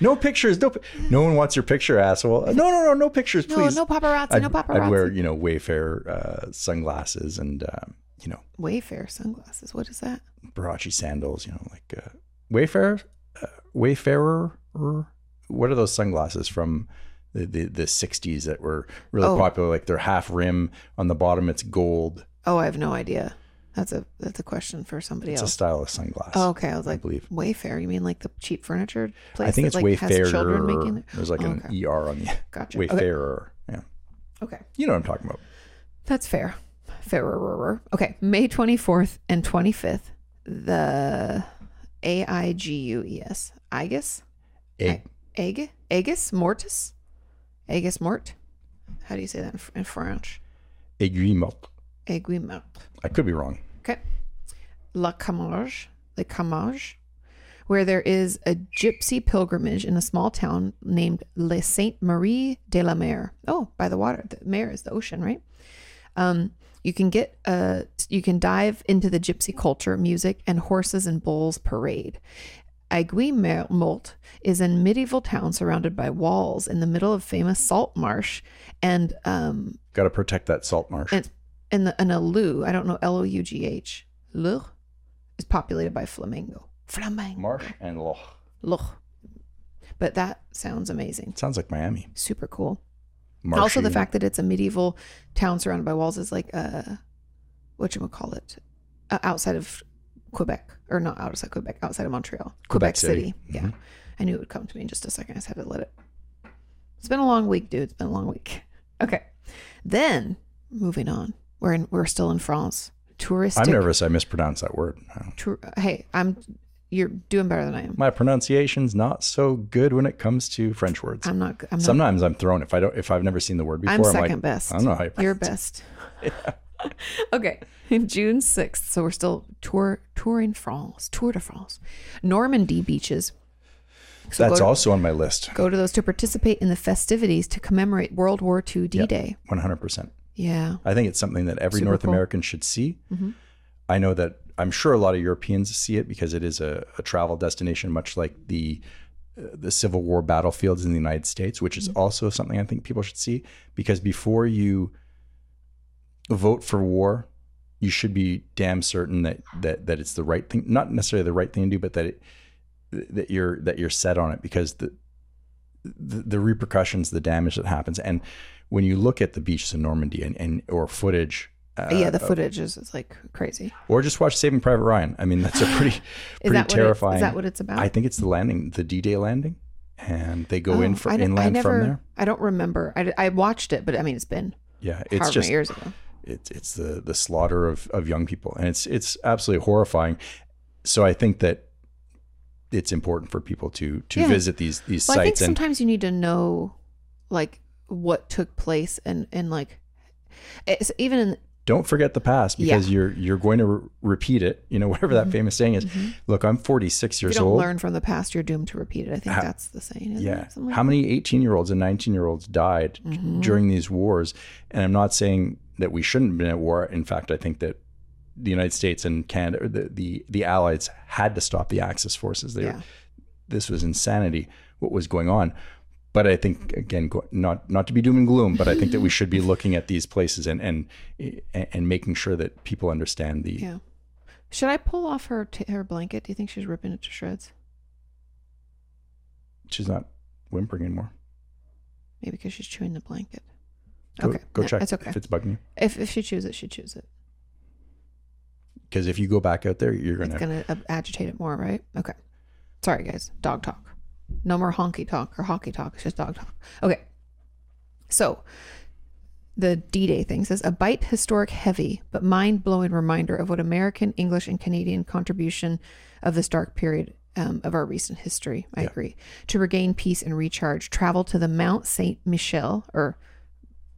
No pictures. No, pi- no one wants your picture, asshole. No, no, no, no pictures, No, please. no paparazzi. I'd, no paparazzi. I'd wear, you know, Wayfair uh, sunglasses and, um, you know, Wayfair sunglasses. What is that? Barachi sandals, you know, like uh, Wayfarer, uh, Wayfarer. What are those sunglasses from the, the, the 60s that were really Oh. popular? Like they're half rim on the bottom, it's gold. Oh, I have no idea. That's a that's a question for somebody It's a else. style of sunglass. Oh, okay, I was like, believe. Wayfair. You mean like the cheap furniture place? I think that, it's like, Has children making Wayfarer. it? There's like Oh, an okay. ER on the Gotcha. Okay. Wayfarer. Yeah. Okay. You know what I'm talking about. That's fair. Fairer. Okay. May 24th and 25th, the A-I-G-U-E-S. Aegis? Egg. Aeg? Aegis Mortis? Aegis Mort? How do you say that in, Fr- in French? Aiguille Mort. Aiguille Mort. I could be wrong. Okay. La Camage. La Camage. Where there is a gypsy pilgrimage in a small town named Les Sainte Marie de la Mer. Oh, by the water. The mer is the ocean, right? Um, you can get uh, you can dive into the gypsy culture, music, and horses and bulls parade. Aiguillemolt is a medieval town surrounded by walls in the middle of famous salt marsh and um Got to protect that salt marsh. and and the, and a lou I don't know L O U G H Lough is populated by flamingo flamingo marsh and loch. Lough. But that sounds amazing. It sounds like Miami. Super cool. Marshy. Also, the fact that it's a medieval town surrounded by walls is like uh, what you call it, uh, outside of Quebec or not outside Quebec, outside of Montreal, Quebec, City. City. Mm-hmm. Yeah, I knew it would come to me in just a second. I just had to let it. It's been a long week, dude. It's been a long week. Okay, then moving on. We're in. We're still in France. Touristic. I'm nervous. I mispronounced that word. tour- hey, I'm. You're doing better than I am. My pronunciation's not so good when it comes to French words. I'm not. I'm not. Sometimes I'm thrown if I don't if I've never seen the word before. I'm second like, best. I don't know how you Your best. okay. June 6th. So we're still tour touring France, Tour de France, Normandy beaches. So That's go to, also on my list. Go to those to participate in the festivities to commemorate World War II D Day. One hundred percent. Yeah. I think it's something that every Super North cool. American should see. I know that I'm sure a lot of Europeans see it because it is a, a travel destination, much like the uh, the Civil War battlefields in the United States, which Mm-hmm. is also something I think people should see because before you vote for war, you should be damn certain that that that it's the right thing, not necessarily the right thing to do, but that it that you're that you're set on it because the the, the repercussions, the damage that happens, and when you look at the beaches in Normandy and, and or footage, uh, yeah, the footage is, is like crazy. or just watch Saving Private Ryan. I mean, that's a pretty Is pretty that terrifying. what it, is that what it's about? I think it's the landing, the D-Day landing, and they go in Oh, for I don't- I inland never- from there. I don't remember. I, I watched it, but I mean, it's been Yeah, however it's just many years ago. it's it's the the slaughter of of young people, and it's it's absolutely horrifying. So I think that it's important for people to to Yeah. visit these these Well, I think sites and sometimes you need to know like what took place and and like it's even in don't forget the past Yeah. because you're you're going to re- repeat it. You know, whatever that famous saying is. Look, I'm 46 if Mm-hmm. you years don't old. learn from the past, you're doomed to repeat it. I think How- that's the saying. Isn't Yeah. It? Something like Mm-hmm. How many 18 year olds and 19 year olds died d- during these wars? And I'm not saying that we shouldn't have been at war. In fact, I think that the United States and Canada, or the, the, the Allies had to stop the Axis forces. They, Yeah. This was insanity, what was going on. But I think again, go, not not to be doom and gloom, but I think that we should be looking at these places and and eh, and making sure that people understand the. Yeah. Should I pull off her t- her blanket? Do you think she's ripping it to shreds? She's not whimpering anymore. Maybe because she's chewing the blanket. Go, okay. go No, check It's okay. if it's bugging you. If if she chews it, she chews it. Because if you go back out there, you're It's gonna gonna uh, agitate it more, right? Okay. Sorry, guys. Dog talk. No more honky talk or hockey talk. It's just dog talk. Okay. So, the D Day thing says a bite historic, heavy, but mind blowing reminder of what American, English, and Canadian contribution of this dark period um, of our recent history. I agree. To regain peace and recharge, travel to the Mount Saint Michel or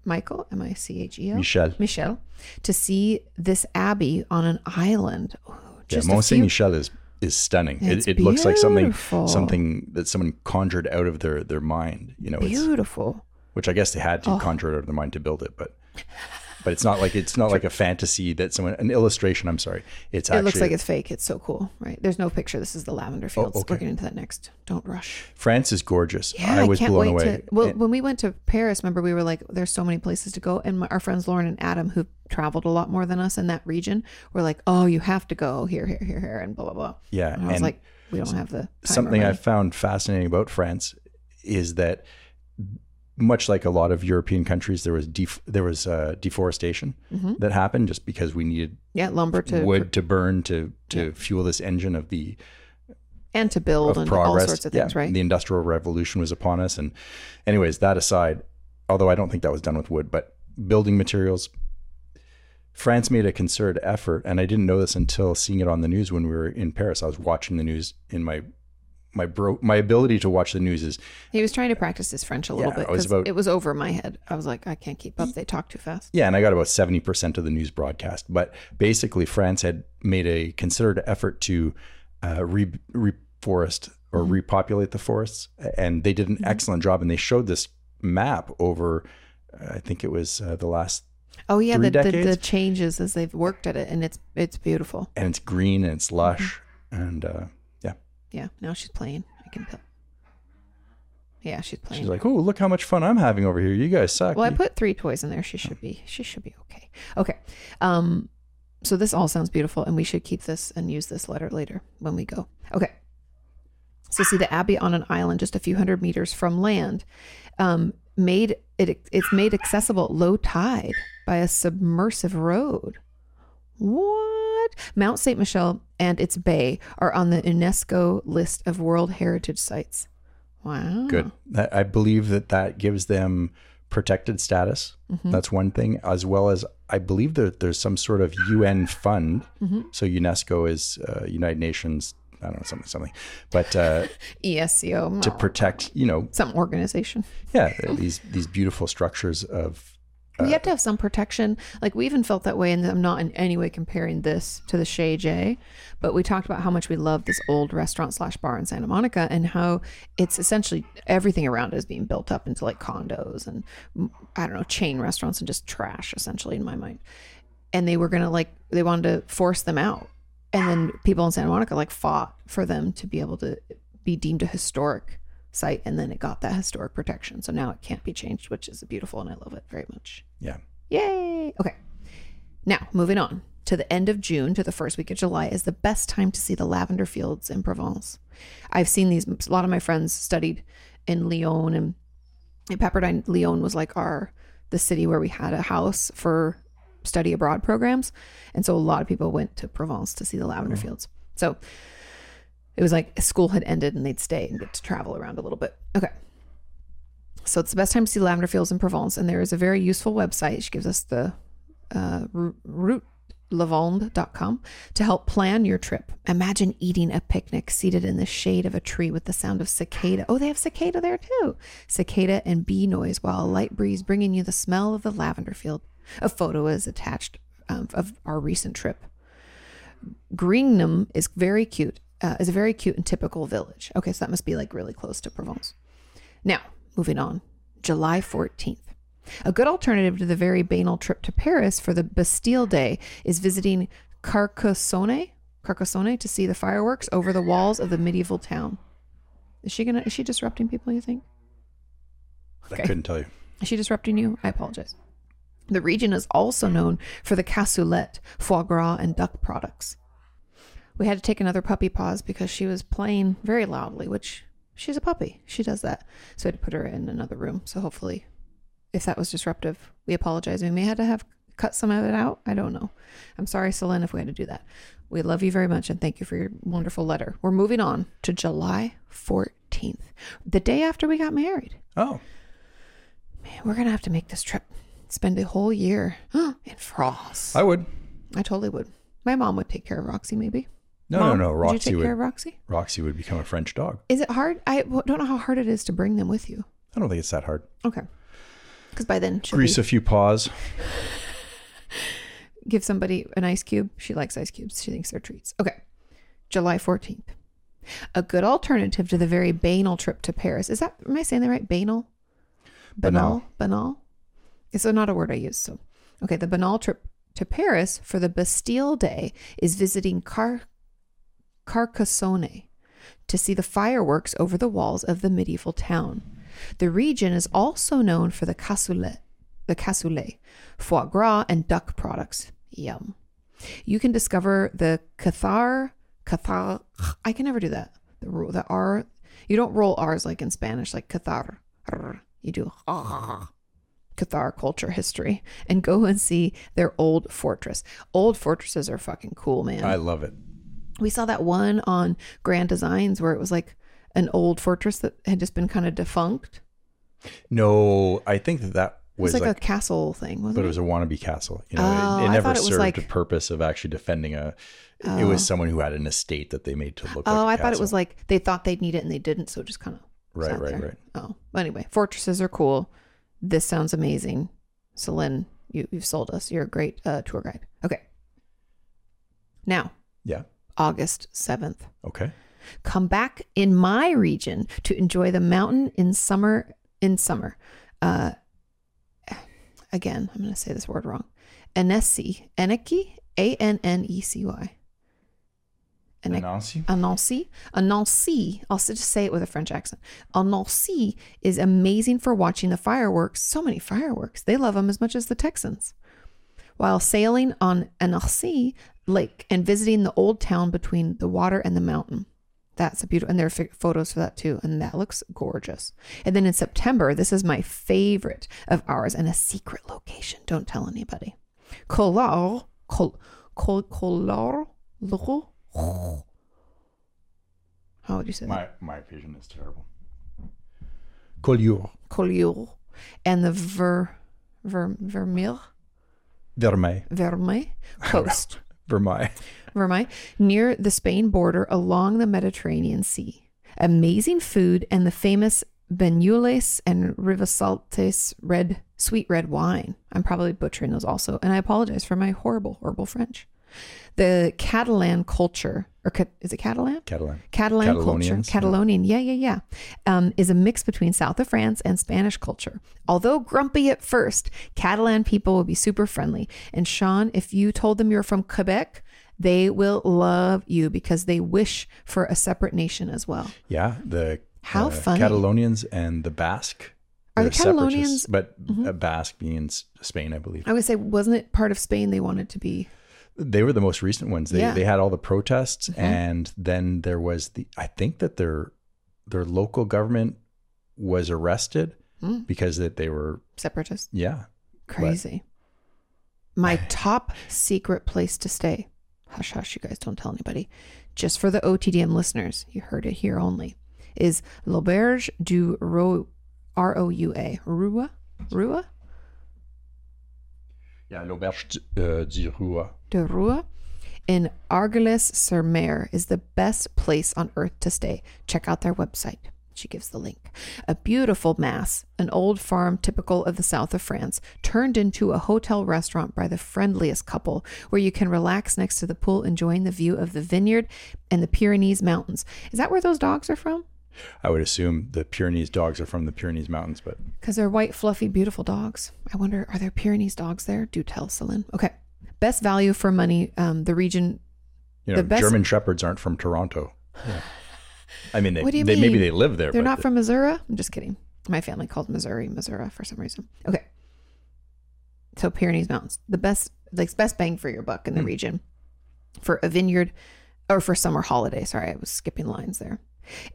Michael, M I C H E L. Michelle. Michel to see this abbey on an island. Ooh, Yeah, just a Mont Saint few- Michel is is stunning. It's It, it looks like something beautiful. something that someone conjured out of their their mind. You know, it's, beautiful. which I guess they had to Oh. conjure it out of their mind to build it, but. But it's not like it's not like a fantasy that someone an illustration. I'm sorry, it's it looks actually like it's fake. It's so cool, right? There's no picture. This is the lavender fields. Oh, okay. We're getting into that next. Don't rush. France is gorgeous. Yeah, I was can't wait blown away. to. Well, It- when we went to Paris, remember we were like, "There's so many places to go," and my, our friends Lauren and Adam, who've traveled a lot more than us in that region, were like, "Oh, you have to go here, here, here, here," and blah blah blah. yeah, And I was like, "We don't have the time or something I money." found fascinating about France is that much like a lot of European countries, there was def- there was uh, deforestation Mm-hmm. that happened just because we needed yeah lumber to wood to burn to to fuel this engine of the and to build of and progress. all sorts of things, yeah, right? The industrial revolution was upon us, and anyways, that aside, although I don't think that was done with wood, but building materials. France made a concerted effort, and I didn't know this until seeing it on the news when we were in Paris. I was watching the news in my my bro my ability to watch the news is He was trying to practice his French a little Yeah, bit I was 'cause about- it was over my head. I was like, I can't keep up. They talk too fast. Yeah, and I got about 70% of the news broadcast. But basically, France had made a considered effort to uh, re- reforest or Mm-hmm. repopulate the forests. And they did an excellent job. And they showed this map over, uh, I think it was uh, the last, Oh yeah, the, Three the, the decades? changes as they've worked at it, and it's it's beautiful. and it's green and it's lush. And uh, yeah, Yeah, now she's playing. I can tell. Yeah, she's playing. She's like, oh, look how much fun I'm having over here. You guys suck. well, I put three toys in there. She should be she should be okay. Okay. Um so this all sounds beautiful and we should keep this and use this letter later when we go. Okay. So see the abbey on an island just a few hundred meters from land. Um made it it's made accessible at low tide by a submersive road. What? Mount St. Michel and its bay are on the UNESCO list of World Heritage Sites. Wow. Good. Hmm. I, I believe that that gives them protected status. Mm-hmm. That's one thing, as well as I believe that there's some sort of UN fund. Mm-hmm. So UNESCO is uh, United Nations. I don't know something something, but uh, E ESCO. to protect you know some organization. yeah these these beautiful structures of we have to have some protection. Like we even felt that way, and I'm not in any way comparing this to the Shay J, but we talked about how much we love this old restaurant slash bar in Santa Monica, and how it's essentially everything around it is being built up into like condos and mm, I don't know chain restaurants and just trash essentially in my mind. And they were gonna like they wanted to force them out, and then people in Santa Monica like fought for them to be able to be deemed a historic site and then it got that historic protection so now it can't be changed which is beautiful and i love it very much yeah Yay. Okay. Now, moving on to the end of June to the first week of July is the best time to see the lavender fields in Provence. I've seen these, a lot of my friends studied in Lyon and in Pepperdine. Lyon was like our, the city where we had a house for study abroad programs. And so a lot of people went to Provence to see the lavender fields. So it was like school had ended and they'd stay and get to travel around a little bit. Okay. So it's the best time to see lavender fields in Provence, and there is a very useful website. She gives us the uh, ru- routelavande.com to help plan your trip. Imagine eating a picnic seated in the shade of a tree with the sound of cicada. Oh, they have cicada there too. Cicada and bee noise while a light breeze bringing you the smell of the lavender field. A photo is attached um, of our recent trip. Greenham is very cute. Uh, is a very cute and typical village. Okay, so that must be like really close to Provence. Now, moving on, July 14th. A good alternative to the very banal trip to Paris for the Bastille Day is visiting Carcassonne, Carcassonne to see the fireworks over the walls of the medieval town. Is she gonna? Is she disrupting people? You think? I couldn't tell you Is she disrupting you? I apologize. The region is also known for the cassoulet, foie gras, and duck products. We had to take another puppy pause because she was playing very loudly, which she's a puppy. She does that. So I had to put her in another room. So hopefully, if that was disruptive, we apologize. We may have to have cut some of it out. I don't know. I'm sorry, Celine, if we had to do that. We love you very much and thank you for your wonderful letter. We're moving on to July 14th, the day after we got married. oh Man, we're gonna have to make this trip. Spend the whole year in France. I would I totally would. My mom would take care of Roxy, maybe. no Mom, no no Would you Roxy take would care of Roxy? Roxy would become a French dog Is it hard? I w- don't know how hard it is to bring them with you. I don't think it's that hard Okay. Because by then she'll grease be, a few paws give somebody an ice cube. She likes ice cubes. She thinks they're treats. Okay. July 14th. A good alternative to the very banal trip to Paris. Is that, am I saying that right? Banal? Banal. Banal? It's not a word I use. So, okay. The banal trip to Paris for the Bastille Day is visiting Car- Carcassonne to see the fireworks over the walls of the medieval town. The region is also known for the cassoulet, the cassoulet, foie gras, and duck products. Yum. You can discover the cathar, cathar. I can never do that. The rule, the R. You don't roll R's like in Spanish, like cathar. R. You do Cathar culture history and go and see their old fortress. Old fortresses are fucking cool, man I love it we saw that one on Grand Designs where it was like an old fortress that had just been kind of defunct. no I think that that It was was like, like, a castle thing, wasn't but it? it was a wannabe castle you know Oh, it, it I never thought it was served like- the purpose of actually defending a it was someone who had an estate that they made to look like oh, I I thought it was like they thought they'd need it and they didn't, so it just kind of Right, sat right, there. right. Oh, but anyway, fortresses are cool. This sounds amazing, Celine. You you've sold us. You're a great uh, tour guide. Okay. Now, yeah August seventh. okay come back in my region to enjoy the mountain in summer in summer uh again i'm going to say this E word wrong annecy annecy a-n-n-e-c-y and I Anansi? Anansi. Anansi. I'll s- just say it with a French accent. Anansi is amazing for watching the fireworks. So many fireworks. They love them as much as the Texans. While sailing on Anansi Lake and visiting the old town between the water and the mountain. That's a beautiful, and there are fi- photos for that too, and that looks gorgeous. And then in September, this is my favorite of ours, and a secret location. Don't tell anybody. Kolar, Kol, Kol, Kolar, Loro- How would you say that? My my vision is terrible. Collioure. Collioure, and the Ver, Ver, Vermeer, Vermeil. Vermeil coast, Vermeil. Vermeil, near the Spain border along the Mediterranean Sea. Amazing food and the famous Benules and Rivasaltes red, sweet red wine. I'm probably butchering those also, and I apologize for my horrible, horrible French. The Catalan culture, or Ca- is it Catalan? Catalan. Catalan culture, Catalonians, yeah. Catalonian, yeah, yeah, yeah, um, is a mix between South of France and Spanish culture. Although grumpy at first, Catalan people will be super friendly. And Sean, if you told them you're from Quebec, they will love you because they wish for a separate nation as well. Yeah, the How uh, funny. Catalonians and the Basque. Are the They're separatists, Catalonians- Mm-hmm. but uh, Basque being S- Spain, I believe. I would say, wasn't it part of Spain they wanted to be? They were the most recent ones. They Yeah. Mm-hmm. they had all the protests, and then there was the. I think that their their local government was arrested Mm. because that they were Separatist. yeah. Crazy. My top secret place to stay. Hush, hush, you guys don't tell anybody. Just for the OTDM listeners, you heard it here only, is L'Auberge du Ro- R-O-U-A. Rua? Rua? Yeah, l'auberge uh, du Roi. de Rua in Argelès-sur-Mer is the best place on earth to stay. Check out their website. She gives the link. A beautiful mass, an old farm typical of the south of France, turned into a hotel restaurant by the friendliest couple, where you can relax next to the pool, enjoying the view of the vineyard and the Pyrenees Mountains. Is that where those dogs are from? I would assume the Pyrenees dogs are from the Pyrenees Mountains, but Because they're white, fluffy, beautiful dogs. I wonder, are there Pyrenees dogs there? Do tell, Celine. Okay. Best value for money. Um, the region you know, The best- German shepherds aren't from Toronto. I mean, they, What do you they maybe mean? they live there, They're but not the- from Missouri. I'm just kidding. My family called Missouri Missouri for some reason. Okay. So Pyrenees Mountains, the best like best bang for your buck in Hmm. the region for a vineyard or for summer holiday. Sorry, I was skipping lines there.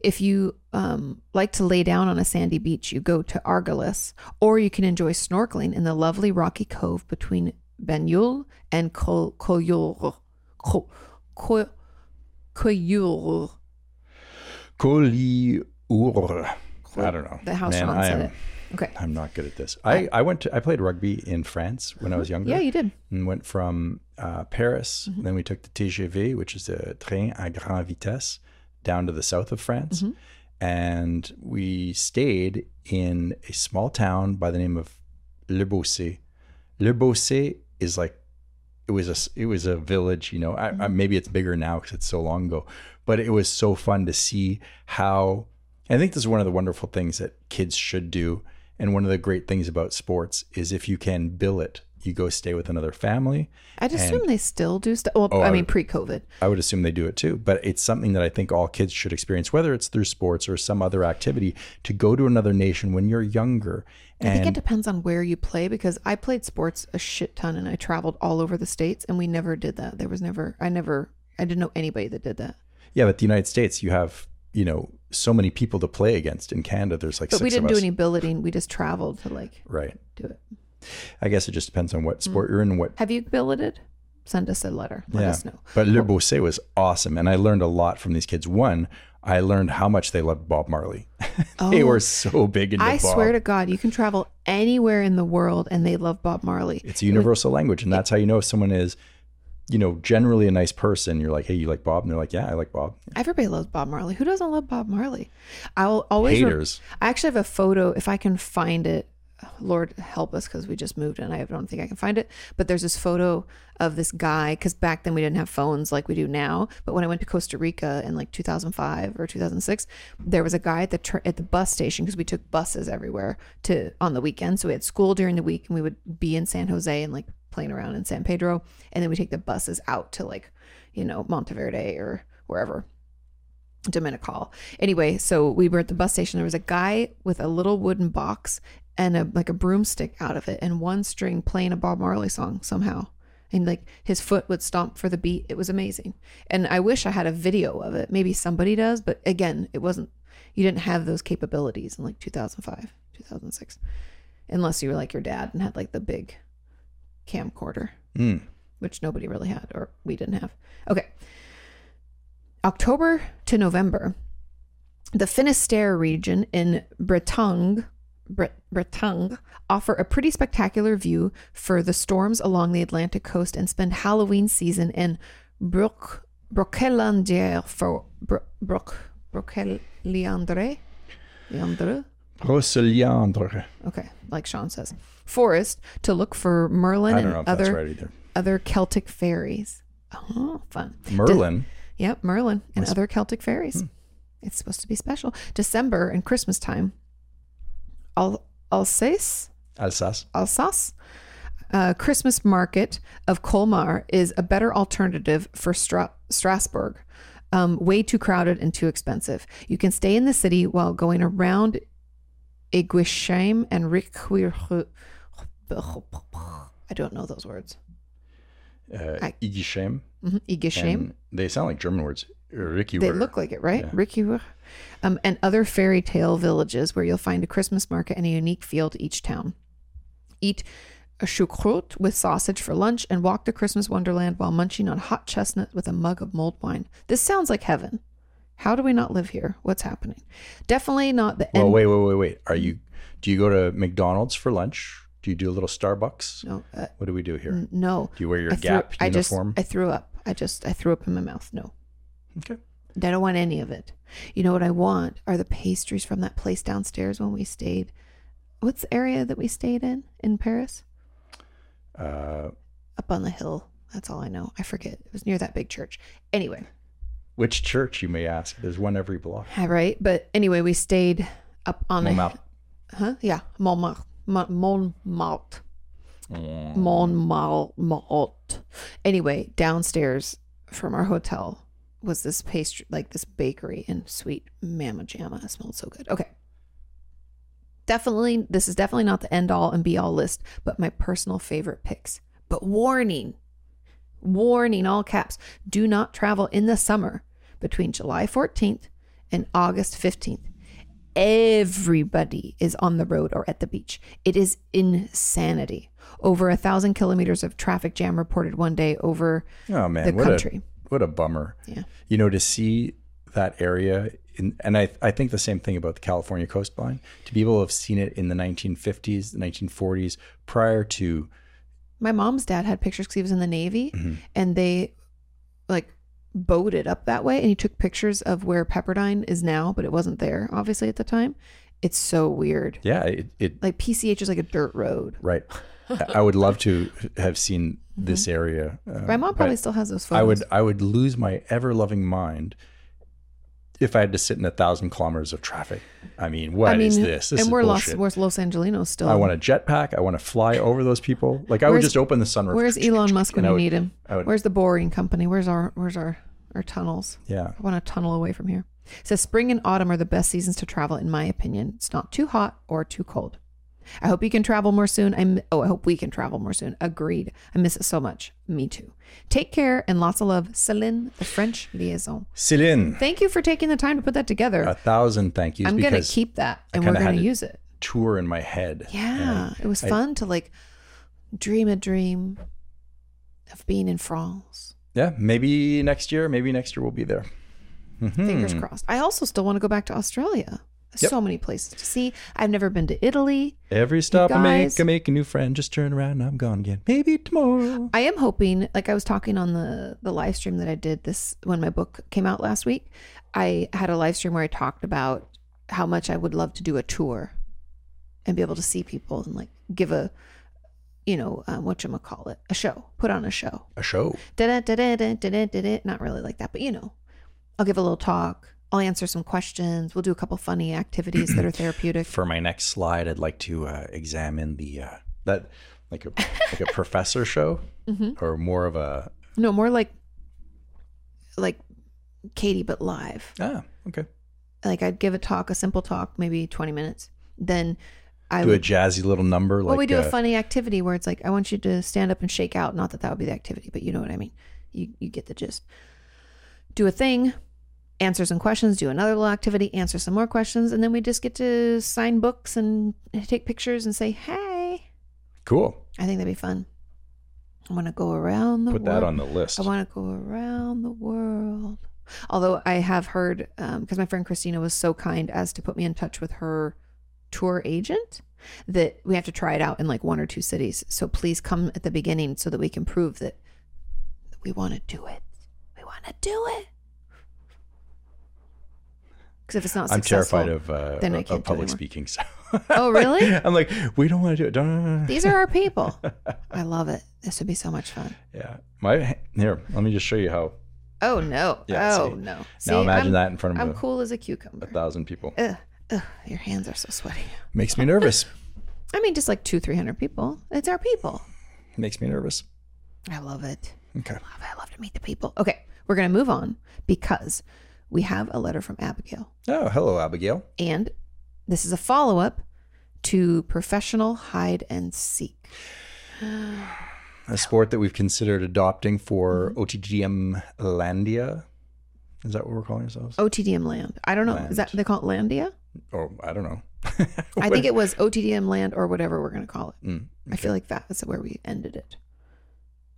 If you um, like to lay down on a sandy beach, you go to Argolis, or you can enjoy snorkeling in the lovely rocky cove between Banyul and Col- Collioure. Col- Col- Collioure. Collioure. I don't know. The house Man, Sean I said am, it. Okay. I'm not good at this. I, I went to I played rugby in France when I was younger. Mm-hmm. Yeah, you did. and went from uh, Paris. Then we took the TGV, which is the train à grande vitesse, down to the south of France, and we stayed in a small town by the name of Le Bossé. Le Bossé is like it was a s- it was a village, you know. I, I, maybe it's bigger now because it's so long ago, but it was so fun to see how. I think this is one of the wonderful things that kids should do, and one of the great things about sports is if you can bill it, you go stay with another family. I'd assume they still do stuff. Well, Oh, I I mean, pre COVID. I would assume they do it too, but it's something that I think all kids should experience, whether it's through sports or some other activity, to go to another nation when you're younger. I think it And depends on where you play because I played sports a shit ton and I traveled all over the states and we never did that. There was never, I never, I didn't know anybody that did that. yeah, but the United States, you have you know so many people to play against. In Canada, there's like But six we didn't of do us. any billeting. We just traveled to like right. do it. I guess it just depends on what Hmm. sport you're in, and what Have you billeted? Send us a letter. Let us know. But Le Bossé was awesome. And I learned a lot from these kids. One, I learned how much they loved Bob Marley. they Oh. were so big into I Bob. swear to God, you can travel anywhere in the world and they love Bob Marley. it's a universal language. And that's how you know if someone is, you know, generally a nice person. You're like, hey, you like Bob? And they're like, yeah, I like Bob. Everybody loves Bob Marley. Who doesn't love Bob Marley? I'll always re- Haters. I actually have a photo if I can find it. Lord help us because we just moved and I don't think I can find it. But there's this photo of this guy because back then we didn't have phones like we do now. But when I went to Costa Rica in like 2005 or 2006, there was a guy at the tr- at the bus station because we took buses everywhere to on the weekend. So we had school during the week and we would be in San Jose and like playing around in San Pedro, and then we take the buses out to like you know Monteverde or wherever dominical anyway so we were at the bus station there was a guy with a little wooden box and a like a broomstick out of it and one string playing a bob marley song somehow and like his foot would stomp for the beat it was amazing and i wish i had a video of it maybe somebody does but again it wasn't you didn't have those capabilities in like 2005 2006 unless you were like your dad and had like the big camcorder Mm. which nobody really had or we didn't have. Okay. October to November, the Finisterre region in Bretagne, Bre- Bretagne offer a pretty spectacular view for the storms along the Atlantic coast and spend Halloween season in Broc Broquelandière for Bro- Broc Broqueliandre. Leandre? Roseliandre. Okay, like Sean says. Forest to look for Merlin I don't and know if other that's right either. other Celtic fairies. Oh, fun. Merlin. Hmm. Yep, Merlin and other Celtic fairies. It's supposed to be special. December and Christmas time. Al- Alsace, Alsace. Alsace, uh, Christmas market of Colmar is a better alternative for Stra- Strasbourg. Um, way too crowded and too expensive. You can stay in the city while going around Iguisheim and Riquir. I don't know those words. Uh, I- Igishem. Mhm, Iguisheim. And They sound like German words. Ricky They look like it, right? Yeah. Ricky Wur- Um, and other fairy tale villages where you'll find a Christmas market and a unique field each town. Eat a choucroute with sausage for lunch and walk to Christmas Wonderland while munching on hot chestnut with a mug of mulled wine. This sounds like heaven. How do we not live here? What's happening? Definitely not the Well, end. wait, wait, wait, wait. Are Hmm. you? Do you go to McDonald's for lunch? Do you do a little Starbucks? No, uh, What do we do here? n- no. Do you wear your I threw- Gap I just uniform? I threw up. I just I threw up in my mouth. No. okay. I don't want any of it. You know what I want are the pastries from that place downstairs when we stayed. What's the area that we stayed in in Paris? Uh, Up on the hill. That's all I know. I forget. It was near that big church. Anyway, which church, you may ask? There's one every block. all right. But anyway, we stayed up on a Montmartre. huh? Yeah, Montmartre, Mont- Montmartre, Montmartre, Montmartre. Anyway, downstairs from our hotel was this pastry, like this bakery, and sweet mamma jamma. It smelled so good. Okay. Definitely, this is definitely not the end all and be all list, but my personal favorite picks. But warning, warning, all caps: do not travel in the summer between July 14th and August 15th everybody is on the road or at the beach. It is insanity. Over a thousand kilometers of traffic jam reported one day over. Oh man, the what country. a what a bummer. Yeah. You know, to see that area, in, and I I think the same thing about the California coastline. To be able to have seen it in the 1950s, the 1940s, prior to My mom's dad had pictures because he was in the Navy Mm-hmm. and they like boated up that way and he took pictures of where Pepperdine is now, but it wasn't there obviously at the time. It's so weird. yeah, it, it Like PCH is like a dirt road. right. I- I would love to have seen this area. uh, My mom but- probably still has those photos. I would I would lose my ever loving mind if I had to sit in a thousand kilometers of traffic. I mean, what I is mean, this? This and is we're bullshit. Los, we're Los Angelinos still. I want a jetpack. I want to fly over those people. Like I would Where's- just open the sunroof. Where's Elon Musk when And I you would- need him? I would- Where's the boring company? Where's our where's our our tunnels? Yeah. I want to tunnel away from here. It says spring and autumn are the best seasons to travel, in my opinion. It's not too hot or too cold. I hope you can travel more soon. I'm oh, I hope we can travel more soon. Agreed. I miss it so much. Me too. Take care and lots of love, Céline, the French liaison. Céline, Thank you for taking the time to put that together. a thousand thank yous I'm gonna because keep that and we're kinda had gonna it. use it. tour in my head. Yeah, it was I- fun to like dream a dream of being in France. Yeah. Maybe next year. Maybe next year we'll be there. fingers crossed. I also still want to go back to Australia. So many places to see. I've never been to Italy. Every stop I make, guys- I make a new friend. Just turn around and I'm gone again. Maybe tomorrow. I am hoping, like I was talking on the the live stream that I did this when my book came out last week. I had a live stream where I talked about how much I would love to do a tour and be able to see people and like give a, you know, um, what you call it, a show, put on a show. A show. da da da da da da da. Not really like that, but you know, I'll give a little talk. I'll answer some questions. We'll do a couple funny activities that are therapeutic. for my next slide, I'd like to uh, examine the uh, that like a like a Mm-hmm. professor show or more of a No, more like like Katie, but live. Ah, okay. Like I'd give a talk, a simple talk, maybe 20 minutes. Then I Do a would, jazzy little number like well, we do uh, a funny activity where it's like, I want you to stand up and shake out. Not that that would be the activity, but you know what I mean. You, you get the gist. Do a thing, answer some questions, do another little activity, answer some more questions. And then we just get to sign books and take pictures and say, hey, cool. I think that'd be fun. I want to go around the Put world. that on the list. Oh, I want to go around the world. Although I have heard, because my friend Christina was so kind as to put me in touch with her tour agent, that we have to try it out in like one or two cities. So please come at the beginning so that we can prove that we want to do it. We want to do it. Because if it's not I'm successful, terrified of uh, then I of can't do public anymore. speaking. So Oh, really? I'm like, we don't want to do it. Don't, These are our people. I love it. This would be so much fun. Yeah. My here, let me just show you how. Oh no! Yeah, oh see? no! now imagine I'm, that in front of I'm a, cool as a a cucumber. thousand people. Ugh, ugh, your hands are so sweaty. Makes me nervous. I mean, just like two, three hundred people. It's our people. Makes me nervous. I love it. Okay. I love, it. I love to meet the people. Okay, we're gonna move on because we have a letter from Abigail, Oh, hello, Abigail. and this is a follow up to professional hide and seek. A sport that we've considered adopting for Mm-hmm. OTGM Landia. Is that what we're calling Oh. ourselves? OTDM land. I don't know. Is that they call it Landia? Or I don't know. I think it was OTDM land or whatever we're gonna call it. Mm. I feel like that's where we ended it.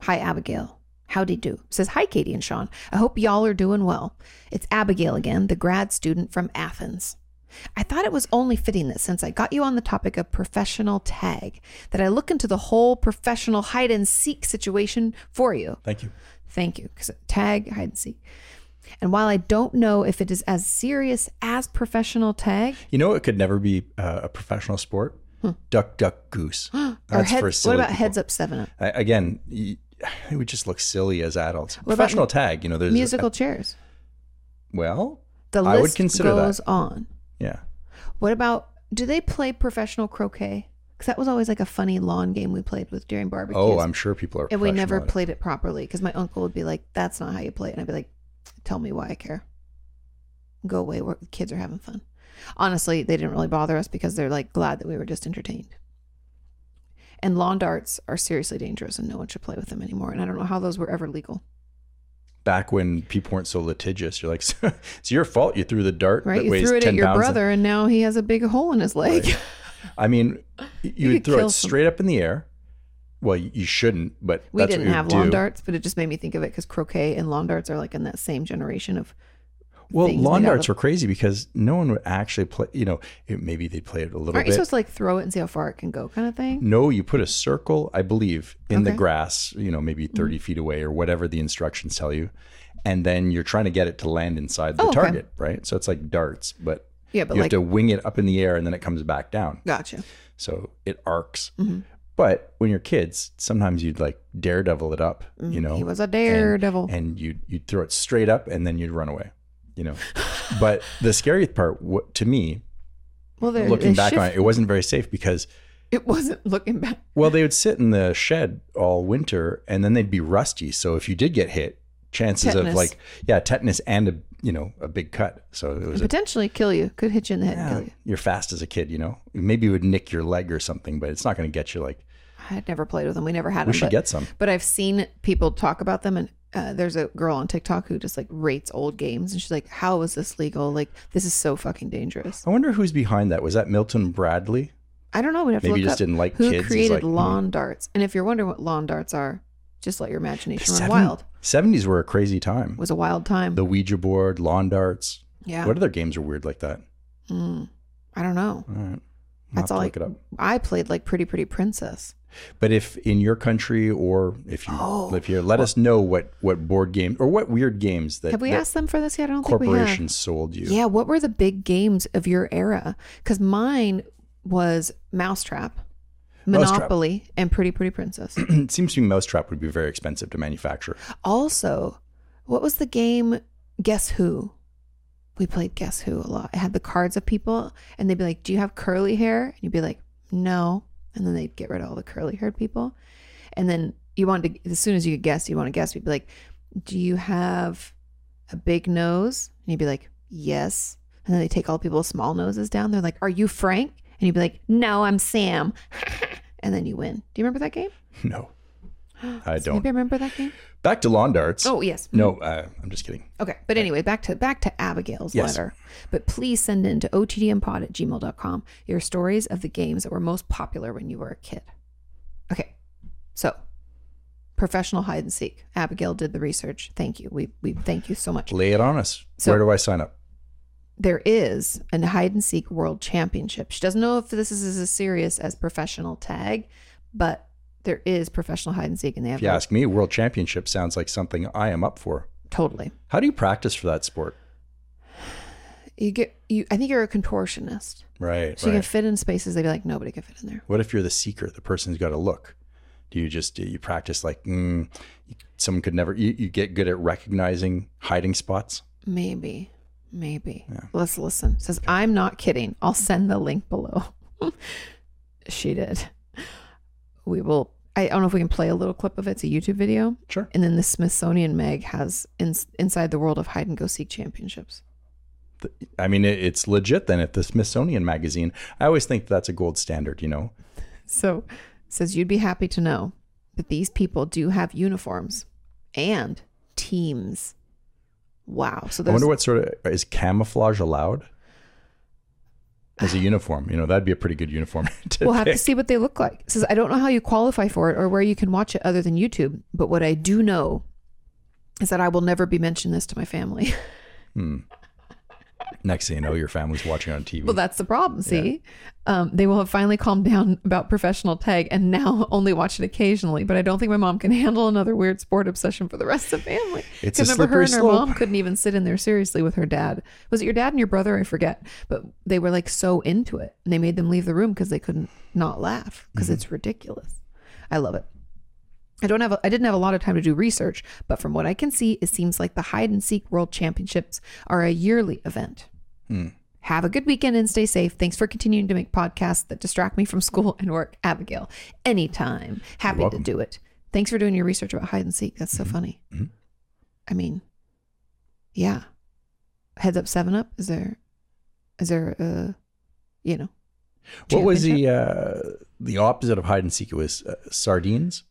Hi, Abigail. Howdy do. Says, Hi, Katie and Sean. I hope y'all are doing well. It's Abigail again, the grad student from Athens. I thought it was only fitting that since I got you on the topic of professional tag, that I look into the whole professional hide and seek situation for you. Thank you. Thank you. Because tag, hide and seek. And while I don't know if it is as serious as professional tag, You know, it could never be uh, a professional sport. Duck, duck, goose. Hmm. or That's heads, for silly what about people. heads up, seven up, I, again, y- we just look silly as adults. about Professional tag, you know, there's musical chairs? well, The I list would consider that. goes on. yeah. What about do they play professional croquet? Because that was always like a funny lawn game we played with during barbecues. Oh, I'm sure people are. and we professional never at it. played it properly because my uncle would be like, "That's not how you play it," and I'd be like, "Tell me why I care. Go away. We're, kids are having fun." Honestly, they didn't really bother us because they're like glad that we were just entertained. And lawn darts are seriously dangerous, and no one should play with them anymore. And I don't know how those were ever legal. back when people weren't so litigious. You're like, so, it's your fault you threw the dart Right? that You weighs threw it 10 at your pounds. brother, and now he has a big hole in his leg. I mean, you, could would throw kill it some- straight up in the air. Well, you you shouldn't, but We that's didn't what you have would lawn do. darts, but it just made me think of it because croquet and lawn darts are like in that same generation of Well, things lawn made out darts of- were crazy because no one would actually play. You know, it, maybe they played it a little aren't you bit. Mm. supposed to like throw it and see how far it can go kind of thing? No, you put a circle, I believe, in the Okay. Mm-hmm. grass, you know, maybe 30 feet away or whatever the instructions tell you. And then you're trying to get it to land inside the Oh, okay. target, right? So it's like darts, but Yeah, but you like have to wing it up in the air and then it comes back down. gotcha. So it arcs. Mm-hmm. But when you're kids, sometimes you'd like daredevil it up, you Mm, know. Mm-hmm. He was a daredevil. And you'd you'd throw it straight up and then you'd run away, you know. but the scary part what, to me, well, they're, looking they back on it, shift- it wasn't very safe because it wasn't looking back. well, they would sit in the shed all winter, and then they'd be rusty. So if you did get hit, chances of Tetanus. like yeah, tetanus and a you know a big cut. So it was a, Potentially kill you. Could hit you in the head and yeah, kill you. you're fast as a kid, you know. Maybe it would nick your leg or something, but it's not going to get you. Like I had never played with them. We never had we them. should but, get some. but I've seen people talk about them and. Uh, there's a girl on TikTok who just like rates old games and she's like, How is this legal? Like, this is so fucking dangerous. I wonder who's behind that. Was that Milton Bradley? I don't know. We'd have to Maybe look he just up didn't like who kids. He's created like, hmm. lawn darts. And if you're wondering what lawn darts are, just let your imagination run wild. Seventies were a crazy time. It was a wild time. The Ouija board, lawn darts. yeah. What other games are weird like that? Mm. I don't know. All right. I'll That's all have to I, look it up. I played like Pretty Pretty Princess. But if in your country or if you Oh. live here, let us know what what board game or what weird games that, have we that asked them for this yet? I don't think we have. corporations sold you. Yeah, what were the big games of your era? Because mine was Mousetrap, Mousetrap. Monopoly, and Pretty Pretty Princess. it seems to me Mousetrap would be very expensive to manufacture. also, what was the game Guess Who? We played Guess Who a lot. It had the cards of people, and they'd be like, Do you have curly hair? And you'd be like, No. And then they'd get rid of all the curly haired people. And then you wanted to, as soon as you could guess, you want to guess, you'd be like, Do you have a big nose? And he'd be like, yes. And then they take all people's small noses down. They're like, are you Frank? And he'd be like, no, I'm Sam. and then you win. Do you remember that game? No, I Maybe don't. I remember that game. Back to lawn darts. Oh, yes. No, uh, I'm just kidding. Okay. But anyway, back to back to Abigail's Yes. letter. But please send in to otdmpod at gmail.com your stories of the games that were most popular when you were a kid. Okay. So professional hide and seek. Abigail did the research. Thank you. We we thank you so much. Lay it on us. So- Where do I sign up? There is an hide and seek world championship. She doesn't know if this is as serious as professional tag, but there is professional hide and seek and they have If you ask me, world championship sounds like something I am up for. totally. How do you practice for that sport? You get you I think you're a contortionist. Right. So you can fit in spaces they'd be like, nobody can fit in there. What if you're the seeker, the person who's got to look? Do you just do you practice like mm, someone could never? You, you get good at recognizing hiding spots. Maybe. Maybe. Let's listen. It says, I'm not kidding. I'll send the link below. she did. We will. I don't know if we can play a little clip of it. It's a YouTube video. Sure. And then the Smithsonian Meg has in, Inside the World of Hide and Go Seek Championships. I mean, it, it's legit then. If the Smithsonian magazine, I always think that's a gold standard. You know, So it says, You'd be happy to know that these people do have uniforms and teams. Wow. So I there's wonder what sort of is camouflage allowed as a uniform. You know, that'd be a pretty good uniform. to we'll have to pick. see what they look like. It says I don't know how you qualify for it or where you can watch it other than YouTube, but what I do know is that I will never be mentioning this to my family. Next thing you know, your family's watching on TV. well, that's the problem. See, um, they will have finally calmed down about professional tag and now only watch it occasionally. But I don't think my mom can handle another weird sport obsession for the rest of the family. It's 'Cause a remember her and her slippery slope. mom couldn't even sit in there seriously with her dad. Was it your dad and your brother? I forget. But they were like so into it, and they made them leave the room because they couldn't not laugh Mm-hmm. because it's ridiculous. I love it. I don't have a, I didn't have a lot of time to do research, but from what I can see, it seems like the hide and seek world championships are a yearly event. Hmm. Have a good weekend and stay safe. Thanks for continuing to make podcasts that distract me from school and work, Abigail. Anytime. Happy to welcome. Mm-hmm. do it. Thanks for doing your research about hide and seek. That's so funny. I mean, yeah. Heads up 7 up is there is there uh you know. what was the uh, the opposite of hide and seek? It was uh, sardines,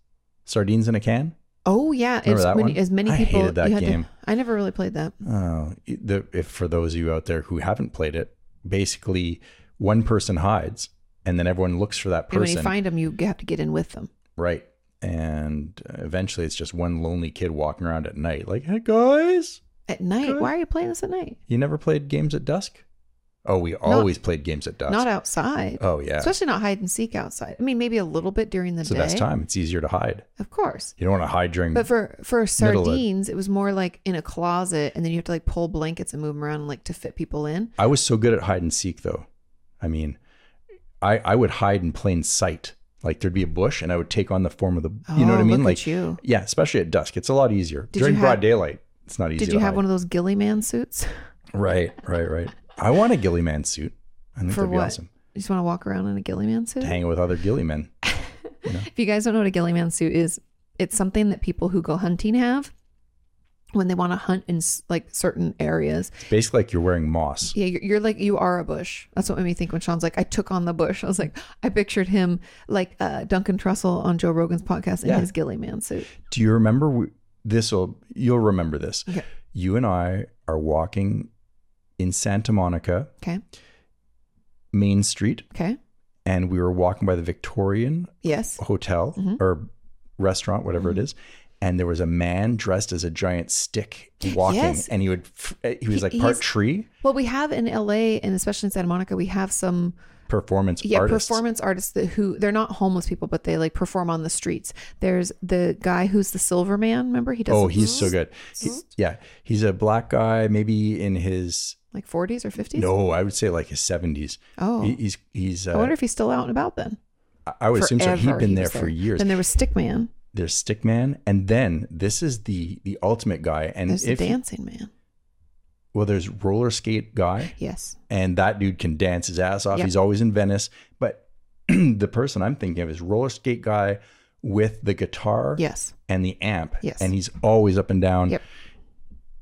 sardines in a can. Oh yeah, Remember as that many, one? as many I people hated that you had to- game. I never really played that. Oh, the, if for those of you out there who haven't played it, basically one person hides, and then everyone looks for that And when you person, find them, you have to get in with them. right? And uh, eventually, it's just one lonely kid walking around at night, like, "Hey guys, At night? Good. Why are you playing this at night? you never played games at dusk? Oh, we always played games at dusk. Not outside. oh yeah, Especially not hide and seek outside. I mean, maybe a little bit during the it's the day. best time. It's easier to hide. Of course. You don't want to hide during. But for for Middle of- sardines, it was more like in a closet, and then you have to like pull blankets and move them around, like to fit people in. I was so good at hide and seek though. I mean, I I would hide in plain sight. Like there'd be a bush, and I would take on the form of the. you know Oh, what I mean? look like at you. yeah, especially at dusk, it's a lot easier Did during you broad have- daylight. It's not easy. Did to you have hide. one of those ghillie man suits? Right, right, right. I want a ghillie man suit. I think For that'd be what? awesome You just want to walk around in a ghillie man suit? to hang with other ghillie men. If you guys don't know what a ghillie man suit is, it's something that people who go hunting have when they want to hunt in s- like certain areas. It's basically like you're wearing moss. Yeah, you're, you're like you are a bush. That's what made me think when Sean's like, I took on the bush. I was like, I pictured him like uh, Duncan Trussell on Joe Rogan's podcast in Yeah. his ghillie man suit. Do you remember we, this? Will you'll remember this? Okay. You and I are walking in Santa Monica Okay. Main Street, Okay. and we were walking by the Victorian Yes. Oh. hotel Mm-hmm. or restaurant, whatever it is. And there was a man dressed as a giant stick walking, Yes. and he would f- he was He- like part he's- tree Well, we have in LA and especially in Santa Monica, we have some performance yeah artist. performance artists that who they're not homeless people, but they like perform on the streets. There's the guy who's the silver man. Remember he does oh, he's so good. He- Mm-hmm. yeah, he's a black guy, maybe in his like 40s or 50s. no, I would say like his seventies. Oh. he, he's he's. Uh, Oh, I wonder if he's still out and about then. I- I would assume so. He'd Forever been he there was for years. Then there was Stickman. There's Stickman, and then this is the the ultimate guy. And There's the if dancing man. well, there's roller skate guy. Yes. and that dude can dance his ass off. Yep. He's always in Venice. But the person I'm thinking of is roller skate guy with the guitar Yes. and the amp. Yes. And he's always up and down. Yep.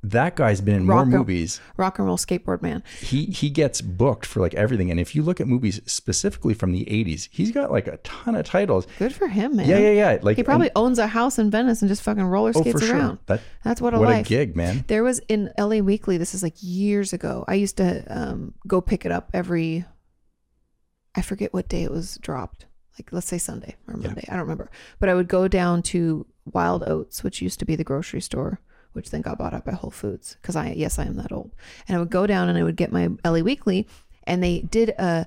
that guy's been in Rocco. more movies. Rock and roll skateboard man. He he gets booked for like everything. And if you look at movies specifically from the 80s, he's got like a ton of titles. Good for him, man. Yeah, yeah, yeah. Like He probably owns a house in Venice and just fucking roller and- skates around. That That's what a what life. a gig, man. There was in LA Weekly, this is like years ago. I used to um, go pick it up every, I forget what day it was dropped. Like, let's say Sunday or Monday. I don't remember. But I would go down to Wild Oats, which used to be the grocery store, which then got bought out by Whole Foods. Cause I, yes, I am that old. And I would go down and I would get my LA Weekly. And they did a,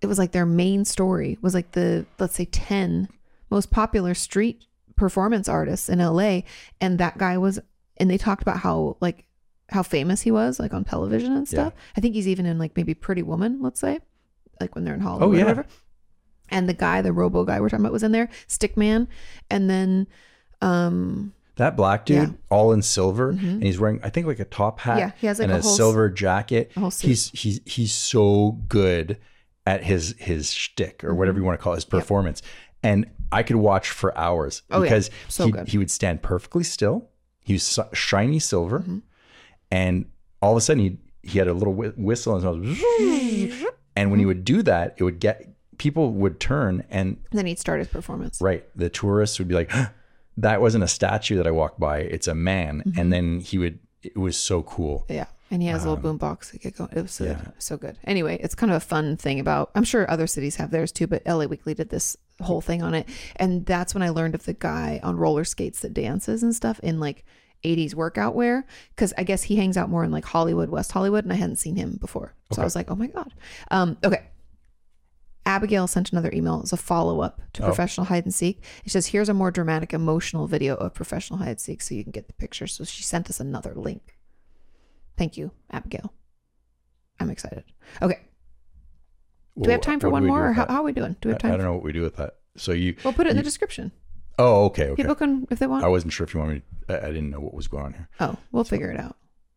it was like their main story was like the, let's say 10 most popular street performance artists in LA. And that guy was and they talked about how like how famous he was like on television and stuff. I think he's even in like maybe Pretty Woman, let's say, like when they're in Hollywood Oh, yeah. or whatever. And the guy, the robo guy we're talking about was in there, Stickman, and then um That black dude, Yeah. Mm-hmm. all in silver, and he's wearing I think like a top hat. Yeah, he has, like, and a a, whole s- silver jacket. a whole suit. he's he's he's so good at his his shtick or Mm-hmm. whatever you want to call it, his performance. And I could watch for hours Oh, yeah. because So he, good. he would stand perfectly still. He was so- shiny silver, Mm-hmm. and all of a sudden he he had a little whi- whistle and his nose, and when he would do that, it would get people would turn and then he'd start his performance. Right. The tourists would be like, "Huh, that wasn't a statue that I walked by. It's a man. Mm-hmm. And then he would, it was so cool. Yeah. And he has a Um, little boombox that could go. It was so, so good. Anyway, it's kind of a fun thing about, I'm sure other cities have theirs too, but LA Weekly did this whole thing on it. And that's when I learned of the guy on roller skates that dances and stuff in like 80s workout wear. Cause I guess he hangs out more in like Hollywood, West Hollywood. And I hadn't seen him before. So I was like, oh my God. Um, okay. Abigail sent another email as a follow up to professional hide and seek. It says, Here's a more dramatic emotional video of professional hide and seek so you can get the picture. So she sent us another link. Thank you, Abigail. I'm excited. Okay. Do we have time for one more or how, how are we doing? Do we I, I have time? don't know what we do with that. So you, We'll put it in the description. oh, okay. Okay. People can, if they want. I wasn't sure if you wanted me to, I, I didn't know what was going on here. oh, we'll figure it out.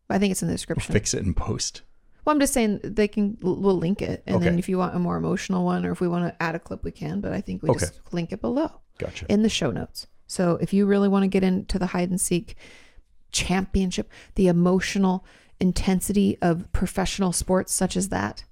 I think it's in the description. Fix it in post. Well, I'm just saying they can, we'll link it. And then Okay. if you want a more emotional one or if we want to add a clip, we can. But I think we Okay. just link it below. Gotcha. in the show notes. So if you really want to get into the hide and seek championship, the emotional intensity of professional sports such as that,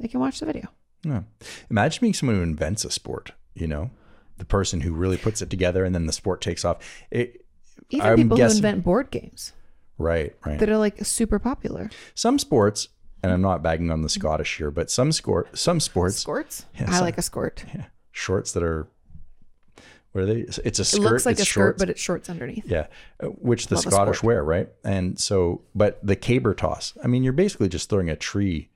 they can watch the video. Yeah. Imagine being someone who invents a sport, you know, the person who really puts it together and then the sport takes off. It, Even I'm people guessing- who invent board games right, right. that are like super popular. some sports, and I'm not bagging on the Scottish here, but some score, some sports Squirts? Yeah, I so- like a squirt. yeah, shorts that are what are they? It's a It skirt. looks like it's a shorts. skirt, but it's shorts underneath. yeah, uh, which the Love a Scottish sport. wear, right? And so, but the caber toss. I mean, you're basically just throwing a tree.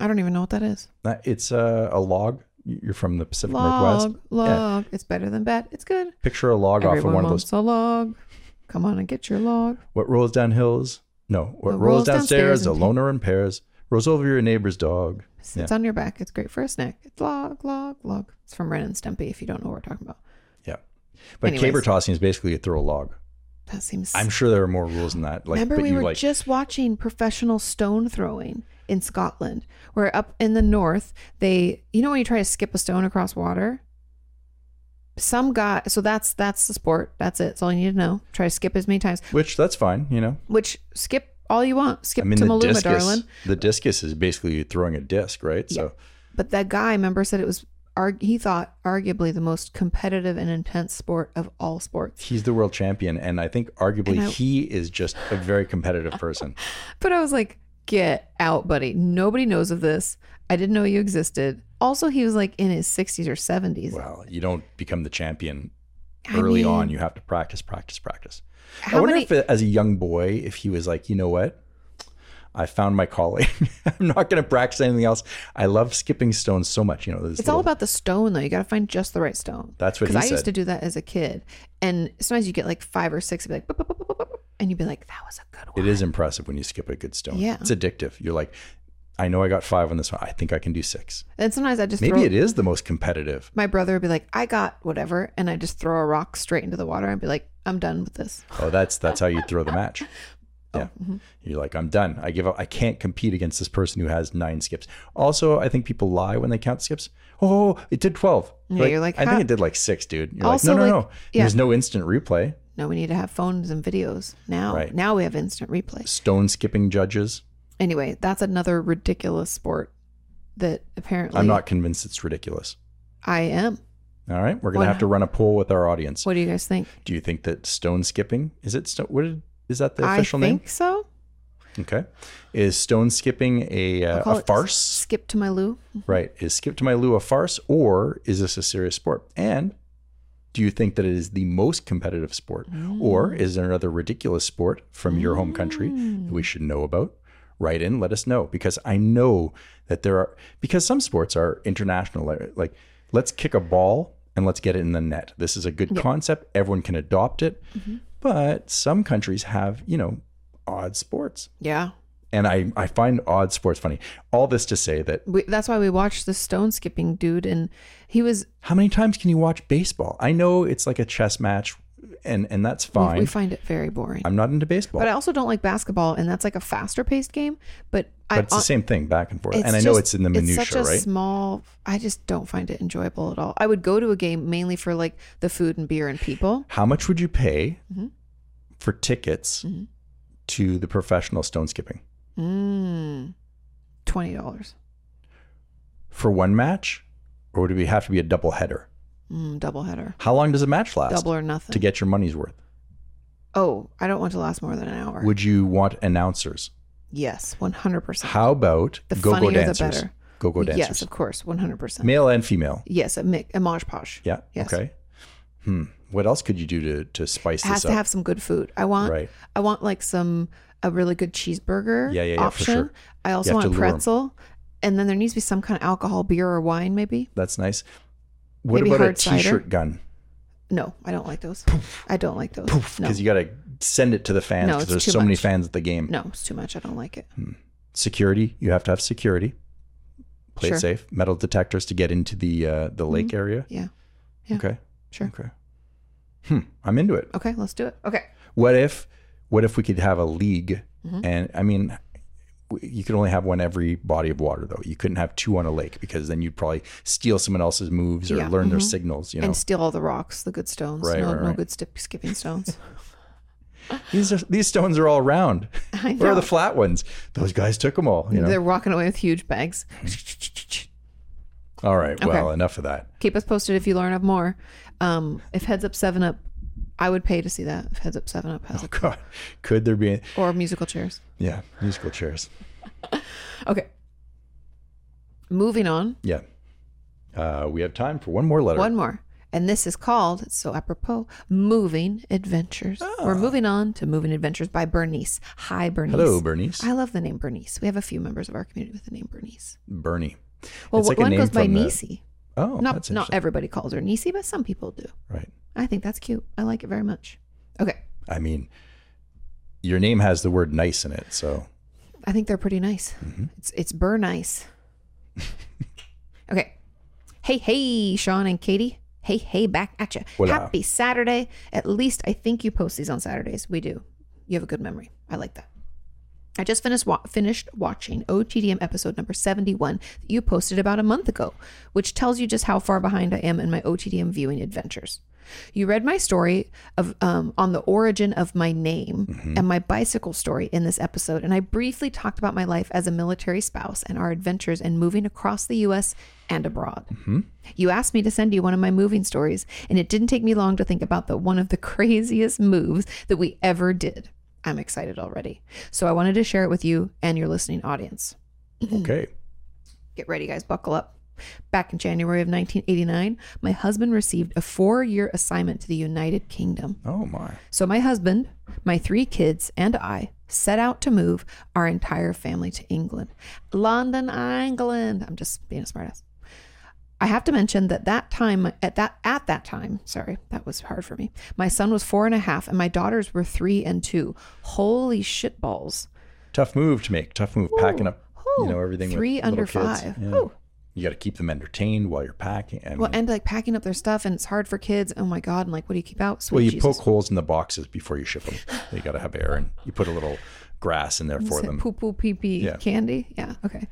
I don't even know what that is. That- It's uh, a, a log. You're from the Pacific Log, Northwest. log. It's better than bet. It's good. Picture a log off of Everyone one of wants those. a log. Come on and get your log. What rolls down hills? No, what What rolls rolls downstairs downstairs? A and- loner in pairs. Rolls over your neighbor's dog. It's it's on your back. It's great for a snack. It's log, log, log. It's from Ren and Stimpy. If you don't know what we're talking about, Yeah, but Anyways. caber tossing is basically you throw a log. that seems. I'm sure there are more rules than that. Like, Remember, but we you were like just watching professional stone throwing in Scotland, where up in the north, they, you know, when you try to skip a stone across water, some guy. So that's that's the sport. That's it. That's all you need to know. Try to skip as many times. which that's fine, you know. Which skip all you want. Skip to the Maluma, discus, darling. The discus is basically throwing a disc, right? So But that guy, remember, said it was. arg- He thought arguably the most competitive and intense sport of all sports. he's the world champion, and I think arguably And I- he is just a very competitive person. But I was like, get out, buddy. Nobody knows of this. I didn't know you existed. Also, he was like in his 60s or 70s. well, you don't become the champion I early mean, on. You have to practice, practice, practice. I How wonder many, if, as a young boy, if he was like, you know what, I found my calling. I'm not going to practice anything else. I love skipping stones so much. You know, it's all about the stone, though. You got to find just the right stone. That's what Because he I used said. to do that as a kid. And sometimes you get like five or six and be like, "Bup, bup, bup, bup, bup, bup," and you'd be like, that was a good one. It is impressive when you skip a good stone. Yeah. it's addictive. You're like, I know I got five on this one. I think I can do six. And sometimes I just Maybe throw, it is the most competitive. my brother would be like, I got whatever. And I just throw a rock straight into the water and be like, I'm done with this. Mm-hmm. Oh, that's that's how you throw the match. Yeah. You're like, I'm done. I give up. I can't compete against this person who has nine skips. Also, I think people lie when they count skips. Oh, it did 12. Yeah, you're like, I "Huh?" think it did like six, dude. You're Also, like, no, no, like- no. yeah. There's no instant replay. No, we need to have phones and videos now. Right. Now we have instant replay. Stone skipping judges. Anyway, that's another ridiculous sport that apparently I'm not convinced it's ridiculous. I am. All right. We're going What- to have to run a poll with our audience. What do you guys think? Do you think that stone skipping is it? Stone, what did, is that the I official think so. name? Okay. Is stone skipping a, I'll uh, call a it farce? Skip to my loo. Right. Is Skip to My Lou a farce or is this a serious sport? And do you think that it is the most competitive sport? Or is there another ridiculous sport from your home country that we should know about? Write in, let us know because I know that there are, because some sports are international. like- Like, let's kick a ball and let's get it in the net. This is a good concept. Everyone can adopt it. But some countries have, you know, odd sports. Yeah. And I, I find odd sports funny. All this to say that We, that's why we watched the stone skipping dude, and he was. how many times can you watch baseball? I know it's like a chess match, and and that's fine. We find it very boring. I'm not into baseball, but uh, but, I also don't like basketball, and that's like a faster paced game. But, I, uh, it's the same thing back and forth. it's And I know just- it's in the It's minutia, such a right? small. I just don't find it enjoyable at all. I would go to a game mainly for like the food and beer and people. Mm-hmm. How much would you pay for tickets to the professional stone skipping Mm, Twenty dollars, for one match, or would it have to be a double header? mm, double header, How long does a match last double or nothing. to get your money's worth? oh, I don't want to last more than an hour. Would you want announcers? yes, one hundred percent. How about The go-go funnier the dancers? better. Go-go dancers, Yes, of course, one hundred percent. male and female. Yes, a, mi- a mosh posh. Yeah. Yes. Okay. Hmm. What else could you do to to spice It has this to up? have some good food. I want. Right. I want like some a really good cheeseburger. Yeah, yeah, yeah, for option. sure. I also have to want lure 'em. pretzel, and then there needs to be some kind of alcohol, beer or wine, maybe. That's nice. What Maybe about a hard cider? t-shirt gun? No, I don't like those. I don't like those. no, Because you got to send it to the fans No, because it's there's too so many much. fans at the game. no, it's too much. I don't like it. Security, you have to have security. Play it Sure. safe. Metal detectors to get into the uh, the lake area. Yeah. Yeah. Okay. Sure. Okay. Hmm. I'm into it. Okay, let's do it. Okay. What if what if we could have a league? Mm-hmm. And I mean, w- you could only have one every body of water though. You couldn't have two on a lake because then you'd probably steal someone else's moves or Yeah. Mm-hmm. learn their signals. You know, And steal all the rocks, the good stones. Right, no, right, no right. good sti skipping stones. these are, these stones are all round. I Where are know. the flat ones? Those guys took them all. You know. They're walking away with huge bags. All right. Well, enough of that. Keep us posted if you learn of more. Um, if Heads Up Seven Up, I would pay to see that. If Heads Up Seven Up has it, God, could there be? or musical chairs. Yeah, musical chairs. Okay. Moving on. Yeah. Uh, we have time for one more letter. One more. And this is called, it's so apropos, Moving Adventures. Ah. We're moving on to Moving Adventures by Bernice. Hi, Bernice. Hello, Bernice. I love the name Bernice. We have a few members of our community with the name Bernice. Bernie. Well, It's like a one name goes by from the- Niecy. Oh, Not that's not interesting. everybody calls her Niecy, but some people do. right. I think that's cute. I like it very much. Okay, I mean, your name has the word nice in it, so I think they're pretty nice. It's it's Bernice. okay, hey hey, Sean and Katie. Hey hey, back at you. Hola. Happy Saturday. At least I think you post these on Saturdays. We do. You have a good memory. I like that. I just finished wa- finished watching OTDM episode number 71 that you posted about a month ago, which tells you just how far behind I am in my OTDM viewing adventures. You read my story of um, on the origin of my name and my bicycle story in this episode, and I briefly talked about my life as a military spouse and our adventures and moving across the U.S. and abroad. You asked me to send you one of my moving stories, and it didn't take me long to think about the one of the craziest moves that we ever did. I'm excited already. So I wanted to share it with you and your listening audience. Hmm. okay. Get ready, guys. Buckle up. Back in January of 1989, my husband received a four year assignment to the United Kingdom. Oh my. So my husband, my three kids, and I set out to move our entire family to England. London, England. I'm just being a smartass. I have to mention that that time at that at that time, sorry, that was hard for me. My son was four and a half, and my daughters were three and two. Holy shitballs! Tough move to make. Tough move. Packing up, you know, everything. with Three little under kids. five. Yeah. Whew. You got to keep them entertained while you're packing. I mean, Well, well, and like packing up their stuff, and it's hard for kids. Oh my god! And like, what do you keep out? Sweet you Jesus. poke holes in the boxes before you ship them. You got to have air, and you put a little grass in there for them. Poo poo pee pee Yeah. candy. Yeah. Okay.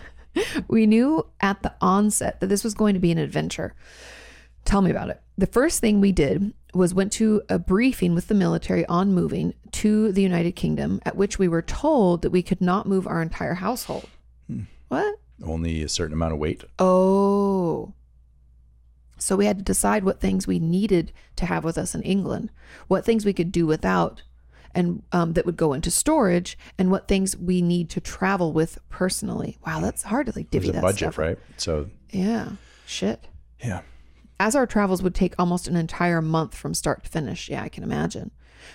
we knew at the onset that this was going to be an adventure. Tell me about it. The first thing we did was went to a briefing with the military on moving to the United Kingdom, at which we were told that we could not move our entire household. Hmm. What? Only a certain amount of weight. Oh. So we had to decide what things we needed to have with us in England, what things we could do without, and um, that would go into storage, and what things we need to travel with personally. Wow, that's hard to like divvy There's a that budget, stuff. right? So Yeah, shit. yeah, As our travels would take almost an entire month from start to finish. Yeah, I can imagine.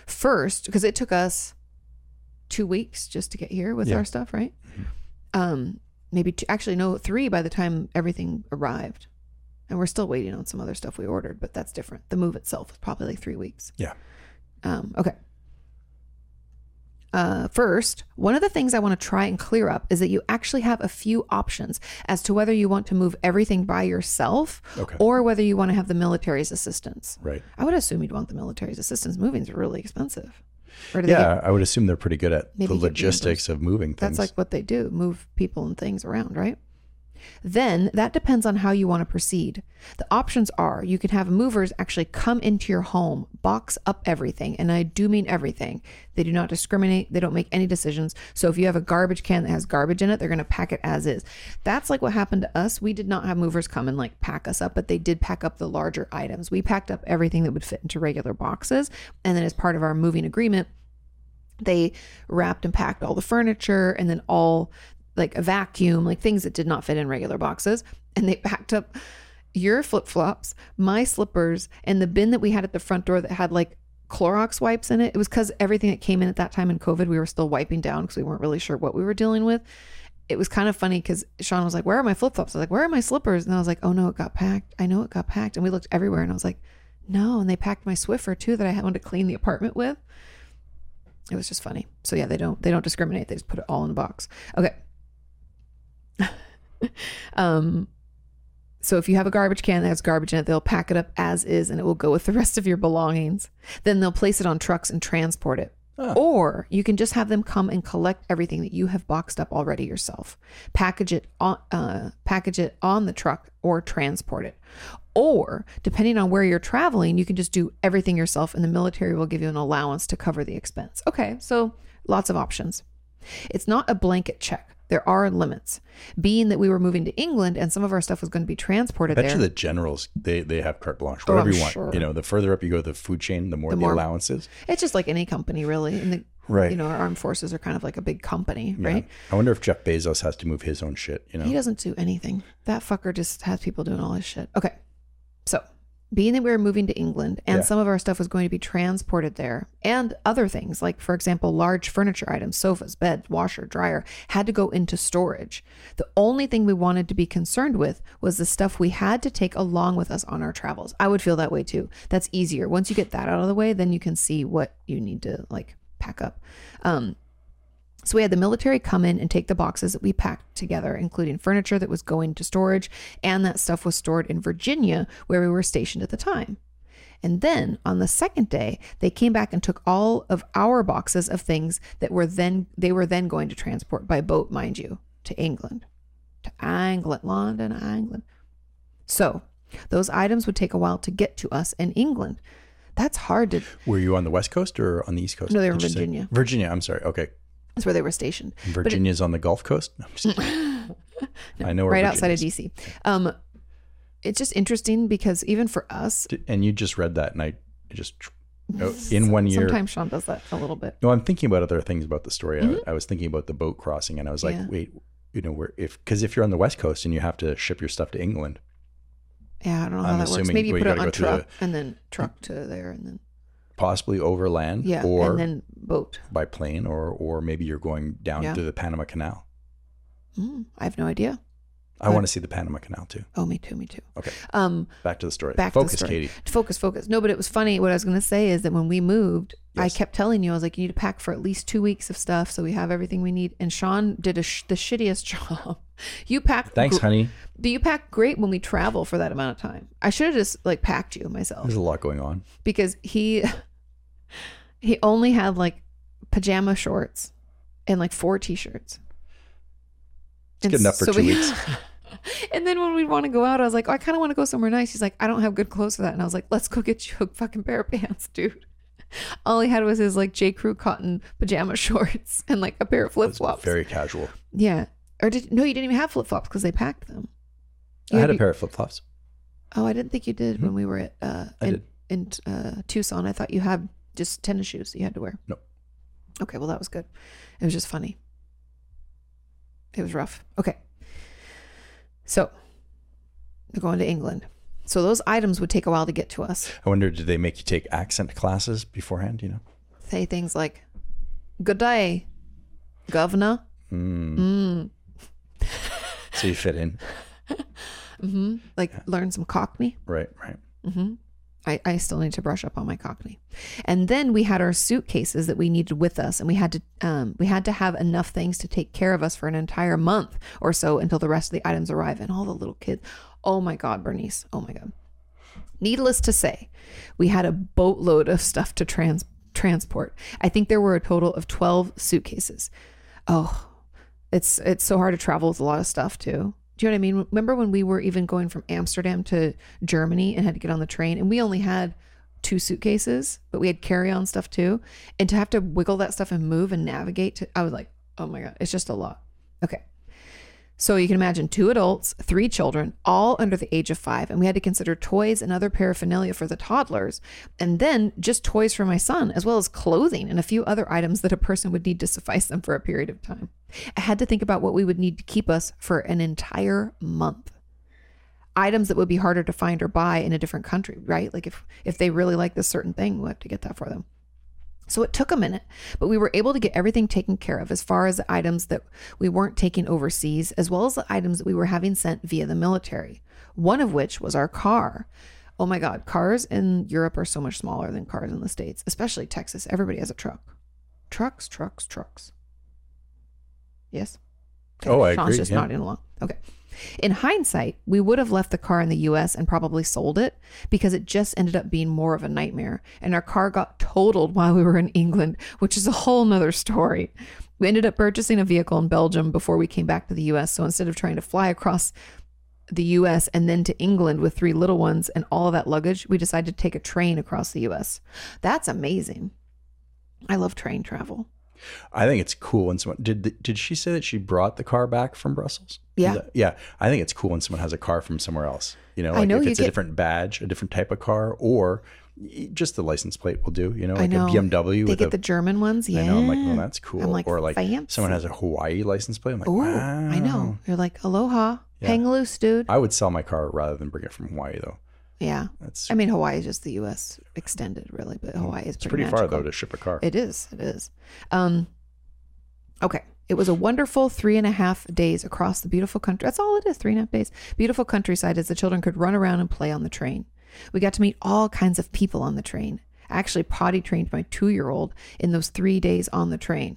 First, because it took us two weeks just to get here with Yeah. our stuff, right? Um, maybe two, actually no, three by the time everything arrived, and we're still waiting on some other stuff we ordered, but that's different. The move itself was probably like three weeks. yeah. Um, okay. Uh, first, one of the things I want to try and clear up is that you actually have a few options as to whether you want to move everything by yourself Okay. or whether you want to have the military's assistance. Right. I would assume you'd want the military's assistance. Moving's really expensive. Or do they Yeah, get- I would assume they're pretty good at Maybe the get logistics of moving things. that's like what they do move people and things around, right? Then that depends on how you want to proceed. The options are you can have movers actually come into your home, box up everything, and I do mean everything. They do not discriminate, they don't make any decisions. So if you have a garbage can that has garbage in it, they're going to pack it as is. That's like what happened to us. We did not have movers come and like pack us up, but they did pack up the larger items. We packed up everything that would fit into regular boxes. And then as part of our moving agreement, they wrapped and packed all the furniture and then all like a vacuum, like things that did not fit in regular boxes. And they packed up your flip flops, my slippers, and the bin that we had at the front door that had like Clorox wipes in it. It was because everything that came in at that time in COVID, we were still wiping down because we weren't really sure what we were dealing with. It was kind of funny because Sean was like, Where are my flip flops? I was like, Where are my slippers? And I was like, Oh no, it got packed. I know it got packed. And we looked everywhere and I was like, No. And they packed my Swiffer too that I had one to clean the apartment with it was just funny so yeah they don't they don't discriminate they just put it all in a box okay um so if you have a garbage can that has garbage in it they'll pack it up as is and it will go with the rest of your belongings then they'll place it on trucks and transport it Ah. or you can just have them come and collect everything that you have boxed up already yourself package it on uh, package it on the truck or transport it or depending on where you're traveling you can just do everything yourself and the military will give you an allowance to cover the expense okay so lots of options it's not a blanket check there are limits being that we were moving to england and some of our stuff was going to be transported I bet there you the generals they they have carte blanche Oh, whatever I'm you want. sure. You know, the further up you go the food chain, the more the, more- allowances. it's just like any company really and the Right. you know our armed forces are kind of like a big company right I wonder if Jeff Bezos has to move his own shit. You know, He doesn't do anything. That fucker just has people doing all his shit. Okay. So, being that we were moving to England and Yeah. some of our stuff was going to be transported there and other things, like, for example, large furniture items, sofas, bed, washer, dryer, had to go into storage. The only thing we wanted to be concerned with was the stuff we had to take along with us on our travels. I would feel that way too. That's easier. Once you get that out of the way, then you can see what you need to, like, pack up. Um, so we had the military come in and take the boxes that we packed together, including furniture that was going to storage, and that stuff was stored in Virginia, where we were stationed at the time. And then on the second day, they came back and took all of our boxes of things that were then they were then going to transport by boat, mind you, to England. To England, London, England. So those items would take a while to get to us in England. That's hard to were you on the West Coast or on the East Coast? No, they were in Did you say? Virginia. Virginia, I'm sorry. Okay, that's where they were stationed. But it- Virginia's on the Gulf Coast. No, I'm just kidding. I know where right Virginia outside of is. DC. Um, it's just interesting because even for us, D- And you just read that, and I I just oh, in one year. sometimes Sean does that a little bit. No, I'm thinking about other things about the story. I, I was thinking about the boat crossing, and I was like, Mm-hmm. Yeah. wait, you know, where if because if you're on the West Coast and you have to ship your stuff to England, Yeah, I don't know how I'm that works. assuming- Maybe you well, you put it gotta on go through truck and then truck to there and then possibly overland, yeah, Mm-hmm. or and then boat. by plane, or or maybe you're going down Yeah. to the Panama Canal. Mm, I have no idea. I want to see the Panama Canal too. Oh, me too, me too. Okay. Um, Back to the story. back Focus, to the story. Katie. Focus, focus. No, but it was funny. What I was going to say is that when we moved, I Yes. kept telling you, I was like, you need to pack for at least two weeks of stuff so we have everything we need. And Sean did a sh- the shittiest job. You packed. Thanks, gr- honey. But you pack great when we travel for that amount of time. I should have just like packed you myself There's a lot going on. because he he only had like pajama shorts and like four t-shirts. It's good enough for two weeks. And then when we'd want to go out, I was like, oh, I kind of want to go somewhere nice. He's like, I don't have good clothes for that. And I was like, let's go get you a fucking pair of pants, dude. All he had was his like J. Crew cotton pajama shorts and like a pair of flip It's flops. very casual. yeah. Or did no, you didn't even have flip flops because they packed them. You I had a your- pair of flip flops. Oh, I didn't think you did when we were at uh, I in, in uh, Tucson. I thought you had just tennis shoes that you had to wear. No. Okay, well that was good. It was just funny. It was rough. Okay. So they're going to England. So those items would take a while to get to us. I wonder, did they make you take accent classes beforehand? You know, Say things like "Good day, governor." so you fit in. Like learn some Cockney. Right, right. I, I still need to brush up on my cockney. And then we had our suitcases that we needed with us, and we had to um, we had to have enough things to take care of us for an entire month or so until the rest of the items arrive. And all the little kids, oh my god, Bernice, oh my god. Needless to say, we had a boatload of stuff to trans transport. I think there were a total of twelve suitcases. Oh, it's it's so hard to travel with a lot of stuff too. Do you know what I mean? Remember when we were even going from Amsterdam to Germany and had to get on the train and we only had two suitcases, but we had carry-on stuff too. And to have to wiggle that stuff and move and navigate to I was like, "Oh my god, it's just a lot." Okay. So you can imagine two adults, three children, all under the age of 5, and we had to consider toys and other paraphernalia for the toddlers, and then just toys for my son as well as clothing and a few other items that a person would need to suffice them for a period of time. I had to think about what we would need to keep us for an entire month. Items that would be harder to find or buy in a different country, right? Like if if they really like this certain thing, we'll have to get that for them. So it took a minute, but we were able to get everything taken care of as far as the items that we weren't taking overseas, as well as the items that we were having sent via the military, one of which was our car. Oh my God, cars in Europe are so much smaller than cars in the States, especially Texas. Everybody has a truck. Trucks, trucks, trucks. Yes? Oh, I Sean's agree, just yeah. nodding along. Okay. In hindsight, we would have left the car in the US and probably sold it because it just ended up being more of a nightmare. And our car got totaled while we were in England, which is a whole nother story. We ended up purchasing a vehicle in Belgium before we came back to the US. So instead of trying to fly across the US and then to England with three little ones and all of that luggage, we decided to take a train across the US. That's amazing. I love train travel. I think it's cool when someone did. The, did she say that she brought the car back from Brussels? Yeah. Is that- yeah. I think it's cool when someone has a car from somewhere else. You know, I like know if you it's get- a different badge, a different type of car, or just the license plate will do. You know, I like know. a BMW They with get a the German ones. Yeah. I know. I'm like, well, that's cool. like, or like someone fancy. has a Hawaii license plate. I'm like, Ooh, wow. I know. You're like, aloha, hang loose, dude. I would sell my car rather than bring it from Hawaii, though. yeah. That's I mean, Hawaii is just the U.S. extended, really, but Hawaii is Mm. it's pretty, pretty far magical. though to ship a car. It is. It is. Um, okay. It was a wonderful three and a half days across the beautiful country. That's all it is, three and a half days. Beautiful countryside as the children could run around and play on the train. We got to meet all kinds of people on the train. I actually potty trained my two year old in those three days on the train.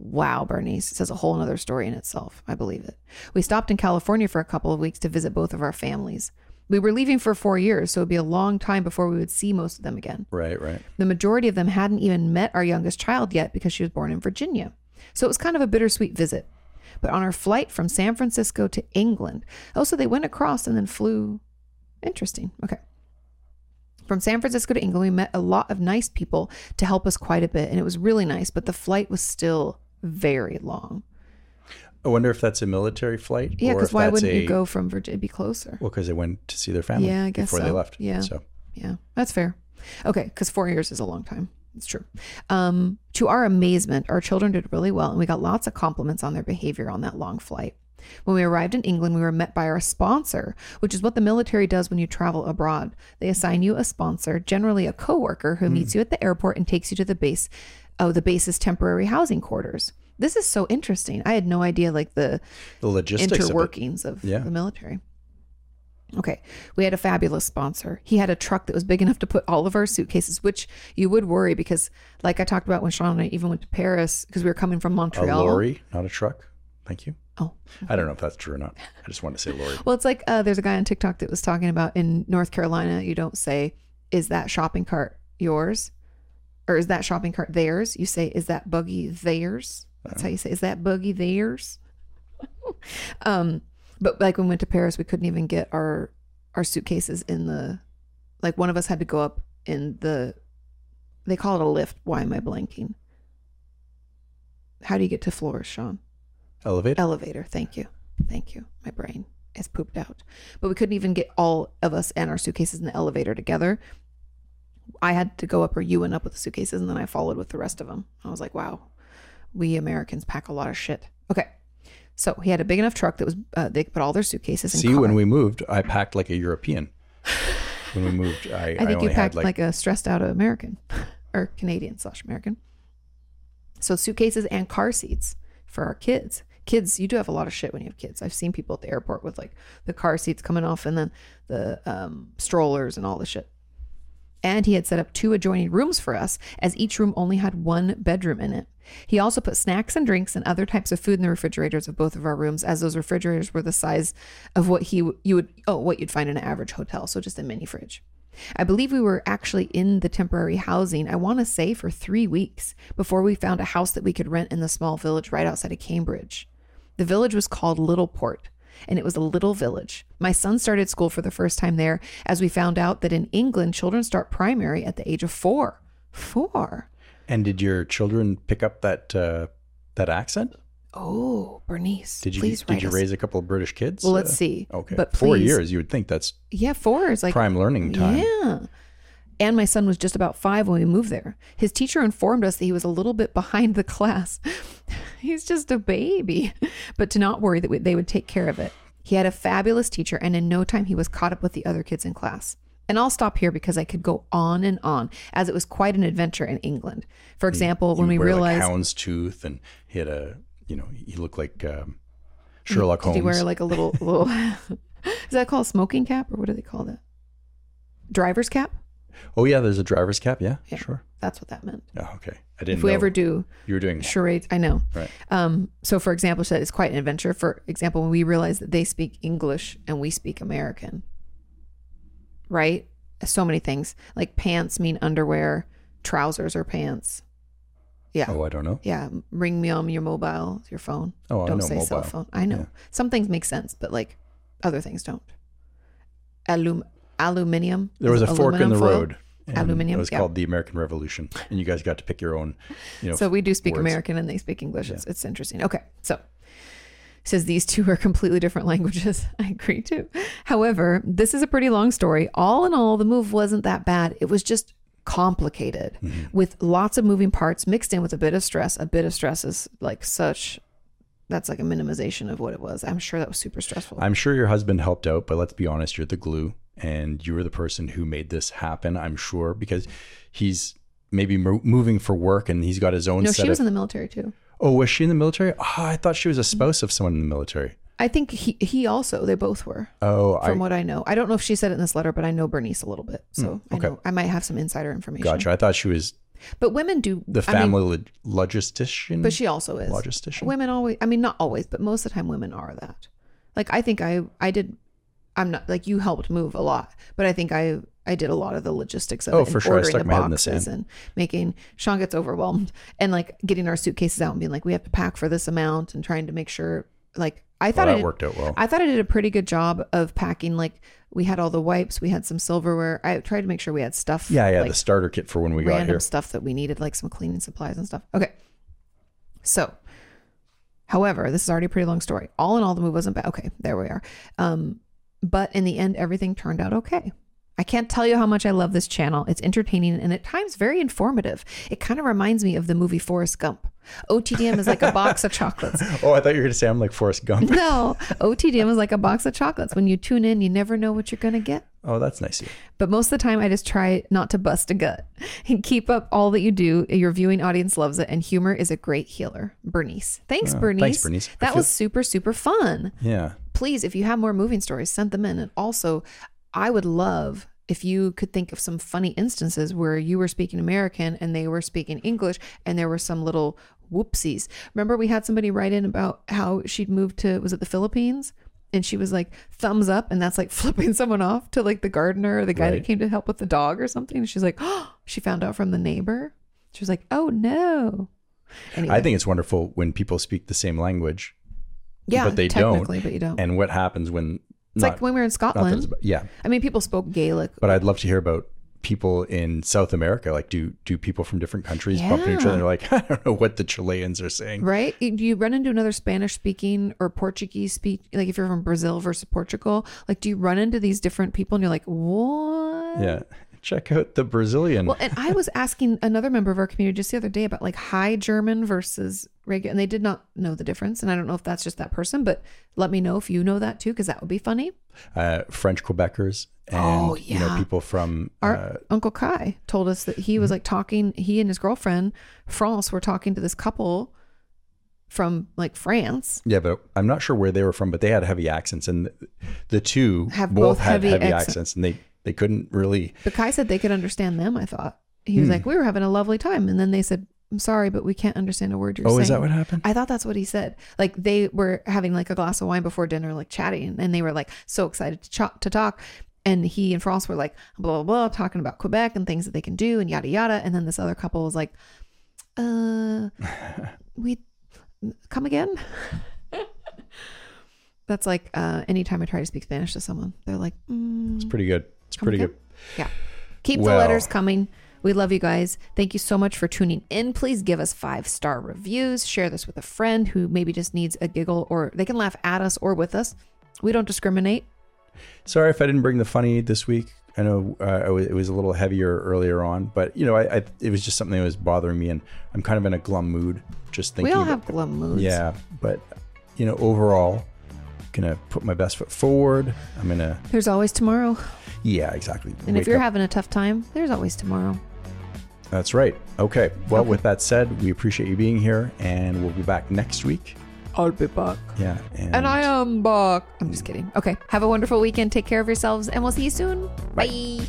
Wow, Bernice. It says a whole other story in itself. I believe it. We stopped in California for a couple of weeks to visit both of our families. We were leaving for four years, so it'd be a long time before we would see most of them again. right, right. The majority of them hadn't even met our youngest child yet because she was born in Virginia. So it was kind of a bittersweet visit. But on our flight from San Francisco to England, oh, so they went across and then flew. Interesting. Okay. From San Francisco to England, we met a lot of nice people to help us quite a bit, and it was really nice, but the flight was still very long. I wonder if that's a military flight. Yeah, or because if why that's wouldn't a- you go from Virginia? It'd be closer. Well, because they went to see their family. Yeah, I guess before they so. left. Yeah. So Yeah, that's fair. Okay, because four years is a long time. It's true. Um, to our amazement, our children did really well, and we got lots of compliments on their behavior on that long flight. When we arrived in England, we were met by our sponsor, which is what the military does when you travel abroad. They assign you a sponsor, generally a coworker, who meets you at the airport and takes you to the base, oh, the base's temporary housing quarters. This is so interesting. I had no idea like the The logistics of it. interworkings of, Yeah. the military. Okay, we had a fabulous sponsor. He had a truck that was big enough to put all of our suitcases, which you would worry because, like I talked about when Sean and I even went to Paris, because we were coming from A Montreal. lorry, not a truck. Thank you. Oh, I don't know if that's true or not. I just wanted to say lorry. well, it's like uh, there's a guy on TikTok that was talking about in North Carolina, you don't say, "Is that shopping cart yours?" or "Is that shopping cart theirs?" You say, "Is that buggy theirs?" That's how you say, "Is that buggy theirs?" um, but like when we went to Paris, we couldn't even get our our suitcases in the like one of us had to go up in the they call it a lift. Why am I blanking? How do you get to floors, Sean? Elevator. elevator. Thank you. Thank you. My brain is pooped out. But we couldn't even get all of us and our suitcases in the elevator together. I had to go up, or you went up with the suitcases, and then I followed with the rest of them. I was like, wow, we Americans pack a lot of shit. Okay. So he had a big enough truck that was, uh, they could put all their suitcases in. See, when we moved, I packed like a European. When we moved, I, I, I think only you had packed like, like, a stressed out American or Canadian slash American. So suitcases and car seats for our kids. Kids, you do have a lot of shit when you have kids. I've seen people at the airport with like the car seats coming off and then the um, strollers and all the shit. And he had set up two adjoining rooms for us, as each room only had one bedroom in it. He also put snacks and drinks and other types of food in the refrigerators of both of our rooms, as those refrigerators were the size of what he w- you would oh what you'd find in an average hotel, so just a mini fridge. I believe we were actually in the temporary housing, I want to say for three weeks, before we found a house that we could rent in the small village right outside of Cambridge. The village was called Littleport, and it was a little village. My son started school for the first time there, as we found out that in England, children start primary at the age of four. Four. And did your children pick up that uh, that accent? Oh, Bernice. Did you please did write you us. raise a couple of British kids? Well, let's Uh, see. Okay, But four please- years. You would think that's Yeah, four is like prime learning time. Yeah. And my son was just about five when we moved there. His teacher informed us that he was a little bit behind the class. He's just a baby, but to not worry that we, they would take care of it. He had a fabulous teacher, and in no time, he was caught up with the other kids in class. And I'll stop here because I could go on and on, as it was quite an adventure in England. For example, when You we wear, realized. like houndstooth, and he had a you know he looked like um, Sherlock Mm-hmm. Did Holmes. he wear like a little little? is that called a smoking cap or what do they call that? Driver's cap. oh yeah, there's a driver's cap. Yeah, sure. That's what that meant. Oh, okay, I didn't. If we know ever do you were doing charades, I know. Right. Um, so, for example, she said it's quite an adventure. For example, when we realize that they speak English and we speak American, right? So many things like pants mean underwear, trousers are pants. Yeah. Oh, I don't know. Yeah, ring me on your mobile, your phone. Oh, I don't know say cell mobile. phone. I know Yeah. some things make sense, but like other things don't. Alum, aluminium. There was a Is it fork in the aluminum foil? road. and Aluminium, It was yeah. called the American Revolution, and you guys got to pick your own. You know, So we do speak words. American and they speak English. It's, it's interesting. Okay. So it says these two are completely different languages. I agree too. However, this is a pretty long story. All in all, the move wasn't that bad. It was just complicated Mm-hmm. with lots of moving parts mixed in with a bit of stress. A bit of stress is like such that's like a minimization of what it was. I'm sure that was super stressful. I'm sure your husband helped out, but let's be honest, you're the glue and you were the person who made this happen, I'm sure, because he's maybe mo- moving for work and he's got his own no, set she was in of. the military too. oh, was she in the military? Ah, I thought she was a spouse of someone in the military. I think he he also they both were. Oh, I From what I know, I don't know if she said it in this letter, but I know Bernice a little bit, so I Hmm, okay. know I might have some insider information. gotcha. I thought she was But women do the I mean, family log- logistician. but she also is logistician. Women always. I mean, not always, but most of the time, women are that. Like I think I I did. I'm not like you helped move a lot, but I think I I did a lot of the logistics of Oh, it and for sure. I ordering stuck the my head in the boxes and making Sean gets overwhelmed and like getting our suitcases out and being like we have to pack for this amount and trying to make sure like I thought well, I that did- worked out well. I thought I did a pretty good job of packing. Like we had all the wipes, we had some silverware. I tried to make sure we had stuff. yeah, yeah, like, the starter kit for when we got random here. stuff that we needed, like some cleaning supplies and stuff. Okay. So, however, this is already a pretty long story. All in all, the move wasn't bad. Okay, there we are. Um, but in the end, everything turned out okay. I can't tell you how much I love this channel. It's entertaining and at times very informative. It kind of reminds me of the movie Forrest Gump. OTDM is like a box of chocolates. Oh, I thought you were going to say I'm like Forrest Gump. No, OTDM is like a box of chocolates. When you tune in, you never know what you're going to get. Oh, that's nice. Of you. But most of the time, I just try not to bust a gut and keep up all that you do. Your viewing audience loves it, and humor is a great healer. Bernice. Thanks, Oh, Bernice. thanks, Bernice. I That feel- was super, super fun. Yeah. Please, if you have more moving stories, send them in. And also, I would love if you could think of some funny instances where you were speaking American and they were speaking English and there were some little whoopsies. Remember, we had somebody write in about how she'd moved to, was it the Philippines? And she was like, thumbs up. And that's like flipping someone off to like the gardener or the guy Right. that came to help with the dog or something. And she's like, oh, she found out from the neighbor. She was like, oh no. Anyway, I think it's wonderful when people speak the same language yeah, but they don't. technically, but you don't. and what happens when it's like when we were in not that it's Scotland. about- yeah. I mean, people spoke Gaelic. But I'd love to hear about people in South America. Like, do do people from different countries bump into each other? Yeah. And they're like, I don't know what the Chileans are saying. Right? You- Do you run into another Spanish speaking or Portuguese speak like if you're from Brazil versus Portugal, like do you run into these different people and you're like, "What?" Yeah. Check out the Brazilian. Well, and I was asking another member of our community just the other day about like high German versus regular and they did not know the difference and I don't know if that's just that person, but let me know if you know that too cuz that would be funny. uh, French Quebecers and Oh, you know yeah. people from Our uh, mm-hmm. Uncle Kai told us that he was like talking, he and his girlfriend, France, were talking to this couple from like France yeah, but I'm not sure where they were from, but they had heavy accents, and the, the two Have both, both had heavy heavy, accent- accents, and they they couldn't really. But Kai said they could understand them. I thought he Hmm. was like, we were having a lovely time, and then they said, "I'm sorry, but we can't understand a word you're oh, saying." is that what happened? I thought that's what he said. Like they were having like a glass of wine before dinner, like chatting, and they were like so excited to, ch- to talk. And he and Frost were like blah blah blah, talking about Quebec and things that they can do and yada yada. And then this other couple was like, "Uh, we come again." that's like uh, anytime I try to speak Spanish to someone, they're like, mm, It's pretty good. It's Come pretty again? good. yeah. Keep the Well- letters coming. We love you guys. Thank you so much for tuning in. Please give us five star reviews. Share this with a friend who maybe just needs a giggle or they can laugh at us or with us. We don't discriminate. Sorry if I didn't bring the funny this week. I know uh, I wa- it was a little heavier earlier on, but you know, I, I it was just something that was bothering me, and I'm kind of in a glum mood just we thinking. all about- have glum moods. yeah, but you know, overall, gonna put my best foot forward. I'm gonna, There's always tomorrow. yeah, exactly. And Wake if you're up. having a tough time, there's always tomorrow. That's right. Okay. Well, with that said, we appreciate you being here, and we'll be back next week. I'll be back. Yeah. And I am back. I'm just kidding. Okay. Have a wonderful weekend. Take care of yourselves and we'll see you soon. Bye.